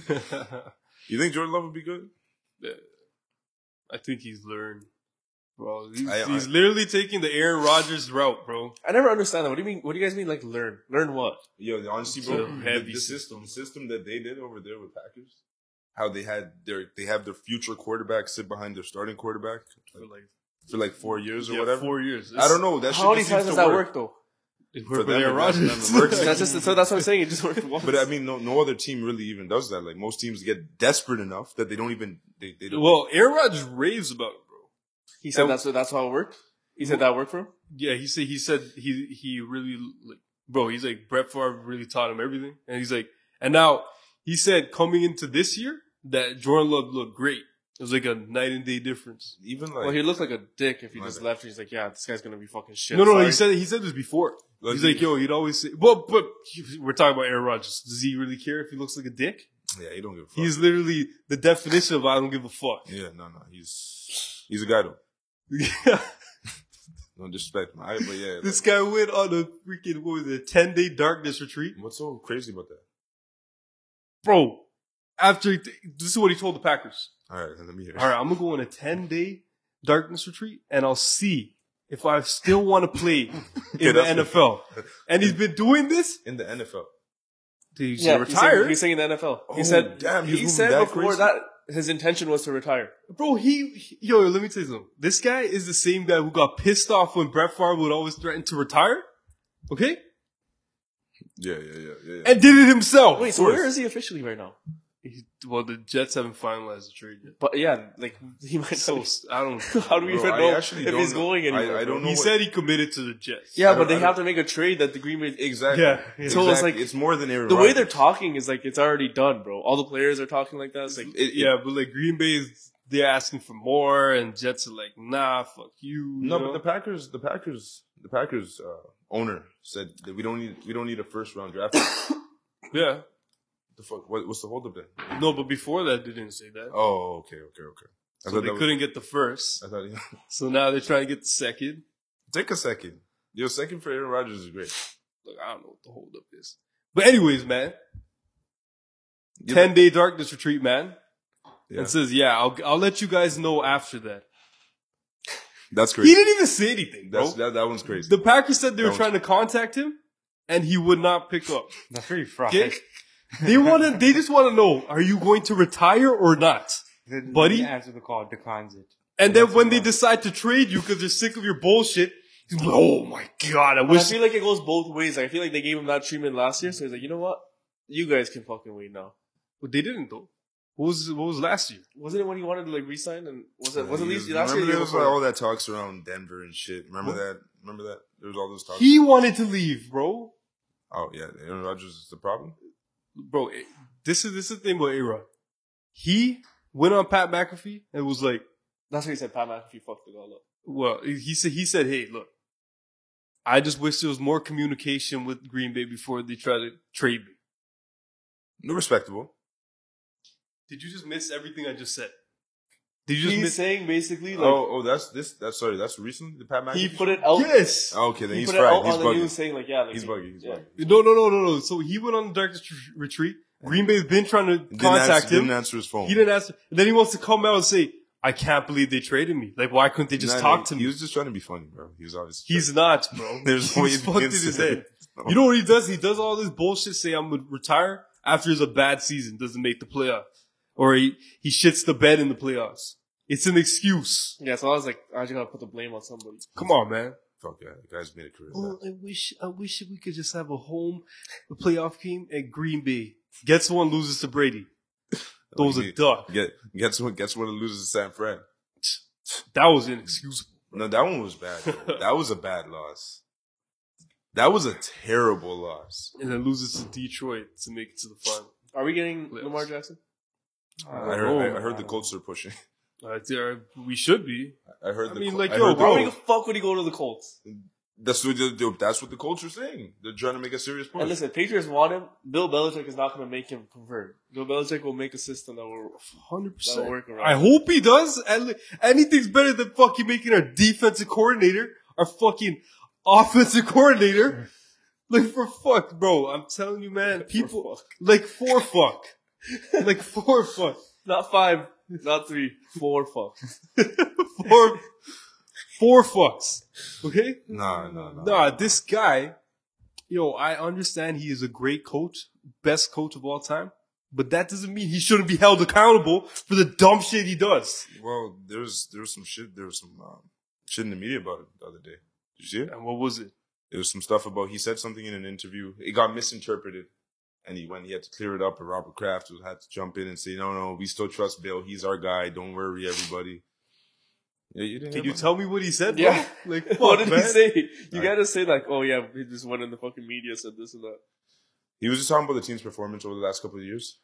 Speaker 1: you think Jordan Love would be good?
Speaker 2: I think he's learned. Bro, he's,
Speaker 1: I- I-
Speaker 2: he's literally taking the Aaron Rodgers route, bro.
Speaker 4: I never understand that. What do you mean? What do you guys mean? Like learn? Learn what?
Speaker 1: Yo, honestly,
Speaker 2: It's
Speaker 1: bro,
Speaker 2: a
Speaker 1: the-
Speaker 2: heavy
Speaker 1: the system, the system that they did over there with Packers, how they had their they have their future quarterback sit behind their starting quarterback
Speaker 2: For like
Speaker 1: for like four years or
Speaker 2: yeah,
Speaker 1: whatever.
Speaker 2: four years.
Speaker 1: I don't know. That shit
Speaker 4: How many
Speaker 1: just
Speaker 4: times
Speaker 1: seems
Speaker 4: does
Speaker 1: to
Speaker 4: that work, though? <laughs>
Speaker 2: It
Speaker 1: For
Speaker 2: worked with
Speaker 1: them, it
Speaker 2: Aaron
Speaker 1: doesn't
Speaker 2: Rodgers.
Speaker 1: work.
Speaker 4: That's just so. That's what I'm saying. It just worked once.
Speaker 1: But I mean, no, no other team really even does that. Like most teams get desperate enough that they don't even they, they don't.
Speaker 2: <laughs> well, Aaron Rodgers raves about it, bro.
Speaker 4: he said that's what, that's how it worked. He said that worked for him.
Speaker 2: Yeah, he said he said he he really like bro. He's like Brett Favre really taught him everything, and he's like, and now he said coming into this year that Jordan Love looked great. It was like a night and day difference.
Speaker 1: even like,
Speaker 4: Well, he looked like a dick if he
Speaker 1: My
Speaker 4: just
Speaker 1: bad.
Speaker 4: left. He's like, yeah, this guy's gonna be fucking shit.
Speaker 2: no, no,
Speaker 4: Sorry.
Speaker 2: he said he said this before.
Speaker 1: like,
Speaker 2: he's like, yo, he'd always say, well, but he- we're talking about Aaron Rodgers. Does he really care if he looks like a dick?
Speaker 1: yeah, he don't give a fuck.
Speaker 2: He's literally the definition of I don't give a fuck.
Speaker 1: yeah, no, no, he's he's a guy though. No disrespect, man. I, but yeah, like,
Speaker 2: <laughs> This guy went on a freaking what was it, ten day darkness retreat,
Speaker 1: what's so crazy about that?
Speaker 2: bro. After he th- this is what he told the Packers.
Speaker 1: All right, let me hear. it.
Speaker 2: All right, I'm gonna go on a ten day darkness retreat, and I'll see if I still want to <laughs> play
Speaker 1: Okay,
Speaker 2: in the
Speaker 1: that's-
Speaker 2: NFL. And he's been doing this.
Speaker 1: in the NFL.
Speaker 2: Dude, he's
Speaker 4: Yeah, he's saying-
Speaker 2: retired,
Speaker 4: He's saying in the NFL.
Speaker 1: Oh,
Speaker 4: he said,
Speaker 1: damn, he's
Speaker 4: he
Speaker 1: moving
Speaker 4: said
Speaker 1: that
Speaker 4: before
Speaker 1: crazy?
Speaker 4: that his intention was to retire.
Speaker 2: bro. He, he- yo, let me tell you something. This guy is the same guy who got pissed off when Brett Favre would always threaten to retire. Okay,
Speaker 1: Yeah, yeah, yeah, yeah. yeah.
Speaker 2: and did it
Speaker 1: Oh,
Speaker 2: himself.
Speaker 4: Wait, so where is he officially right now?
Speaker 2: He- well, the Jets haven't finalized the trade
Speaker 4: <laughs>
Speaker 2: yet.
Speaker 4: But yeah, like he might.
Speaker 2: So I
Speaker 4: <laughs>
Speaker 2: don't.
Speaker 4: how do we
Speaker 1: Bro,
Speaker 4: even
Speaker 1: I
Speaker 4: know if
Speaker 1: actually don't
Speaker 4: he's
Speaker 1: know.
Speaker 4: going
Speaker 1: I-
Speaker 4: anywhere?
Speaker 1: I
Speaker 4: bro?
Speaker 1: don't know
Speaker 2: He
Speaker 1: what-
Speaker 2: said he committed to the Jets.
Speaker 4: Yeah,
Speaker 1: I
Speaker 4: but
Speaker 1: don't-
Speaker 4: they
Speaker 1: I
Speaker 4: have to make a trade that the Green Bay.
Speaker 1: Exactly.
Speaker 2: Yeah, yeah.
Speaker 1: Exactly.
Speaker 4: So it's like-
Speaker 1: it's more than Aaron
Speaker 4: The way
Speaker 1: Rodgers.
Speaker 4: they're talking is like it's already done, bro. All the players are talking like that. It's like
Speaker 1: It- it-
Speaker 2: Mm, yeah, but like Green Bay is they're asking for more, and Jets are like, nah, fuck you.
Speaker 1: No,
Speaker 2: you
Speaker 1: but
Speaker 2: know?
Speaker 1: the Packers, the Packers, the Packers uh, owner said that we don't need we don't need a first round draft. <coughs> pick.
Speaker 2: yeah,
Speaker 1: the fuck? What, what's the holdup then?
Speaker 2: no, but before that they didn't say that.
Speaker 1: Oh, okay, okay, okay. I
Speaker 2: so they
Speaker 1: that was- Uh,
Speaker 2: couldn't get the first,
Speaker 1: I thought yeah. <laughs>
Speaker 2: so now they're trying to get the second.
Speaker 1: take a second. Your second for Aaron Rodgers is great.
Speaker 2: Look, I don't know what the holdup is, but anyways, man, ten day darkness retreat, man,
Speaker 1: Yeah.
Speaker 2: and says, yeah, I'll I'll let you guys know after that.
Speaker 1: That's
Speaker 2: He
Speaker 1: crazy.
Speaker 2: didn't even say anything, bro.
Speaker 1: That's, that that one's crazy.
Speaker 2: The Packers said they
Speaker 1: That
Speaker 2: were
Speaker 1: was-
Speaker 2: trying to contact him, and he would not pick up.
Speaker 3: That's pretty fried. <laughs>
Speaker 2: Okay? they want to. They just want to know: Are you going to retire or not?
Speaker 3: The-
Speaker 2: Buddy?
Speaker 3: the answer the call declines it.
Speaker 2: And then
Speaker 3: That's
Speaker 2: when they
Speaker 3: enough.
Speaker 2: decide to trade you because they're sick of your bullshit, he's like, oh my god, I
Speaker 4: But I
Speaker 2: wish.
Speaker 4: feel like it goes both ways. Like, I feel like they gave him that treatment last year, so he's like, you know what? You guys can fucking wait now.
Speaker 2: But they didn't though. What was what was last year?
Speaker 4: Wasn't it when he wanted to like resign and was it was it
Speaker 1: Yeah,
Speaker 4: least
Speaker 1: you-
Speaker 4: last
Speaker 1: remember
Speaker 4: year? or the year
Speaker 1: there was
Speaker 4: before?
Speaker 1: like, all that talks around Denver and shit. Remember that? Remember that? There was all those talks.
Speaker 2: He wanted to leave, bro.
Speaker 1: oh yeah, Aaron Rodgers is the problem.
Speaker 2: Bro, eh, this is this is the thing about Aaron. He went on Pat McAfee and was like,
Speaker 1: oh,
Speaker 4: That's what he said. Pat McAfee fucked it all up.
Speaker 2: well, he said he said, hey, look, I just wish there was more communication with Green Bay before they try to trade me.
Speaker 1: No respectable.
Speaker 2: Did you just miss everything I just said? Did you just
Speaker 4: He's
Speaker 2: miss?
Speaker 4: saying basically like
Speaker 1: oh, oh, that's this. That's sorry. That's recently the Pat McAfee.
Speaker 4: he put it out.
Speaker 2: Yes.
Speaker 1: Oh, okay, then
Speaker 4: he
Speaker 1: he's
Speaker 4: put it out
Speaker 1: fried. He's
Speaker 4: on the news
Speaker 1: bugging.
Speaker 4: saying like yeah, like,
Speaker 1: He's
Speaker 4: he-
Speaker 1: bugging. He's
Speaker 4: yeah.
Speaker 1: bugging.
Speaker 2: No, no, no, no, no. So he went on the darkness tr- retreat. Green Bay's been trying to
Speaker 1: Didn't
Speaker 2: contact
Speaker 1: answer,
Speaker 2: him.
Speaker 1: Didn't answer his phone.
Speaker 2: he didn't answer. And then he wants to come out and say, "I can't believe they traded me. Like, why couldn't they just
Speaker 1: Nah,
Speaker 2: talk
Speaker 1: nah,
Speaker 2: to
Speaker 1: He
Speaker 2: me?"
Speaker 1: was just trying to be funny, bro. He was obviously.
Speaker 2: He's not, <laughs> bro.
Speaker 1: <laughs> There's no way
Speaker 2: he's
Speaker 1: he
Speaker 2: fucked in
Speaker 1: gets
Speaker 2: his
Speaker 1: it.
Speaker 2: head. You know what he does? He does all this bullshit. Say I'm gonna retire after it's a bad season. Doesn't make the playoff, or he he shits the bed in the playoffs. It's an excuse.
Speaker 4: Yeah, so I was like, I just gotta put the blame on somebody.
Speaker 2: Come on, man.
Speaker 1: Fuck yeah, the guy's made a career.
Speaker 2: Oh, I wish, I wish we could just have a home playoff game at Green Bay. Gets one, loses to Brady.
Speaker 1: What
Speaker 2: Those
Speaker 1: do
Speaker 2: a
Speaker 1: you
Speaker 2: duck.
Speaker 1: Get gets one gets one and loses to San Fran.
Speaker 2: That was inexcusable.
Speaker 1: No, that one was bad.
Speaker 2: <laughs>
Speaker 1: bro. that was a bad loss. That was a terrible loss.
Speaker 2: And then loses to Detroit to make it to the final.
Speaker 4: Are we getting
Speaker 2: Playoffs.
Speaker 4: Lamar Jackson?
Speaker 1: I heard, I, I heard
Speaker 3: Oh,
Speaker 2: Oh.
Speaker 1: the Colts are pushing. <laughs>
Speaker 2: Uh, there- we should be.
Speaker 1: I heard.
Speaker 2: I
Speaker 1: the
Speaker 2: mean,
Speaker 1: Col-
Speaker 2: like,
Speaker 1: I
Speaker 2: yo,
Speaker 1: heard the
Speaker 2: bro,
Speaker 4: Why
Speaker 1: Colts-
Speaker 4: the fuck would he go to the Colts?
Speaker 1: That's what the, that's what the Colts are saying. They're trying to make a serious push.
Speaker 4: And listen, Patriots want him. Bill Belichick is not gonna make him convert. Bill Belichick will make a system that will that will
Speaker 2: 100%.
Speaker 4: work around.
Speaker 2: I
Speaker 4: him.
Speaker 2: hope he does. At le- Anything's better than fucking making our defensive coordinator our fucking offensive coordinator. Like, for fuck, bro. I'm telling you, man. People, like, for fuck. like, for fuck.
Speaker 4: Not five, not three, four
Speaker 2: <laughs>
Speaker 4: fucks.
Speaker 2: four, four fucks. Okay?
Speaker 1: nah, nah, nah.
Speaker 2: Nah, this guy, yo, I understand he is a great coach, best coach of all time, but that doesn't mean he shouldn't be held accountable for the dumb shit he does.
Speaker 1: Well, there was there was some shit. There was some um, shit in the media about it the other day. Did you see it?
Speaker 2: And what was it?
Speaker 1: There was some stuff about he said something in an interview. It got misinterpreted, and he went. He had to clear it up. And Robert Kraft had to jump in and say, "No, no, we still trust Bill. He's our guy. Don't worry, everybody." Yeah, you didn't
Speaker 2: Can
Speaker 1: hear
Speaker 2: you
Speaker 1: about
Speaker 2: tell me what he said?
Speaker 4: Yeah.
Speaker 1: <laughs>
Speaker 2: bro? <laughs> like
Speaker 4: <laughs>
Speaker 2: fuck,
Speaker 4: what did
Speaker 2: man.
Speaker 4: he say? You
Speaker 1: Alright.
Speaker 4: gotta say like, oh yeah, he just went in the fucking media said this and that.
Speaker 1: He was just talking about the team's performance over the last couple of years,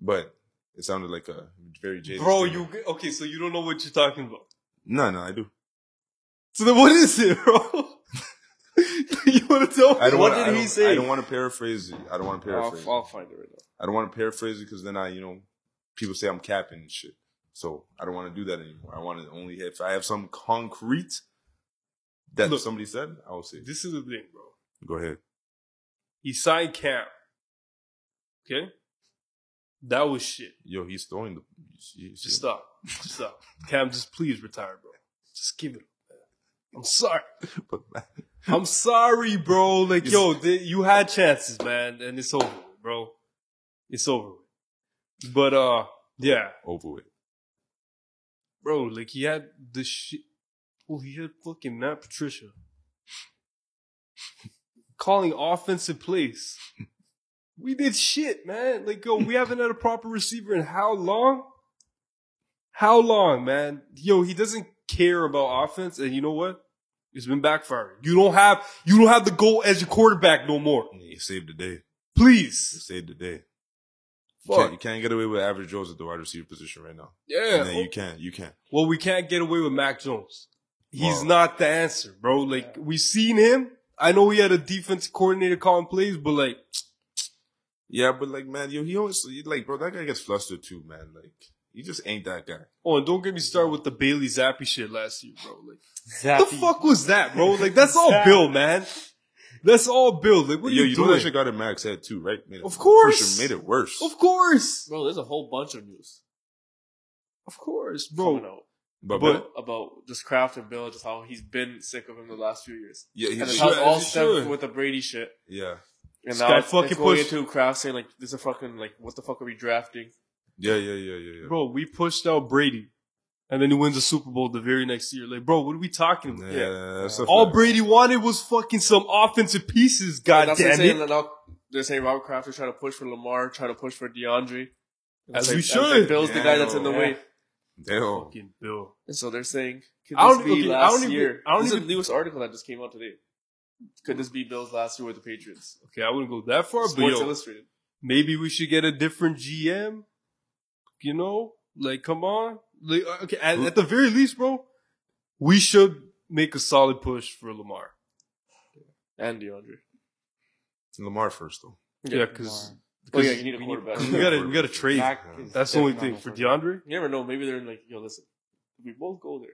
Speaker 1: but it sounded like a very jaded.
Speaker 2: Bro, you
Speaker 1: statement.
Speaker 2: okay? So you don't know what you're talking about.
Speaker 1: No, no, I do.
Speaker 2: So then, what is it, <laughs> bro? you want to tell me?
Speaker 1: I don't
Speaker 4: What
Speaker 1: wanna,
Speaker 4: did
Speaker 1: I
Speaker 4: he
Speaker 1: don't-
Speaker 4: say? Oh,
Speaker 1: I don't want to paraphrase it. I don't want to
Speaker 4: I'll,
Speaker 1: paraphrase. it.
Speaker 4: I'll find it right now.
Speaker 1: I don't want to paraphrase it because then I, you know, people say I'm capping and shit. So I don't want to do that anymore. I want to only if I have some concrete that
Speaker 2: Look.
Speaker 1: somebody said, I will say.
Speaker 2: This is the thing, bro.
Speaker 1: Go ahead.
Speaker 2: He signed Cam. Okay? That was shit.
Speaker 1: Yo, he's throwing the. you see- you see
Speaker 2: Just
Speaker 1: him?
Speaker 2: stop. Just stop. Cam, just please retire, bro. Just give it up. man. I'm sorry.
Speaker 1: But-
Speaker 2: I'm sorry, bro. Like,
Speaker 1: It's-
Speaker 2: yo, th- you had chances, man, and it's over, bro. It's over. with. But uh, yeah,
Speaker 1: <laughs> over it.
Speaker 2: bro. Like he had the shit. Well, he had fucking Matt Patricia calling offensive plays. We did shit, man. Like, yo, we haven't had a proper receiver in how long? How long, man? Yo, he doesn't care about offense, and you know what? It's been backfiring. You don't have you don't have the goal as your quarterback no more.
Speaker 1: You saved the day. You
Speaker 2: Please.
Speaker 1: saved the day. You
Speaker 2: Fuck.
Speaker 1: can't, you can't get away with average Joe's at the wide receiver position right now.
Speaker 2: Yeah. oh.
Speaker 1: And then you can. You can.
Speaker 2: Well, we can't get away with Mac Jones. He's
Speaker 1: Wow.
Speaker 2: not the answer, bro. Like we seen him. I know he had a defense coordinator calling plays, but like,
Speaker 1: Yeah, but like, man, yo, he always like, bro, that guy gets flustered too, man. Like, he just ain't that guy.
Speaker 2: oh, and don't get me started with the Bailey Zappy shit last year, bro. Like,
Speaker 3: Zappy.
Speaker 2: the fuck was that, bro? Like, that's all Bill, man. That's all Bill. Like, what are
Speaker 1: yo,
Speaker 2: you,
Speaker 1: you
Speaker 2: doing?
Speaker 1: know that shit got in Max head too, right? Made it-
Speaker 2: Of course.
Speaker 1: for sure made it worse.
Speaker 2: of course,
Speaker 5: Bro, there's a whole bunch of news
Speaker 2: of course,
Speaker 4: coming
Speaker 2: bro.
Speaker 4: out
Speaker 1: but,
Speaker 2: but-
Speaker 4: about just Kraft and Bill, just how he's been sick of him the last few years.
Speaker 1: yeah,
Speaker 4: And
Speaker 1: he's
Speaker 4: it's
Speaker 2: should,
Speaker 4: how
Speaker 1: yeah,
Speaker 4: it all
Speaker 2: he
Speaker 4: stemmed
Speaker 2: should.
Speaker 4: with the Brady shit.
Speaker 1: yeah,
Speaker 4: And
Speaker 2: This
Speaker 4: now
Speaker 2: guy
Speaker 4: it's,
Speaker 2: fucking
Speaker 4: it's going
Speaker 2: pushed-
Speaker 4: into Kraft saying like, "This is fucking like, what the fuck are we drafting?"
Speaker 1: yeah, yeah, yeah, yeah. yeah.
Speaker 2: Bro, we pushed out Brady, and then he wins the Super Bowl the very next year. Like, bro, what are we talking about?
Speaker 1: yeah, that's a
Speaker 2: All
Speaker 1: fact.
Speaker 2: Brady wanted was fucking some offensive pieces. God
Speaker 4: That's what they're
Speaker 2: damn
Speaker 4: saying.
Speaker 2: it!
Speaker 4: that Now they're saying Robert Kraft is trying to push for Lamar, trying to push for DeAndre. It's
Speaker 2: As we
Speaker 4: like-
Speaker 2: should.
Speaker 4: it's like Bill's the guy that's in the
Speaker 1: Yeah.
Speaker 4: way,
Speaker 1: Damn.
Speaker 2: Fucking Bill.
Speaker 4: and so they're saying, "Could
Speaker 2: I
Speaker 4: this
Speaker 2: don't-
Speaker 4: be
Speaker 2: okay, I
Speaker 4: last
Speaker 2: don't even-
Speaker 4: year?"
Speaker 2: I don't
Speaker 4: this
Speaker 2: even-
Speaker 4: is a newest article that just came out today. Could this be Bill's last year with the Patriots?
Speaker 2: Okay, I wouldn't go that far,
Speaker 4: Sports
Speaker 2: but yo,
Speaker 4: Illustrated.
Speaker 2: maybe we should get a different GM. You know, like come on, like uh, okay, at, at the very least, bro, we should make a solid push for Lamar.
Speaker 4: and DeAndre.
Speaker 1: Lamar first though.
Speaker 2: Yeah, because
Speaker 4: Oh yeah, you need a quarterback.
Speaker 2: <laughs> we gotta
Speaker 1: <laughs>
Speaker 2: we gotta trade.
Speaker 3: Mac is
Speaker 2: That's the only
Speaker 3: definitely
Speaker 2: thing for
Speaker 3: on
Speaker 2: DeAndre.
Speaker 4: You never know. Maybe they're like, yo, listen, if we both go there.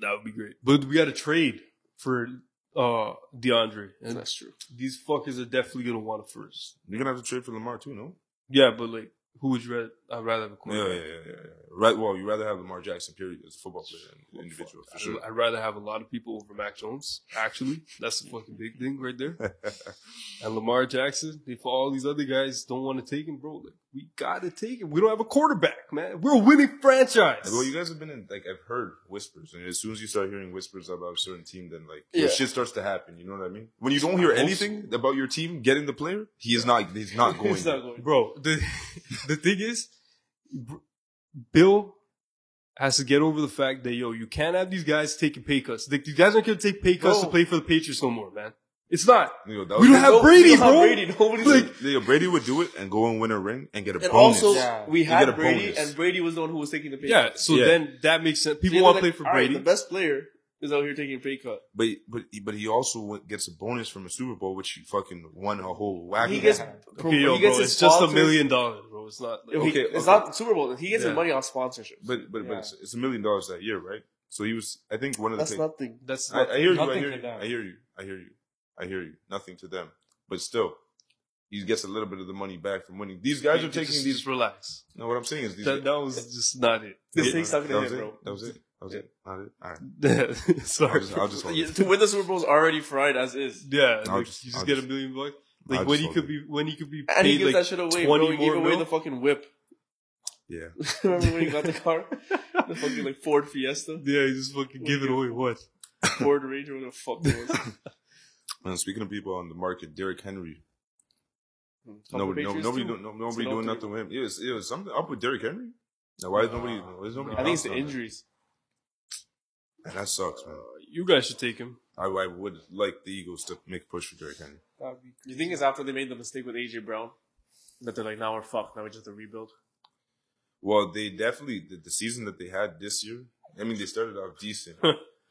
Speaker 2: That would be great, but we gotta trade for uh DeAndre, and
Speaker 4: That's true.
Speaker 2: these fuckers are definitely gonna want it first.
Speaker 1: You're gonna have to trade for Lamar too, no?
Speaker 2: Yeah, but like, who would you rather? I'd rather have a
Speaker 1: Yeah, yeah,
Speaker 2: quarterback.
Speaker 1: yeah, yeah. yeah. Right. Well, you rather have Lamar Jackson, period, as a football player and individual for sure.
Speaker 2: I'd- I'd rather have a lot of people over Mac Jones. Actually, that's the fucking big thing right there. And Lamar Jackson, if all these other guys don't want to take him, bro, like, we gotta take him. We don't have a quarterback, man. We're a winning franchise.
Speaker 1: Well, you guys have been in like I've heard whispers, and as soon as you start hearing whispers about a certain team, then like
Speaker 4: Yeah.
Speaker 1: your shit starts to happen. You know what I mean? When you don't hear anything about your team getting the player, he is not. He's not going.
Speaker 4: He's not going.
Speaker 2: bro, the <laughs> the thing is, br- Bill has to get over the fact that yo, you can't have these guys taking pay cuts. Like, these guys aren't gonna take pay cuts
Speaker 4: Bro.
Speaker 2: to play for the Patriots no more, man. It's not.
Speaker 1: Yo, that
Speaker 2: We don't
Speaker 1: was-
Speaker 2: have
Speaker 4: No,
Speaker 2: Brady,
Speaker 4: we don't have
Speaker 2: bro.
Speaker 4: Brady. Nobody's
Speaker 2: Like,
Speaker 4: like,
Speaker 1: Yo, Brady would do it and go and win a ring and get a
Speaker 4: and
Speaker 1: bonus.
Speaker 4: also,
Speaker 3: Yeah.
Speaker 4: we
Speaker 1: You get a
Speaker 4: had Brady,
Speaker 1: bonus.
Speaker 4: and Brady was the one who was taking the pay.
Speaker 2: Yeah,
Speaker 4: cut.
Speaker 2: so
Speaker 1: Yeah.
Speaker 2: then that makes sense. People
Speaker 4: They're
Speaker 2: want to
Speaker 4: like,
Speaker 2: play for
Speaker 4: all right,
Speaker 2: Brady.
Speaker 4: the best player is out here taking a pay cut.
Speaker 1: but but but he also w- gets a bonus from a Super Bowl, which he fucking won a whole whack.
Speaker 4: He
Speaker 1: of.
Speaker 4: gets,
Speaker 3: Okay,
Speaker 4: pro-
Speaker 2: Okay, yo,
Speaker 4: he gets
Speaker 2: bro,
Speaker 4: his
Speaker 2: it's just a
Speaker 4: sponsors.
Speaker 2: million dollars, bro. It's not. Like,
Speaker 4: Yo, he-
Speaker 1: Okay,
Speaker 4: it's
Speaker 1: okay.
Speaker 4: not Super Bowl. He gets
Speaker 2: Yeah.
Speaker 4: his money off sponsorships.
Speaker 1: but but but
Speaker 3: Yeah.
Speaker 1: it's, it's a million dollars that year, right? So he was. I think one of the.
Speaker 4: That's
Speaker 1: pick-
Speaker 4: nothing.
Speaker 2: That's
Speaker 1: I,
Speaker 2: not,
Speaker 1: I hear you. I
Speaker 3: Nothing
Speaker 1: hear
Speaker 3: to
Speaker 1: you.
Speaker 3: them.
Speaker 1: I hear you. I hear you. I hear you. Nothing to them, but still, he gets a little bit of the money back from winning. These guys are
Speaker 2: just-
Speaker 1: taking
Speaker 2: just,
Speaker 1: these.
Speaker 2: relax.
Speaker 1: No, what I'm saying is these.
Speaker 2: That, that was just not it.
Speaker 1: that was
Speaker 4: thing's
Speaker 1: it.
Speaker 2: <laughs>
Speaker 4: stuck in
Speaker 1: That
Speaker 4: the
Speaker 1: was
Speaker 4: head,
Speaker 1: it.
Speaker 4: bro.
Speaker 1: That was it. That was it. Not it. All right. I'll
Speaker 2: Sorry.
Speaker 1: just. I'll just hold
Speaker 4: You-
Speaker 1: it.
Speaker 4: to win the Super Bowl is already fried as is.
Speaker 2: <laughs> yeah,
Speaker 1: I'll
Speaker 2: like,
Speaker 1: just-
Speaker 2: you just
Speaker 1: I'll
Speaker 2: get
Speaker 1: just-
Speaker 2: a million bucks.
Speaker 1: I'll
Speaker 2: Like
Speaker 1: just
Speaker 2: when he
Speaker 1: hold
Speaker 2: could
Speaker 1: it.
Speaker 2: be when he could be
Speaker 4: And he
Speaker 2: paid
Speaker 4: gives
Speaker 2: like
Speaker 4: that shit away,
Speaker 2: 20
Speaker 4: bro. He gave
Speaker 2: more
Speaker 4: away
Speaker 2: mil?
Speaker 4: the fucking whip. <laughs>
Speaker 1: Yeah.
Speaker 4: Remember when he got the
Speaker 2: <laughs>
Speaker 4: car? the fucking like Ford Fiesta,
Speaker 2: yeah, he just fucking
Speaker 4: What
Speaker 2: give
Speaker 4: do
Speaker 2: it
Speaker 4: you-
Speaker 2: away. What?
Speaker 4: Ford Ranger, whatever the fuck
Speaker 2: <laughs>
Speaker 4: it was.
Speaker 1: And speaking of people on the market, Derrick Henry.
Speaker 4: Couple
Speaker 1: Nobody, no,
Speaker 4: Patriots
Speaker 1: nobody,
Speaker 4: too.
Speaker 1: doing, no,
Speaker 4: It's
Speaker 1: nobody
Speaker 4: an
Speaker 1: doing
Speaker 4: upgrade.
Speaker 1: nothing with him. It was, it was something up with Derrick Henry. Now, why is nobody? Why is nobody
Speaker 4: I think it's the
Speaker 1: bouncing on that?
Speaker 4: injuries.
Speaker 1: And that sucks, man.
Speaker 2: You guys should take him.
Speaker 1: I, I would like the Eagles to make a push for Derrick Henry.
Speaker 3: That'd be
Speaker 4: You think it's after they made the mistake with AJ Brown that they're like, now we're fucked. Now we just have to rebuild.
Speaker 1: Well, they definitely the, the season that they had this year. I mean, they started off
Speaker 4: <laughs>
Speaker 1: decent.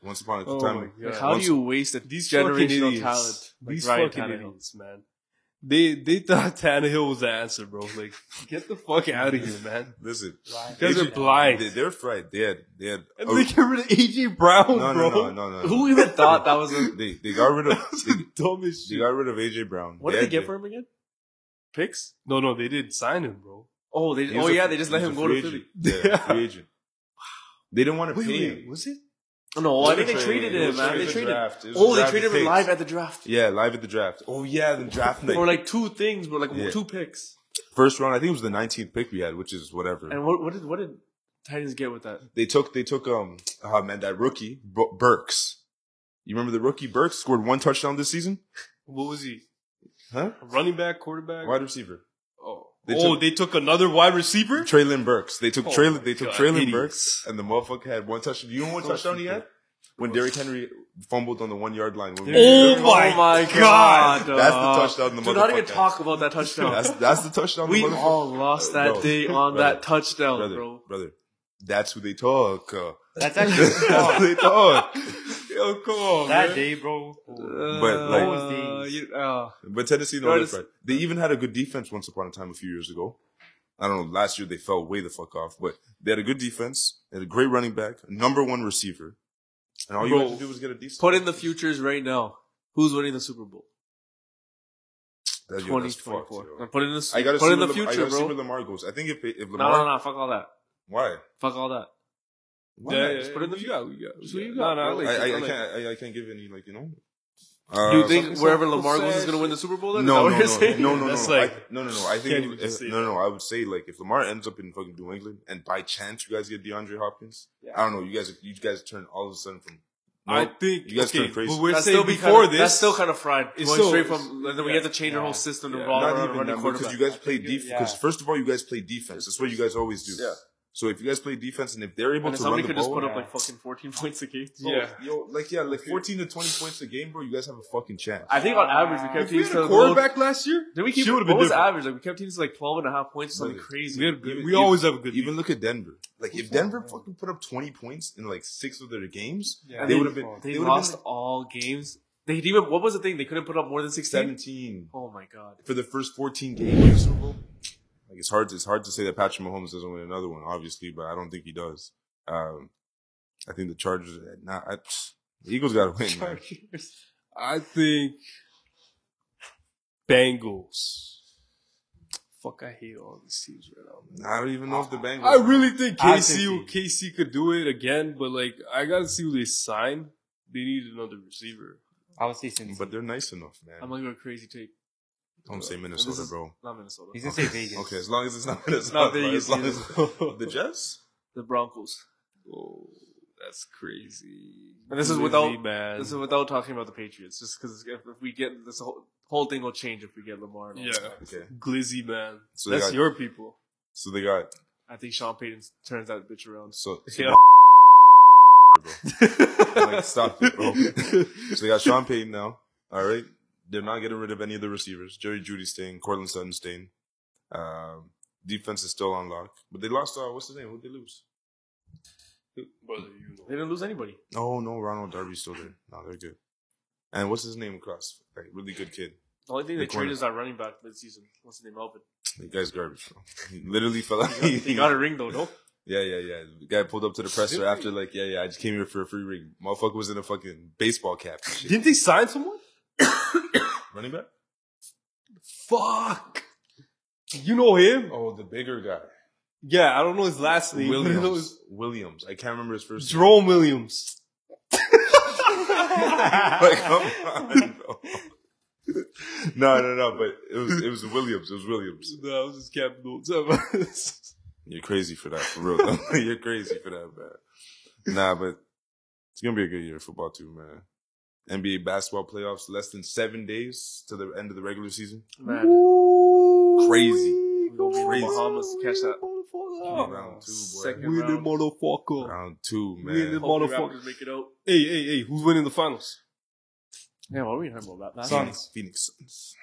Speaker 1: Once upon a
Speaker 2: Oh my
Speaker 1: time,
Speaker 2: God.
Speaker 4: How
Speaker 1: Once-
Speaker 4: do you waste a
Speaker 2: These fucking
Speaker 4: generational
Speaker 2: idiots.
Speaker 4: talent? Like
Speaker 2: These
Speaker 4: Ryan
Speaker 2: fucking
Speaker 4: Tannehill.
Speaker 2: idiots, man. They they <laughs> thought Tannehill was the answer, bro. Like, get the fuck out of here, man.
Speaker 1: Listen,
Speaker 2: You guys are blind.
Speaker 1: they, they're fried. They had, they had.
Speaker 2: And
Speaker 1: a-
Speaker 2: they get rid of AJ Brown,
Speaker 1: no, no,
Speaker 2: bro.
Speaker 1: no,
Speaker 2: <laughs>
Speaker 1: no, no.
Speaker 4: Who even thought that was <laughs> a.
Speaker 1: They they got rid of they,
Speaker 2: Dumbest
Speaker 1: they
Speaker 2: shit.
Speaker 1: got rid of AJ Brown.
Speaker 4: What did they
Speaker 1: had-
Speaker 4: get for him again? Picks?
Speaker 2: No, no, they didn't sign him, bro.
Speaker 4: Oh, they.
Speaker 1: he
Speaker 4: Oh
Speaker 1: was a-
Speaker 4: yeah, they just let
Speaker 1: he was
Speaker 4: him
Speaker 1: a free
Speaker 4: go to Philly.
Speaker 1: agent.
Speaker 4: <laughs>
Speaker 1: Yeah, free agent. They didn't want to
Speaker 2: Wait,
Speaker 1: pay
Speaker 2: wait,
Speaker 1: him.
Speaker 2: was it?
Speaker 4: No, I think they
Speaker 1: It was a
Speaker 4: traded
Speaker 1: trade. It
Speaker 4: him,
Speaker 1: was a
Speaker 4: man.
Speaker 1: trade. It
Speaker 4: They
Speaker 1: was a
Speaker 4: traded. him.
Speaker 1: draft. It was a
Speaker 4: Oh, they
Speaker 1: draft
Speaker 4: traded
Speaker 1: of
Speaker 4: him
Speaker 1: picks.
Speaker 4: live at the draft.
Speaker 1: Yeah, live at the draft. Oh yeah, the draft night.
Speaker 4: <laughs> Or like two things, but like
Speaker 1: Yeah.
Speaker 4: two picks.
Speaker 1: First round, I think it was the 19th pick we had, which is whatever.
Speaker 4: And what, what did what did Titans get with that?
Speaker 1: they took they took um oh man that rookie Bu- Burks. You remember the rookie Burks scored one touchdown this season?
Speaker 2: What was he?
Speaker 1: Huh?
Speaker 2: A running back, quarterback?
Speaker 1: Wide receiver.
Speaker 2: Oh,
Speaker 1: They
Speaker 2: oh
Speaker 1: took-
Speaker 2: they took another wide receiver?
Speaker 1: Traylon Burks. They took
Speaker 2: Oh
Speaker 1: Traylon.
Speaker 2: my
Speaker 1: They took
Speaker 2: God,
Speaker 1: Traylon
Speaker 2: idiots.
Speaker 1: Burks, and the motherfucker had one touchdown. You know what touchdown he had? When Derrick Henry fumbled on the one yard line. When we-
Speaker 2: Oh my
Speaker 4: god.
Speaker 1: <laughs> that's the touchdown. The
Speaker 4: Do not even
Speaker 1: motherfucker-
Speaker 4: talk about that touchdown.
Speaker 1: That's that's the touchdown.
Speaker 4: we
Speaker 1: the motherfucker-
Speaker 4: all lost that
Speaker 1: Bro,
Speaker 4: day on
Speaker 1: brother,
Speaker 4: that touchdown,
Speaker 1: brother,
Speaker 4: bro.
Speaker 1: brother. That's who they talk. uh. <laughs>
Speaker 3: That's actually
Speaker 1: that's who they
Speaker 4: <laughs>
Speaker 1: talk.
Speaker 4: Yo, come on,
Speaker 3: that day, bro.
Speaker 1: But, like-
Speaker 4: uh, you, uh,
Speaker 1: But Tennessee,
Speaker 4: Bro,
Speaker 1: no, that's
Speaker 4: this-
Speaker 1: right. They even had a good defense once upon a time a few years ago. I don't know. Last year they fell way the fuck off, but they had a good defense. They had a great running back, number one receiver, and all you
Speaker 4: Bro,
Speaker 1: had to do was get a decent.
Speaker 4: put in
Speaker 1: <laughs>
Speaker 4: the futures right now. Who's winning the Super Bowl?
Speaker 1: That's- yo,
Speaker 4: Twenty
Speaker 1: that's
Speaker 4: twenty
Speaker 1: fucked,
Speaker 4: four.
Speaker 1: yo.
Speaker 4: Put in the
Speaker 1: I gotta
Speaker 4: put
Speaker 1: see
Speaker 4: in the
Speaker 1: where Lam- I
Speaker 4: future,
Speaker 1: gotta see
Speaker 4: bro.
Speaker 1: where Lamar goes. I think if if
Speaker 4: No,
Speaker 1: Lamar,
Speaker 4: no, no. Fuck all that.
Speaker 1: why?
Speaker 4: Fuck all that.
Speaker 1: Why?
Speaker 4: Yeah,
Speaker 1: not?
Speaker 4: yeah, just put in the
Speaker 2: Who
Speaker 4: few-
Speaker 2: you got, who you got,
Speaker 4: Who
Speaker 2: who
Speaker 4: you
Speaker 2: you
Speaker 4: got,
Speaker 2: got. No, no, I
Speaker 4: bro?
Speaker 2: like
Speaker 1: I,
Speaker 2: it,
Speaker 1: I, I
Speaker 2: like it.
Speaker 1: can't I, I can't give any like you know.
Speaker 4: Do you
Speaker 1: Uh,
Speaker 4: think
Speaker 2: something's
Speaker 4: wherever
Speaker 2: up.
Speaker 4: Lamar goes is going to
Speaker 2: Possession.
Speaker 4: win the Super Bowl? Then?
Speaker 1: No, no,
Speaker 4: Is that what
Speaker 1: no,
Speaker 4: you're
Speaker 1: no, no, no,
Speaker 2: That's
Speaker 1: no. I,
Speaker 2: like-
Speaker 1: no, no, no. I
Speaker 4: Can't
Speaker 1: think
Speaker 4: even
Speaker 1: if,
Speaker 4: say
Speaker 1: no, no. I would say like if Lamar ends up in fucking New England, and by chance you guys get DeAndre Hopkins, I don't know. You guys, you guys turn all of a sudden from.
Speaker 2: I
Speaker 1: Nope.
Speaker 2: think
Speaker 1: You guys
Speaker 2: okay,
Speaker 1: turn crazy.
Speaker 2: But we're
Speaker 4: That's
Speaker 2: saying
Speaker 4: still be
Speaker 2: before
Speaker 4: kinda,
Speaker 2: this,
Speaker 4: That's still kind of fried. Going
Speaker 2: It's still-
Speaker 4: straight from, and then we have to change our whole
Speaker 3: yeah.
Speaker 4: system
Speaker 2: Yeah.
Speaker 4: to roll
Speaker 1: not
Speaker 4: around
Speaker 1: even
Speaker 4: running
Speaker 1: that because
Speaker 4: quarterback.
Speaker 1: you guys play
Speaker 3: That's
Speaker 1: defense.
Speaker 3: good,
Speaker 1: Because
Speaker 3: yeah.
Speaker 1: first of all, you guys play defense. That's what you guys always do.
Speaker 4: Yeah.
Speaker 1: So if you guys play defense and if they're able
Speaker 4: and
Speaker 1: to run
Speaker 4: if somebody
Speaker 1: the
Speaker 4: could just
Speaker 1: ball,
Speaker 4: put up
Speaker 3: yeah.
Speaker 4: like fucking 14 points a game.
Speaker 1: bro,
Speaker 2: Yeah.
Speaker 1: yo, like yeah, like fourteen to twenty points a game, bro. You guys have a fucking chance.
Speaker 4: I think on average we kept
Speaker 2: if we
Speaker 4: teams
Speaker 2: had
Speaker 4: to
Speaker 2: a
Speaker 4: low.
Speaker 2: quarterback last year,
Speaker 4: Did we keep?
Speaker 2: she
Speaker 4: What
Speaker 2: would've been
Speaker 4: was
Speaker 2: different.
Speaker 4: average? Like we kept teams to like 12 and a half points, or something
Speaker 1: Really?
Speaker 4: crazy.
Speaker 2: We, had good,
Speaker 1: Even-
Speaker 2: we
Speaker 1: even-
Speaker 2: always have a good.
Speaker 1: Even look at Denver. Like if Denver fucking put up twenty points in like six of their games,
Speaker 3: Yeah.
Speaker 1: they would have been
Speaker 4: They,
Speaker 1: they would have
Speaker 4: lost
Speaker 1: been like
Speaker 4: all games. They had even. What was the thing? They couldn't put up more than 16.
Speaker 1: seventeen
Speaker 4: Oh my god.
Speaker 1: for the first fourteen games of the Super Bowl. Like it's hard. It's hard to say that Patrick Mahomes doesn't win another one, obviously, but I don't think he does. Um, I think the Chargers. Nah, I, the Eagles got to win. man.
Speaker 2: I think Bengals. Fuck, I hate all these teams right now. man.
Speaker 1: I don't even know if the Bengals.
Speaker 2: I really think
Speaker 3: I
Speaker 2: KC
Speaker 3: think
Speaker 2: KC could do it again, but like I gotta see who they sign. They need another receiver.
Speaker 3: I would
Speaker 1: <laughs>
Speaker 3: say since
Speaker 1: but they're nice enough, man.
Speaker 4: I'm gonna go crazy take.
Speaker 1: don't say
Speaker 4: This
Speaker 1: Minnesota,
Speaker 4: is-
Speaker 1: bro.
Speaker 4: Not Minnesota.
Speaker 3: he's gonna say Vegas.
Speaker 1: Okay,
Speaker 3: <laughs>
Speaker 1: as long as it's not Minnesota,
Speaker 4: Not
Speaker 1: bro,
Speaker 4: Vegas
Speaker 1: as long
Speaker 4: either.
Speaker 1: as <laughs> the Jets.
Speaker 4: The Broncos.
Speaker 2: Oh, that's crazy.
Speaker 4: And this is
Speaker 2: Lazy
Speaker 4: without-
Speaker 2: man.
Speaker 4: This is without talking about the Patriots, just because if, if we get this whole, whole thing will change if we get Lamar. and all
Speaker 2: Yeah.
Speaker 4: that.
Speaker 1: Okay,
Speaker 2: Glizzy man.
Speaker 1: So
Speaker 2: that's
Speaker 1: they got-
Speaker 2: your people.
Speaker 1: so they got
Speaker 4: I think Sean Payton turns that bitch around.
Speaker 1: so.
Speaker 2: Yeah.
Speaker 1: like, stop it, bro. So they got Sean Payton now. All right. They're not getting rid of any of the receivers. Jerry Judy staying, Cortland Sutton staying. Um, defense is still on lock. But they lost, uh, what's his name? Who'd they lose?
Speaker 2: Brother, you know.
Speaker 4: <laughs> They didn't lose anybody.
Speaker 1: Oh, no, Ronald Darby's still there. No, they're good. And what's his name across? Like, really good kid.
Speaker 4: The only thing
Speaker 1: They
Speaker 4: they traded
Speaker 1: cornered.
Speaker 4: is that running back mid-season. What's his name? Melvin.
Speaker 1: That guy's garbage, bro. He literally fell out. <laughs>
Speaker 4: He got a ring though, no?
Speaker 1: Yeah, yeah, yeah. The guy pulled up to the presser after, like, yeah, yeah, I just came here for a free ring. Motherfucker was in a fucking baseball cap and shit.
Speaker 2: Didn't they sign someone?
Speaker 1: Running back?
Speaker 2: Fuck. You know him?
Speaker 1: Oh, the bigger guy.
Speaker 2: Yeah, I don't know his last name. but I know his-
Speaker 1: Williams. Williams. I can't remember his first name.
Speaker 2: Jerome Williams.
Speaker 1: <laughs> Like, come on, bro. <laughs> no, no, no. But it was it was Williams. It was Williams.
Speaker 2: No, I was just capping all the time. <laughs>
Speaker 1: You're crazy for that, for real. though. <laughs> You're crazy for that, man. Nah, but it's gonna be a good year of football too, man. NBA basketball playoffs less than seven days to the end of the regular season.
Speaker 4: Man,
Speaker 1: Crazy.
Speaker 4: we gonna be in
Speaker 1: Crazy.
Speaker 4: the Bahamas to catch that.
Speaker 1: Round two, boy.
Speaker 4: Second
Speaker 2: We the
Speaker 4: round.
Speaker 2: motherfucker.
Speaker 1: Round two,
Speaker 2: Really,
Speaker 1: man.
Speaker 2: boy?
Speaker 4: Hope the
Speaker 2: Motherfucker.
Speaker 4: Raptors make it out.
Speaker 2: Hey, hey, hey, who's winning the finals?
Speaker 4: Yeah, what are we talking about? That?
Speaker 1: Phoenix, Phoenix Suns.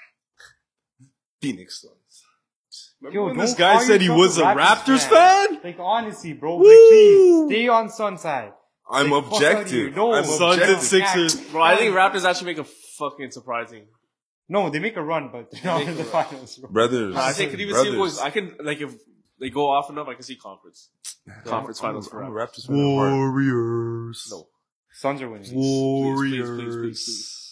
Speaker 1: Phoenix Suns.
Speaker 3: Yo,
Speaker 2: Remember when
Speaker 3: don't
Speaker 2: this guy
Speaker 3: call
Speaker 2: said he
Speaker 3: yourself
Speaker 2: was a Raptors fan?
Speaker 3: Like honestly, bro, but
Speaker 2: Woo!
Speaker 3: please stay on Sunside.
Speaker 1: I'm
Speaker 3: Like, fuck out of here.
Speaker 1: objective.
Speaker 3: No,
Speaker 1: I'm
Speaker 3: Suns and
Speaker 1: objective.
Speaker 3: Sixers.
Speaker 4: Bro, I think Raptors actually make a fucking surprising
Speaker 3: No, they make a run, but <laughs> they're not
Speaker 4: Make
Speaker 3: in
Speaker 4: a
Speaker 3: the
Speaker 4: run.
Speaker 3: finals. Bro.
Speaker 1: Brothers.
Speaker 4: I think I could even see
Speaker 1: brothers.
Speaker 4: boys. I can like if they go off enough, I can see conference. Conference
Speaker 1: I'm,
Speaker 4: finals
Speaker 1: I'm, I'm
Speaker 4: forever.
Speaker 1: wrap this one apart.
Speaker 2: Warriors.
Speaker 4: No.
Speaker 3: Suns are winning.
Speaker 2: Warriors.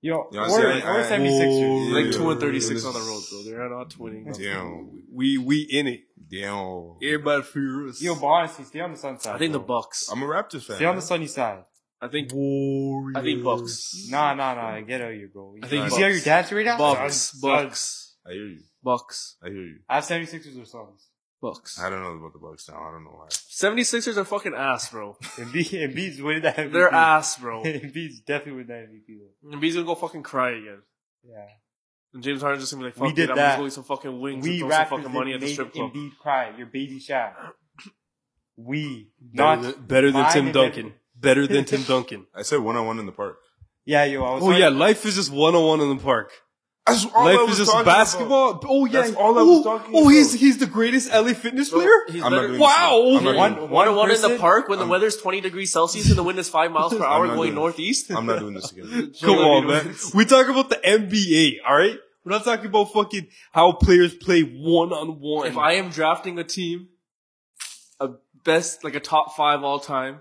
Speaker 3: Yo,
Speaker 1: Yeah, I see,
Speaker 3: Warriors
Speaker 1: I-
Speaker 3: or
Speaker 1: I-
Speaker 3: 76ers.
Speaker 1: Yeah.
Speaker 4: Like two and thirty six
Speaker 1: Yeah.
Speaker 4: on the road, bro. They're not winning.
Speaker 1: Damn.
Speaker 2: We we in it.
Speaker 1: Damn.
Speaker 2: Everybody furious.
Speaker 3: Yo, but honestly, stay on the sun side.
Speaker 4: I think the
Speaker 3: bro.
Speaker 4: Bucks.
Speaker 1: I'm a Raptors fan.
Speaker 3: Stay on the sunny side.
Speaker 4: I think
Speaker 2: Warriors.
Speaker 4: I think Bucks.
Speaker 3: Nah, nah, nah. Get out of here, bro. You,
Speaker 4: I think
Speaker 3: you see how you're
Speaker 4: Bucks.
Speaker 3: dancing right now?
Speaker 4: Bucks.
Speaker 3: Suns, Suns.
Speaker 4: Bucks.
Speaker 1: I hear you.
Speaker 4: Bucks.
Speaker 1: I hear you.
Speaker 3: I have 76ers or Suns.
Speaker 4: Bucks.
Speaker 1: I don't know about the Bucks now. I don't know why.
Speaker 4: 76ers are fucking ass,
Speaker 3: <laughs>
Speaker 4: bro.
Speaker 3: Embiid, Embiid's winning that MVP.
Speaker 4: They're
Speaker 3: <laughs>
Speaker 4: ass, bro.
Speaker 3: Embiid's definitely winning that MVP. Though.
Speaker 4: And B's gonna go fucking cry again.
Speaker 3: Yeah.
Speaker 4: And James Harden's just gonna be like, fuck
Speaker 3: We
Speaker 4: it,
Speaker 3: did
Speaker 4: I'm
Speaker 3: that.
Speaker 4: just going to some fucking wings
Speaker 3: We
Speaker 4: and throw some
Speaker 3: Raptors
Speaker 4: fucking money
Speaker 3: didn't
Speaker 4: at the
Speaker 3: make
Speaker 4: strip club.
Speaker 3: Embiid cry. Your baby Shaq. We
Speaker 2: Better
Speaker 3: not.
Speaker 2: than, better than
Speaker 3: mine
Speaker 2: Tim
Speaker 3: and
Speaker 2: Duncan.
Speaker 3: then-
Speaker 2: Better than Tim Duncan.
Speaker 1: I said one on one in the park.
Speaker 3: yeah, yo. I was
Speaker 2: Oh
Speaker 3: talking-
Speaker 2: yeah, life is just one on one in the park.
Speaker 1: That's all I
Speaker 2: life
Speaker 1: was
Speaker 2: is just
Speaker 1: talking about.
Speaker 2: basketball. Oh yeah,
Speaker 1: That's all I was
Speaker 2: oh,
Speaker 1: talking
Speaker 2: Oh, he's
Speaker 1: about.
Speaker 2: he's the greatest LA fitness
Speaker 4: So,
Speaker 2: player.
Speaker 4: he's
Speaker 1: I'm not
Speaker 4: better-
Speaker 1: doing
Speaker 2: Wow.
Speaker 1: this now. I'm not
Speaker 2: One-
Speaker 1: doing-
Speaker 4: one
Speaker 5: One on one in the
Speaker 4: person-
Speaker 5: park when the
Speaker 1: I'm-
Speaker 5: weather's 20 degrees Celsius and the wind is 5 miles per hour
Speaker 1: not
Speaker 5: going
Speaker 1: doing-
Speaker 5: northeast.
Speaker 4: <laughs>
Speaker 1: I'm not doing this again.
Speaker 2: Come
Speaker 4: Joel
Speaker 2: on,
Speaker 4: Embiid
Speaker 2: man.
Speaker 4: wins.
Speaker 2: We talk about the NBA, all right? We're not talking about fucking how players play one on
Speaker 4: If
Speaker 2: one.
Speaker 4: I am drafting a team, a best, like a top five all time,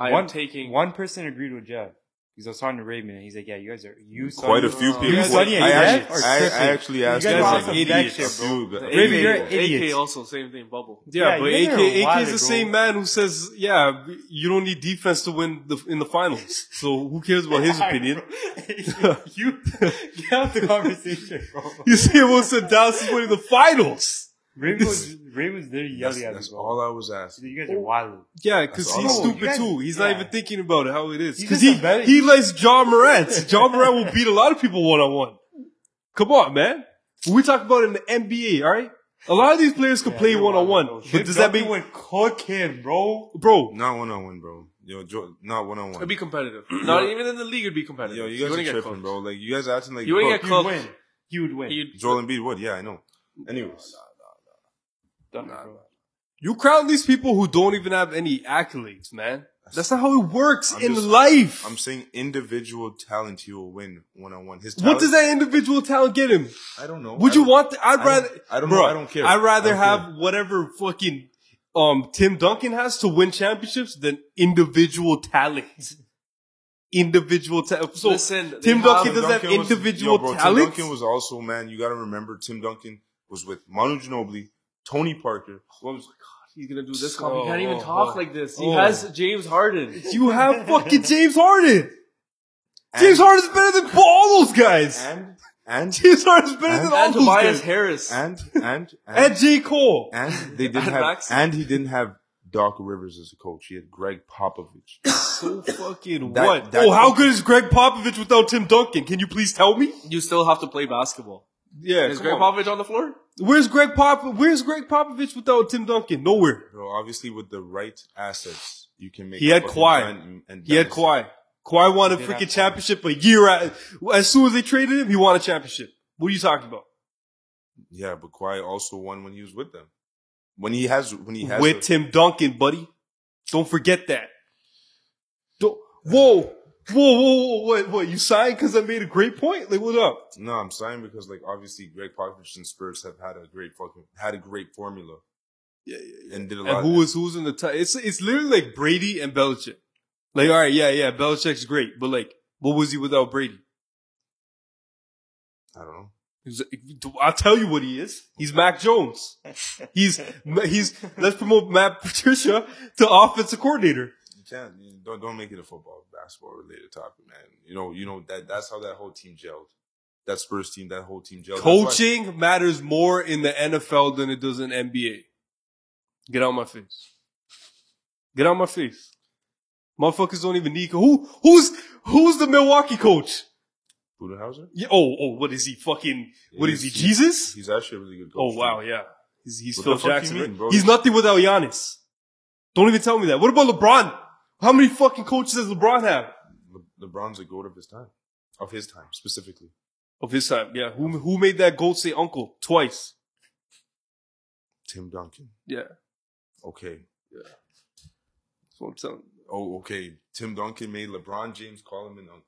Speaker 4: I
Speaker 3: One-
Speaker 4: am taking.
Speaker 3: One person agreed with Jeff because I was talking to Raymond and he's like, "Yeah, you guys are you."
Speaker 1: Quite a
Speaker 3: Sonny-
Speaker 1: few people.
Speaker 3: You guys are
Speaker 1: I,
Speaker 3: idiots.
Speaker 1: actually,
Speaker 3: Or
Speaker 1: I, I
Speaker 3: tripping.
Speaker 1: actually asked
Speaker 3: guys
Speaker 2: are
Speaker 1: like,
Speaker 2: some
Speaker 1: a
Speaker 2: idiots,
Speaker 1: few- a
Speaker 4: AK,
Speaker 3: Raven, you're
Speaker 1: few
Speaker 3: an
Speaker 1: people.
Speaker 4: AK
Speaker 3: idiot.
Speaker 4: also, same thing, bubble.
Speaker 2: Yeah,
Speaker 3: Yeah,
Speaker 2: but
Speaker 3: you've been
Speaker 2: AK,
Speaker 3: there a
Speaker 2: AK
Speaker 3: while,
Speaker 2: is the
Speaker 3: bro.
Speaker 2: same man who says, "Yeah, you don't need defense to win the, in the finals." So who cares
Speaker 3: <laughs>
Speaker 2: about his opinion?
Speaker 3: you get out the conversation, bro.
Speaker 2: You see, what said Dallas is winning the finals.
Speaker 3: Raymond was, Raymond was there yelling
Speaker 1: That's,
Speaker 3: at me,
Speaker 1: that's
Speaker 3: bro.
Speaker 1: all I was asking.
Speaker 3: You guys are wild.
Speaker 2: Yeah, because
Speaker 1: That's all
Speaker 2: he's
Speaker 1: I want.
Speaker 2: stupid
Speaker 3: You guys-
Speaker 2: too. He's not
Speaker 3: yeah.
Speaker 2: even thinking about it, how it is.
Speaker 3: You guys
Speaker 2: Because he
Speaker 3: are better-
Speaker 2: he likes John Morant. John Morant will beat a lot of people one on one. Come on, man. We talk about it in the NBA, all right? A lot of these players can play one on one, but does that mean,
Speaker 3: would cook him, bro?
Speaker 2: bro?
Speaker 1: Not one on one, bro. Yo, jo- not one on one.
Speaker 4: It'd be competitive. Not even in the league, it'd be competitive.
Speaker 1: Yo, you guys
Speaker 4: wouldn't
Speaker 1: are
Speaker 4: get
Speaker 1: tripping,
Speaker 4: cooked.
Speaker 1: bro. Like you guys are acting like
Speaker 4: You wouldn't
Speaker 1: Buck-
Speaker 4: get
Speaker 3: He
Speaker 4: Cook.
Speaker 3: would win. He would win.
Speaker 4: You'd-
Speaker 1: Joel Embiid would. Yeah, I know. Anyways,
Speaker 3: Done, bro.
Speaker 2: You crown these people who don't even have any accolades, man. That's not how it works
Speaker 1: I'm
Speaker 2: in
Speaker 1: just-
Speaker 2: life.
Speaker 1: I'm saying individual talent. He will win one on one. His talent,
Speaker 2: what does that individual talent get him?
Speaker 1: I don't know.
Speaker 2: Would
Speaker 1: I
Speaker 2: you
Speaker 1: don't-
Speaker 2: want? The, I'd
Speaker 1: I
Speaker 2: rather.
Speaker 1: don't- I don't
Speaker 2: Bruh,
Speaker 1: know. I don't care.
Speaker 2: I'd rather
Speaker 1: I don't
Speaker 2: have
Speaker 1: care.
Speaker 2: whatever fucking um Tim Duncan has to win championships than individual talent. <laughs> Individual talent. So
Speaker 4: Listen, they
Speaker 2: Tim
Speaker 4: have-
Speaker 2: Duncan doesn't have
Speaker 1: was-
Speaker 2: individual
Speaker 1: yo, bro, Tim
Speaker 2: talent.
Speaker 1: Duncan was also man. You got to remember, Tim Duncan was with Manu Ginobili, Tony Parker.
Speaker 4: Oh,
Speaker 1: What was
Speaker 4: He's gonna do this.
Speaker 2: So-
Speaker 4: comp. He can't even
Speaker 2: oh,
Speaker 4: talk
Speaker 2: oh.
Speaker 4: like this. He
Speaker 2: Oh.
Speaker 4: has James Harden.
Speaker 1: <laughs>
Speaker 2: you have fucking James Harden. James Harden's better than all those guys.
Speaker 1: and and
Speaker 2: <laughs> James Harden's better
Speaker 1: and-
Speaker 2: than all
Speaker 4: And
Speaker 2: those
Speaker 4: Tobias
Speaker 2: guys.
Speaker 4: Harris.
Speaker 1: and and
Speaker 2: <laughs> And J Cole.
Speaker 1: and they didn't
Speaker 4: And
Speaker 1: have
Speaker 4: Maxey.
Speaker 1: and he didn't have Doc Rivers as a coach. He had Greg Popovich.
Speaker 2: so fucking
Speaker 1: That-
Speaker 2: what?
Speaker 1: that-
Speaker 2: oh, how good is Greg Popovich without Tim Duncan? Can you please tell me?
Speaker 4: you still have to play basketball.
Speaker 2: Yeah,
Speaker 4: Is
Speaker 2: come
Speaker 4: Greg
Speaker 2: on.
Speaker 4: Popovich on the floor?
Speaker 2: Where's Greg Pop? Where's Greg Popovich without Tim Duncan? Nowhere.
Speaker 1: Bro, obviously with the right assets, you can make.
Speaker 2: He had
Speaker 1: a fucking
Speaker 2: Kawhi.
Speaker 1: run And, and
Speaker 2: He had
Speaker 1: dynasty.
Speaker 2: Kawhi. Kawhi won a
Speaker 4: He did have
Speaker 2: freaking
Speaker 4: Kawhi.
Speaker 2: championship a year at, as soon as they traded him. He won a championship. What are you talking about?
Speaker 1: Yeah, but Kawhi also won when he was with them. When he has, when he has,
Speaker 2: With
Speaker 1: the-
Speaker 2: Tim Duncan, buddy. Don't forget that. Don't, whoa, whoa, whoa, whoa, what, what? You signed because I made a great point. Like, what up?
Speaker 1: no, I'm saying because like obviously Greg Popovich and Spurs have had a great fucking had a great formula. Yeah, yeah, And did a lot.
Speaker 2: And who was who's in the top? It's it's literally like Brady and Belichick. Like, all right, yeah, yeah, Belichick's great, but like, what was he without Brady?
Speaker 1: I don't know.
Speaker 2: He's- I'll tell you what he is. He's Mac Jones. He's he's. Let's promote Matt Patricia to offensive coordinator.
Speaker 1: You can't you don't don't make it a football basketball related topic, man. You know, you know that that's how that whole team gelled. That Spurs team, that whole
Speaker 2: Oh,
Speaker 1: team gelled. That's why-
Speaker 2: Coaching matters more in the NFL than it does in NBA. Get out my face. Get out my face. Motherfuckers don't even need who who's who's the Milwaukee coach.
Speaker 1: Budenhauser.
Speaker 2: Yeah, oh oh, what is he fucking? What is he?
Speaker 1: He's-
Speaker 2: Jesus?
Speaker 1: He's actually a really good
Speaker 2: Oh
Speaker 1: coach.
Speaker 2: wow,
Speaker 1: too.
Speaker 2: yeah. He's he's
Speaker 1: What
Speaker 2: Phil
Speaker 1: the fuck you
Speaker 2: Jackson.
Speaker 1: mean,
Speaker 2: right?
Speaker 1: bro?
Speaker 2: He's nothing without Giannis. Don't even tell me that. What about LeBron? How many fucking coaches does LeBron have?
Speaker 1: Le- LeBron's a goat of his time, of his time specifically.
Speaker 2: Of his time, yeah. Who who made that gold say uncle twice?
Speaker 1: Tim Duncan.
Speaker 2: Yeah.
Speaker 1: Okay.
Speaker 2: That's what I'm telling you.
Speaker 1: Oh, okay. Tim Duncan made LeBron James call him an uncle.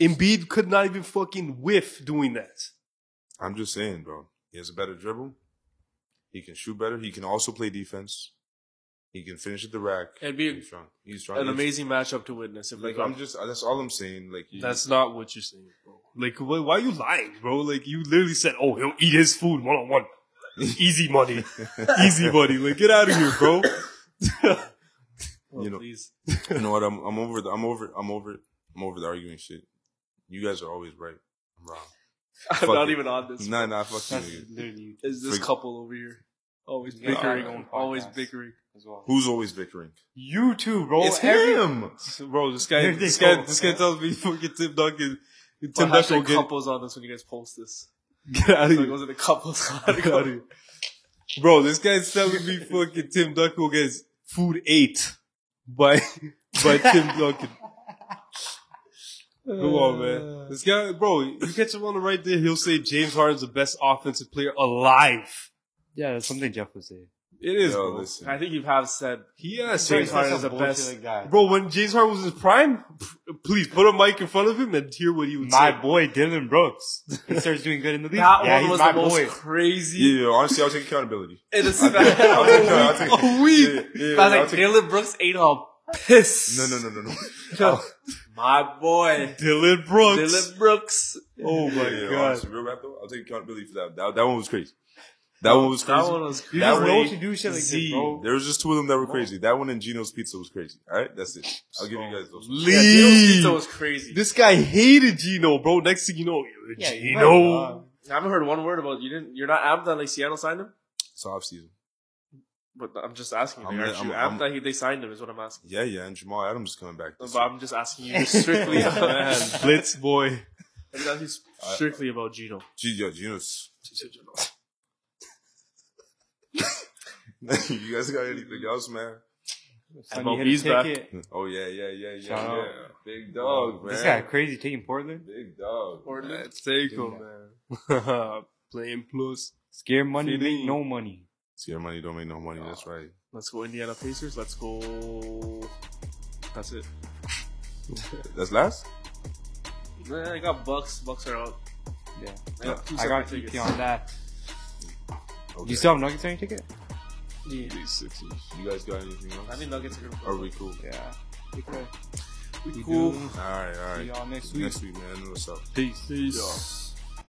Speaker 2: Embiid could not even fucking whiff doing that.
Speaker 1: I'm just saying, bro. He has a better dribble. He can shoot better. He can also play defense. He can finish at the rack.
Speaker 4: It'd be
Speaker 1: he's strong. He's strong.
Speaker 4: An
Speaker 1: He's-
Speaker 4: amazing matchup to witness. If
Speaker 1: Like
Speaker 4: like,
Speaker 1: I'm just. That's all I'm saying. Like you,
Speaker 2: That's not what you're saying, bro. Like, wh- why are you lying, bro? Like, you literally said, "Oh, he'll eat his food one on <laughs> one, easy money, easy money." Like, get out of here, bro.
Speaker 1: you know.
Speaker 4: please.
Speaker 1: <laughs>
Speaker 4: <laughs>
Speaker 1: You know what? I'm. I'm over. The, I'm over. I'm over. I'm over the arguing shit. You guys are always right. I'm wrong.
Speaker 4: I'm
Speaker 1: Fuck
Speaker 4: not
Speaker 1: it.
Speaker 4: even on this.
Speaker 1: Nah, nah. Fuck you.
Speaker 3: That's
Speaker 1: nigga.
Speaker 3: literally
Speaker 4: Is this
Speaker 1: Freak.
Speaker 4: couple over here always
Speaker 3: Yeah,
Speaker 4: bickering?
Speaker 3: our own
Speaker 4: always
Speaker 3: podcast.
Speaker 4: bickering.
Speaker 3: as well.
Speaker 1: Who's always bickering?
Speaker 3: You too, bro.
Speaker 2: <laughs> It's
Speaker 3: Every-
Speaker 1: Him.
Speaker 2: bro, this guy,
Speaker 3: There they
Speaker 2: this guy,
Speaker 3: go.
Speaker 2: this guy tells me fucking Tim Duncan,
Speaker 4: Tim
Speaker 2: Tim Duncan will get,
Speaker 4: couples on this when you guys post this.
Speaker 2: get out of <laughs>
Speaker 4: So it
Speaker 2: here.
Speaker 4: goes into <laughs> couples.
Speaker 2: Get outta here. Bro, this guy's telling me fucking Tim Duncan will get his food ate
Speaker 3: <laughs>
Speaker 2: by by Tim Duncan. Come on,
Speaker 3: Uh.
Speaker 2: man. This guy, bro, you catch him on the right there, he'll say James Harden's the best offensive player alive.
Speaker 3: Yeah, that's something Jeff would say.
Speaker 2: It is,
Speaker 1: Yo,
Speaker 2: bro.
Speaker 1: listen.
Speaker 4: I think you have said
Speaker 2: He
Speaker 4: James
Speaker 2: has James
Speaker 4: Harden
Speaker 2: Harden.
Speaker 4: is the best.
Speaker 3: Like that.
Speaker 2: Bro, when James Harden was in his prime, p- please put a mic in front of him and hear what he
Speaker 3: <laughs>
Speaker 2: would
Speaker 3: my
Speaker 2: say.
Speaker 3: boy Dylan Brooks. He starts doing good in the league.
Speaker 4: that
Speaker 3: yeah,
Speaker 4: one
Speaker 3: he's
Speaker 4: was
Speaker 3: my
Speaker 4: the most
Speaker 3: boy.
Speaker 4: crazy.
Speaker 1: Yeah, yeah, honestly, I'll take accountability.
Speaker 4: It is
Speaker 1: I'll take, I'll take,
Speaker 4: <laughs>
Speaker 2: A week.
Speaker 1: yeah, yeah,
Speaker 4: I
Speaker 1: yeah,
Speaker 4: was
Speaker 1: I'll
Speaker 4: like,
Speaker 1: take-
Speaker 4: Dylan Brooks ate a piss.
Speaker 1: no, no,
Speaker 4: <laughs>
Speaker 1: no, no, no.
Speaker 4: My boy,
Speaker 2: Dylan
Speaker 4: <laughs>
Speaker 2: Brooks.
Speaker 4: Dylan Brooks.
Speaker 2: Oh my
Speaker 1: <laughs> yeah,
Speaker 2: god.
Speaker 1: Honestly, real rap though, I'll take accountability for that. That, that one was crazy. That one was crazy.
Speaker 4: That one was
Speaker 3: You
Speaker 4: crazy.
Speaker 1: That
Speaker 3: just
Speaker 1: way-
Speaker 3: know what to do shit like this, bro.
Speaker 1: There was just two of them that were crazy. That one and Gino's Pizza was crazy. All right, that's it. I'll give you guys those. ones.
Speaker 4: Yeah, Dylan Pizza was crazy.
Speaker 2: This guy hated Gino, bro. Next thing you know,
Speaker 3: Yeah, you right,
Speaker 2: Gino.
Speaker 3: dog.
Speaker 4: I haven't heard one word about you. Didn't you're not amped that like Seattle signed him?
Speaker 1: It's off season.
Speaker 4: But I'm just asking.
Speaker 1: I'm
Speaker 4: you, aren't
Speaker 1: gonna-
Speaker 4: you
Speaker 1: I'm-
Speaker 4: amped that he, they signed him? Is what I'm asking.
Speaker 1: Yeah, yeah, and Jamal Adams is coming back. This
Speaker 4: But
Speaker 1: year.
Speaker 4: I'm just asking you <laughs> strictly.
Speaker 2: Man,
Speaker 4: I'm
Speaker 2: Blitz boy.
Speaker 4: just asking you strictly about Gino.
Speaker 1: Gee, yo, Gino's. <laughs> you guys got anything else, man?
Speaker 3: Sonny
Speaker 4: About
Speaker 3: hit a
Speaker 4: B's back.
Speaker 3: ticket.
Speaker 1: Oh yeah, yeah, yeah, yeah,
Speaker 3: Hmm. Shout
Speaker 1: yeah.
Speaker 3: out.
Speaker 1: Big dog, man.
Speaker 3: This guy crazy taking Portland.
Speaker 1: Big dog.
Speaker 4: Portland.
Speaker 2: Let's take him, man. Playing plus.
Speaker 3: Scare money, make
Speaker 2: Feeling.
Speaker 3: no money.
Speaker 1: Scare money don't make no money. That's right.
Speaker 4: Let's go Indiana Pacers. Let's go. That's it.
Speaker 1: That's last.
Speaker 4: Man, I got Bucks. Bucks are out.
Speaker 3: Yeah.
Speaker 4: I got two
Speaker 3: I
Speaker 4: separate
Speaker 3: got
Speaker 4: tickets.
Speaker 3: EP on that.
Speaker 1: Okay.
Speaker 3: You still have Nuggets on your ticket?
Speaker 1: These sixes. You guys got anything else?
Speaker 4: I mean, Nuggets are
Speaker 1: Are
Speaker 4: gonna.
Speaker 1: we cool?
Speaker 3: Yeah.
Speaker 4: We
Speaker 1: All right, all
Speaker 3: See
Speaker 1: right.
Speaker 3: y'all next week.
Speaker 1: Next week, man. What's up?
Speaker 2: Peace.
Speaker 1: Yeah.